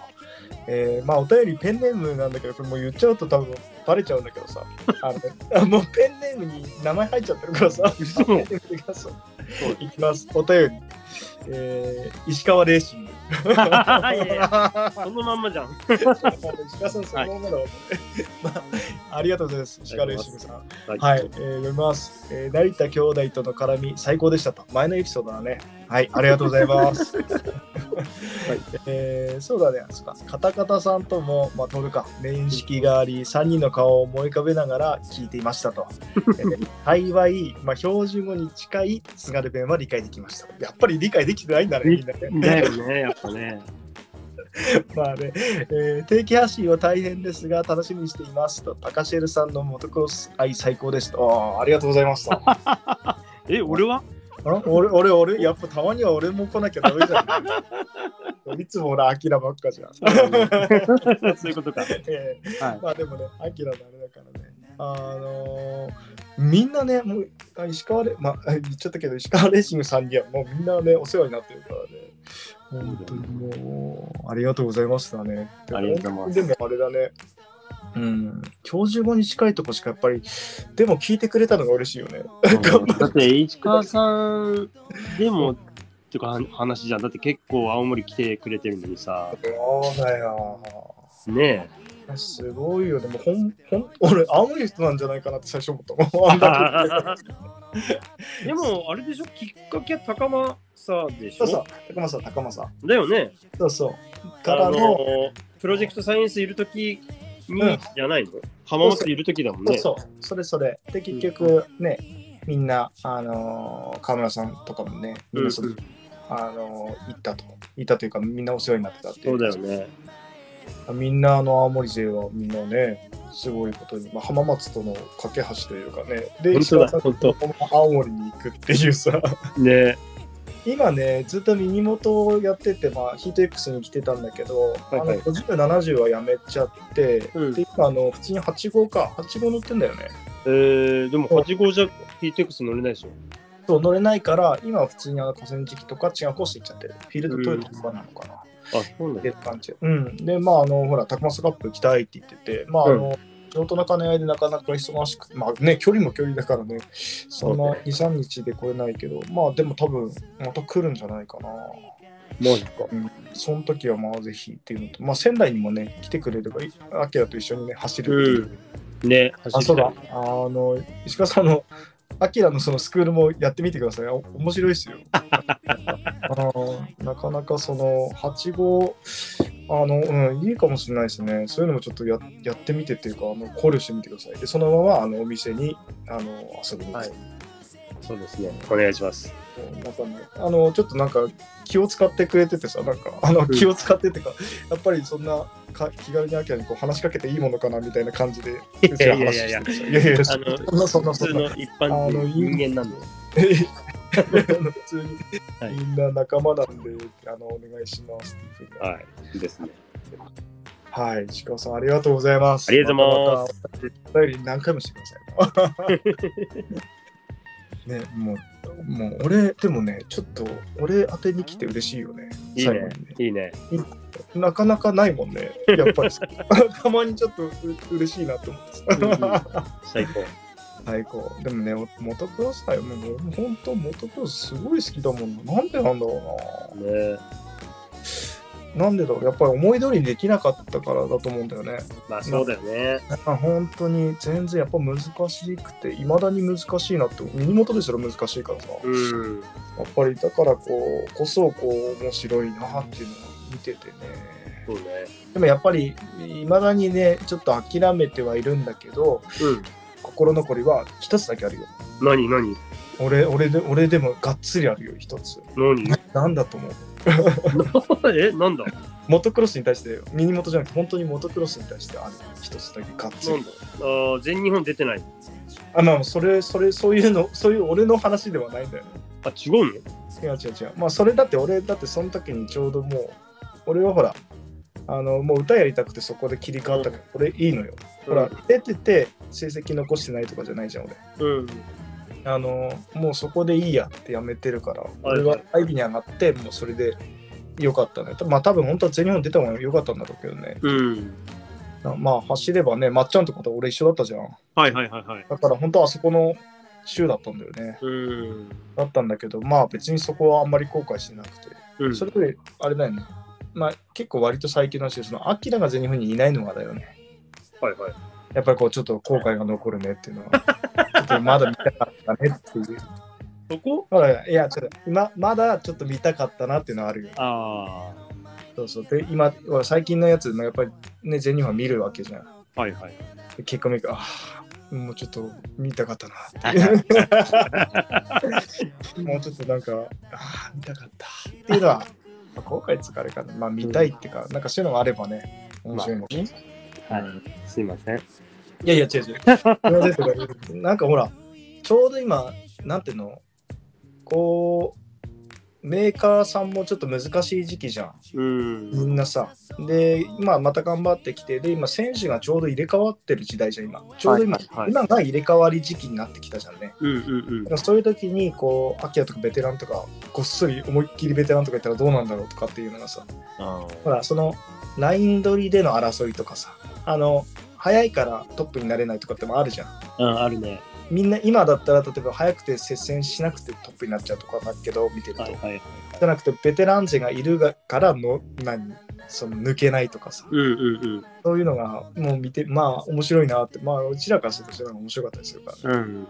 D: えー、まあお便りペンネームなんだけど、これもう言っちゃうと多分バレちゃうんだけどさ、あのね、あもうペンネームに名前入っちゃってるからさ、
E: 嘘
D: ペンネームがそういきます、お便り。えー、石川レーシング。
E: いやいやそのまんまじゃん。
D: 石川さん、そのままだわ、 まあ。ありがとうございます、石川レーシングさん。
E: は
D: はい、えー、読みます、えー成田兄弟との絡み、最高でしたと。前のエピソードだね。はい、ありがとうござい ます。えーそうだね、そっかカタカタさんとも、まあ、撮るか、面識があり、3人の顔を思い浮かべながら聞いていましたと。えー幸い、まあ、標準語に近い津軽弁は理解できました。やっぱり理解できてないんだね、みんなね。
E: だよね、やっぱね。
D: まあね、えー定期発信は大変ですが、楽しみにしていますと。高シェルさんのモトクロス愛最高ですと。あーありがとうございました。
E: え、俺は
D: あら俺、俺、俺、やっぱたまには俺も来なきゃダメじゃ ん。いつも俺、アキラばっかじゃん。
E: そういうことか。
D: ええ
E: はい
D: まあでもね、アキラのあれだからね。あのーみんなね、もう、あ石川レ、まあ、言っちゃったけど、石川レーシングさんにはもうみんなね、お世話になってるからね。本当にもう、ありがとうございましたね。
E: ありがとうございます
D: でもあれだね。うん、教授語に近いとこしかやっぱり、でも聞いてくれたのが嬉しいよね。
E: だって、石川さんでも、っていうかは話じゃん。だって結構青森来てくれてるのにさ、
D: そうだよ。
E: ね
D: すごいよ、でもほん、ほん、俺、青森の人なんじゃないかなって最初思っ たもん。あ んだ
C: でも、あれでしょ、きっかけは高まさでし
D: け。そうそう
C: ょ。、
D: 高政、高政。
C: だよね。
D: そうそう。か
C: あ
D: らの、
C: の、プロジェクトサイエンスいるときに
D: うん
C: じゃないの浜松いるときだもん
D: そう
C: ね。
D: そう、それそれ。で、結局、ね、みんな、あのー、河村さんとかもね、みんなそれ、
C: うん
D: あのー、行ったと。行ったというか、みんなお世話になってたってい
C: そう
D: う。
C: だよね。
D: みんな、あの、青森勢はみんなね、すごいことに、まあ、浜松との架け橋というかね、
C: 本
D: で、
C: 当
D: 石
C: だ、
D: 川さん
C: 本当。
D: この青森に行くっていうさ。
C: ね。
D: 今ねずっと耳元をやってて、まあ、ヒート X に来てたんだけど、
E: いはい
D: あの50、70はやめちゃって、
E: うん
D: で今あの普通に8号か8号乗ってんだよね
E: えー、でも
D: そう
E: 8号じゃ PTX 乗れないでしょ。
D: そう乗れないから今は普通にあの河川敷とか違うコース行っちゃってるフィールドトイレとかなのかな、
E: あ、そうなん
D: で
E: だ。
D: 感じうんでまああのほらタクマスカップ行きたいって言っててまああの、仕事の兼ね合いでなかなか忙しくて、まあね、距離も距離だからね、その2、3日で来れないけど、まあでも多分、また来るんじゃないかな。
E: マジか。
D: その時はまあぜひっていうのと、まあ、仙台にもね、来てくれればいい、アキラと一緒にね、走るっていう。
E: ね、
D: あ、
E: 走
D: そ
E: り
D: う
E: た
D: だ
E: い。。
D: あの、石川さんあの、アキラのそのスクールもやってみてください。お面白いですよ。 あのなかなかその、8号、あの、うん、いいかもしれないですね。そういうのもちょっとややってみてっていうか、あの考慮してみてください。で、そのままあのお店にあの遊びに行く。
E: はいそうですね。お願いします。
D: なんかね、あのちょっとなんか気を使ってくれててさなんかあの気を使ってってか、やっぱりそんなか気軽にアキラにこう話しかけていいものかなみたいな感じでうちら話してるいやいやいや
E: あ
D: そん
E: の
D: なそんな
E: 普
D: そ
E: 通
D: んな
E: の一般
D: あの
E: 人人間なんで。
D: 普通に
E: はい
D: みんな仲間なんで、あのお願いしますっていうふうに
E: はい。いいですね。
D: はい石川さんありがとうございます
E: ありがとうございます
D: またまたお便り何回もしてくださ いねもうもう俺でもねちょっと俺宛てに来て嬉しいよね
E: いい
D: 最後
E: ね
D: にね。
E: いいね。
D: なかなかないもんね、やっぱり。 たまにちょっとう嬉しいなと思
E: うんう
D: っ
E: ん
D: て。
E: 最高。
D: 最高。でもね、おモトクロスだよ。もう俺も本当、モトクロスすごい好きだもんな。なんでなんだろ
E: ね。
D: うな。なんでだろう。やっぱり思い通りにできなかったからだと思うんだよね。
E: まあそうだよね。
D: あ本当に全然やっぱ難しくて、いまだに難しいなって、耳元ですら難しいからさ。や
E: うん。
D: っぱりだからこう、こそこう、面白いなっていうのを見ててね。
E: そうね。
D: でもやっぱり、いまだにね、ちょっと諦めてはいるんだけど、
E: うん。
D: 心残りは一つだけあるよ。
E: 何何
D: 俺、俺で、俺でもがっつりあるよ、一つ。
E: 何
D: なんだと思う
E: え、なんだ
D: モトクロスに対して、ミニモトじゃなくて、本当にモトクロスに対してある一つだけがっつ
E: なん
D: り
E: だ。あー全日本出てない。
D: あ、まあ、それ、それ、そういうの、そういう俺の話ではないんだよね。
E: あ、違うの
D: 違う違う違う。まあ、それだって俺、だってその時にちょうどもう、俺はほら、あの、もう歌やりたくてそこで切り替わったから、俺いいのよ。ほら、出てて成績残してないとかじゃないじゃん、俺。
E: うん。
D: あのもうそこでいいやってやめてるから、
E: い
D: 俺は会議に上がって、もうそれでよかったね。まあ多分本当は全日本出た方がよかったんだろうけどね。
E: うん。
D: なまあ走ればね、まっちゃんとかと俺一緒だったじゃん。
E: はいはいはいはい。
D: だから本当はあそこの週だったんだよね。
E: うん。
D: だったんだけど、まあ別にそこはあんまり後悔してなくて。
E: うん。
D: それより、あれだよね。まあ結構割と最近の話で、そのアキラが全日本にいないのがだよね。
E: はいはい。
D: やっぱりこうちょっと後悔が残るねってい うのは。ちょっとまだ見たかったねっていう。
E: そこ
D: ほら、いや、ちょっと、ま、まだちょっと見たかったなっていうのはあるよ。
E: あ
D: そうそう。で、今、ほら最近のやつ、やっぱりね、全日本見るわけじゃん。
E: あ。はいはい。
D: で結果見るああ、もうちょっと見たかったな っていう。もうちょっとなんか、ああ、見たかったっていうのは、まあ後悔つかあれかな。まあ、見たいっていうか、なんかそういうのがあればね、面白いのに。
E: はい。すいません。
D: いやいや、違う違う。それはですけど なんかほら、ちょうど今、なんていうの、こう、メーカーさんもちょっと難しい時期じゃん、
E: うん。
D: みんなさ。で、今また頑張ってきて、で、今、選手がちょうど入れ替わってる時代じゃん、今。ちょうど今、
E: はいはいはい
D: 今が入れ替わり時期になってきたじゃんね。
E: うんうん
D: だからそういう時に、こう、アキラとかベテランとか、ごっそり思いっきりベテランとかいたらどうなんだろうとかっていうのがさ、ほら、その、ライン取りでの争いとかさ、あの、早いからトップになれないとかってもあるじゃん。
E: うん。あるね。
D: みんな今だったら例えば早くて接戦しなくてトップになっちゃうとかだけど見てると、
E: はいはい。
D: じゃなくてベテラン勢がいるがからの何その抜けないとかさ、
C: うんうん
D: そういうのがもう見て、まあ面白いなって、まあうちらからしてとしてなんか面白かったりするか
C: う
D: らね。
C: ん。うん。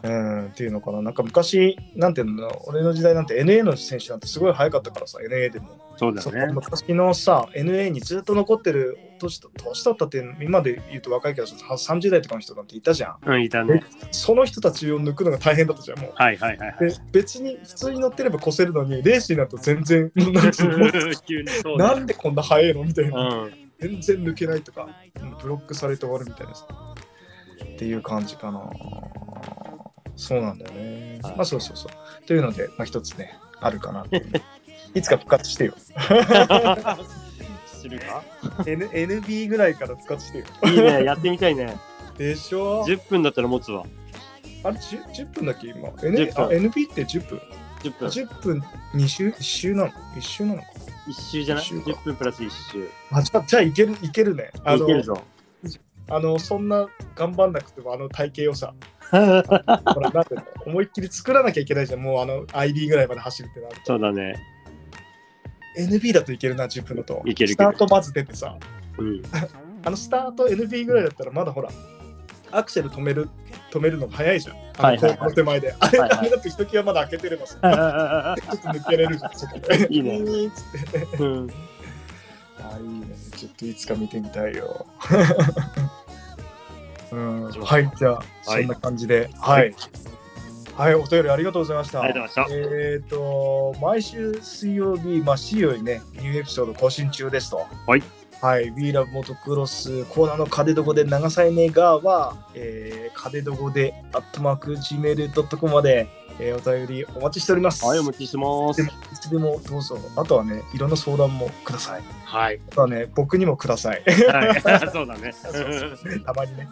D: うん、っていうのかな。なんか昔、なんていうの、俺の時代なんて NA の選手なんてすごい早かったからさ、NA でも。
C: そうだ
D: そう
C: ね。
D: 昔のさ、NA にずっと残ってる年と年だったって、今で言うと若いけど、は30代とかの人なんていたじゃん。
C: うん、いたね。
D: その人たちを抜くのが大変だったじゃん、もう。
C: はいはいはいはい。
D: で別に普通に乗ってれば越せるのに、レースになると全 然、なんていうの
C: 急にそう
D: な
C: だ
D: ん
C: ね。
D: でこんな速いのみたいな。
C: うん。
D: 全然抜けないとか、うんブロックされて終わるみたいなさ。っていう感じかな。そうなんだよね。
E: はい
D: まあそうそうそう。というので、まあ一つね、あるかなっていう。いつか復活してよ。
E: 知るか
D: N、NB ぐらいから復活してよ。
E: いいね、やってみたいね。
D: でしょ
E: 10分だったら持つわ。
D: あれ 10, 10分だっけ今。N
E: 10分
D: あ NB って10分。
E: 10分。
D: 10分2周 ?1 周なの ?1 周なのか。
E: 一周じゃない
D: 一周か
E: ?10 分プラス一周。
D: あじゃあじゃあいけるいけるね。あ
E: いける
D: の
E: ぞ。
D: あのそんな頑張んなくてもあの体型をさ。ほら、なんていうの思いっきり作らなきゃいけないじゃん。もうあの IB ぐらいまで走るってなると。
E: そうだね。
D: NB だといけるな、10分だと。
E: いけるい
D: ス
E: け
D: タ
E: る
D: ートまず出てさ。
E: うん。
D: あのスタート NB ぐらいだったらまだほら、アクセル止める、止めるの早いじゃん。あ
E: はい
D: の
E: はいはい
D: 後方の手前で。あれ、
E: はいはい
D: あれだとひときわまだ開けてればさ。ちょっと抜けれるじゃん、そこで。
E: いいね
D: ウィーンっつっ て
E: うん
D: あ、いいね。ちょっといつか見てみたいよ。 うん、
E: そう
D: はい、じゃあ、
E: はい
D: そんな感じで。はい。はい、お便りありがとうございました。
E: ありがとうございました。
D: えっ、と、毎週水曜日、まあ、水曜にね、ニューエピソード更新中ですと。
E: はい。
D: はい、We Love モトクロスコーナーのカデドゴで長さいねがは、えー、カデドゴでアットマーク Gmail.com まで、えー、お便りお待ちしております。
E: はい、お
D: い
E: 待ちしてます。
D: つでもどうぞ。あとはね、いろんな相談もください。
C: はい。
D: あとはね、僕にもください。
E: はい、そうだね。
D: たまにね。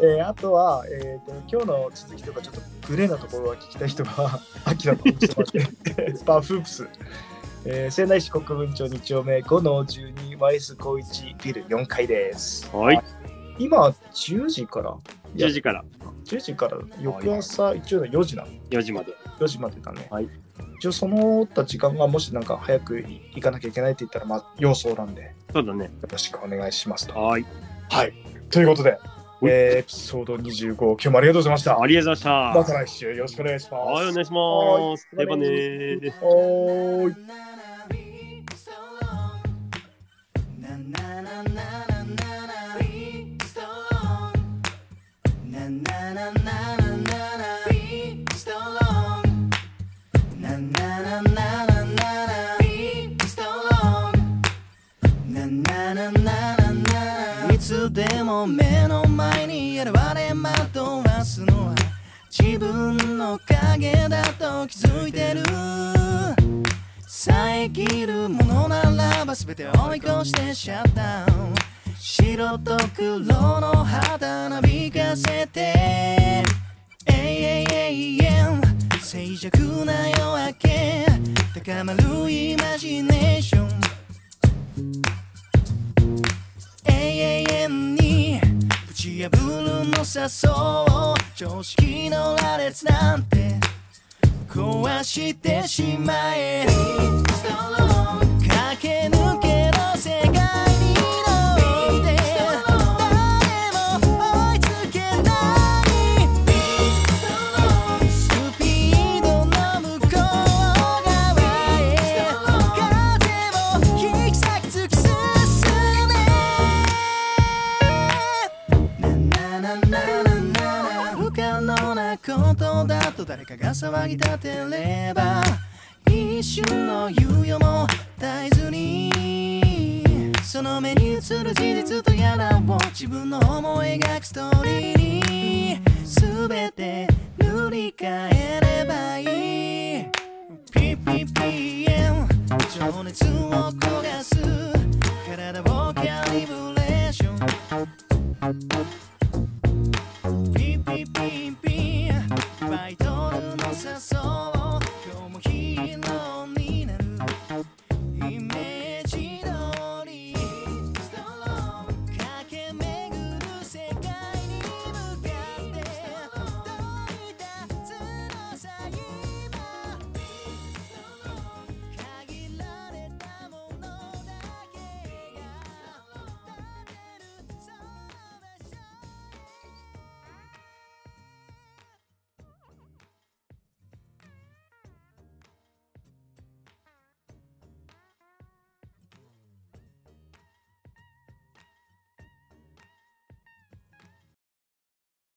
D: えーあとは、えーと、今日の続きとか、ちょっとグレーなところは聞きたい人は、アキラのお店まで、 スパーフープス、えー仙台市国分町2丁目5の12、マイス高一ビル4階です。
E: はい、
D: 今、10時からいや
E: 10時から
D: 10時から翌朝、一応4時なの
E: 4時まで。
D: 4時までだね。
E: はい
D: 一応、そのった時間がもしなんか早く行かなきゃいけないって言ったら、まあ、要相談で、よ
E: そうだね。
D: ろしくお願いしますと。
E: はい。
D: はい。ということで、
E: い
D: えーエピソード25、今日もありがとうございました。
E: ありがとうございま
D: ま
E: した
D: た。来週よろしくお願いします。
E: はい、お願いします。
D: は
E: で
D: い
E: はねー。
D: はーい。
F: いつでも目の前に現れ惑わすのは自分の影だと気づいてる遮るものならば全て追い越してシャッター白と黒の肌なびかせて永遠静寂な夜明け高まるイマジネーション永遠にぶち破るのさそう常識の羅列なんて壊してしまえ駆け抜けの世界に乗って誰も追いつけないスピードの向こう側へ風を引き裂き突き進めなななななな不可能なことだと誰かが騒ぎ立てれば一瞬の猶予も絶えずにその目に映る事実とやらを自分の思い描くストーリーに全て塗り替えればいい PPPM 情熱を焦がす体をキャリブレーション PPPP バイトルの誘わ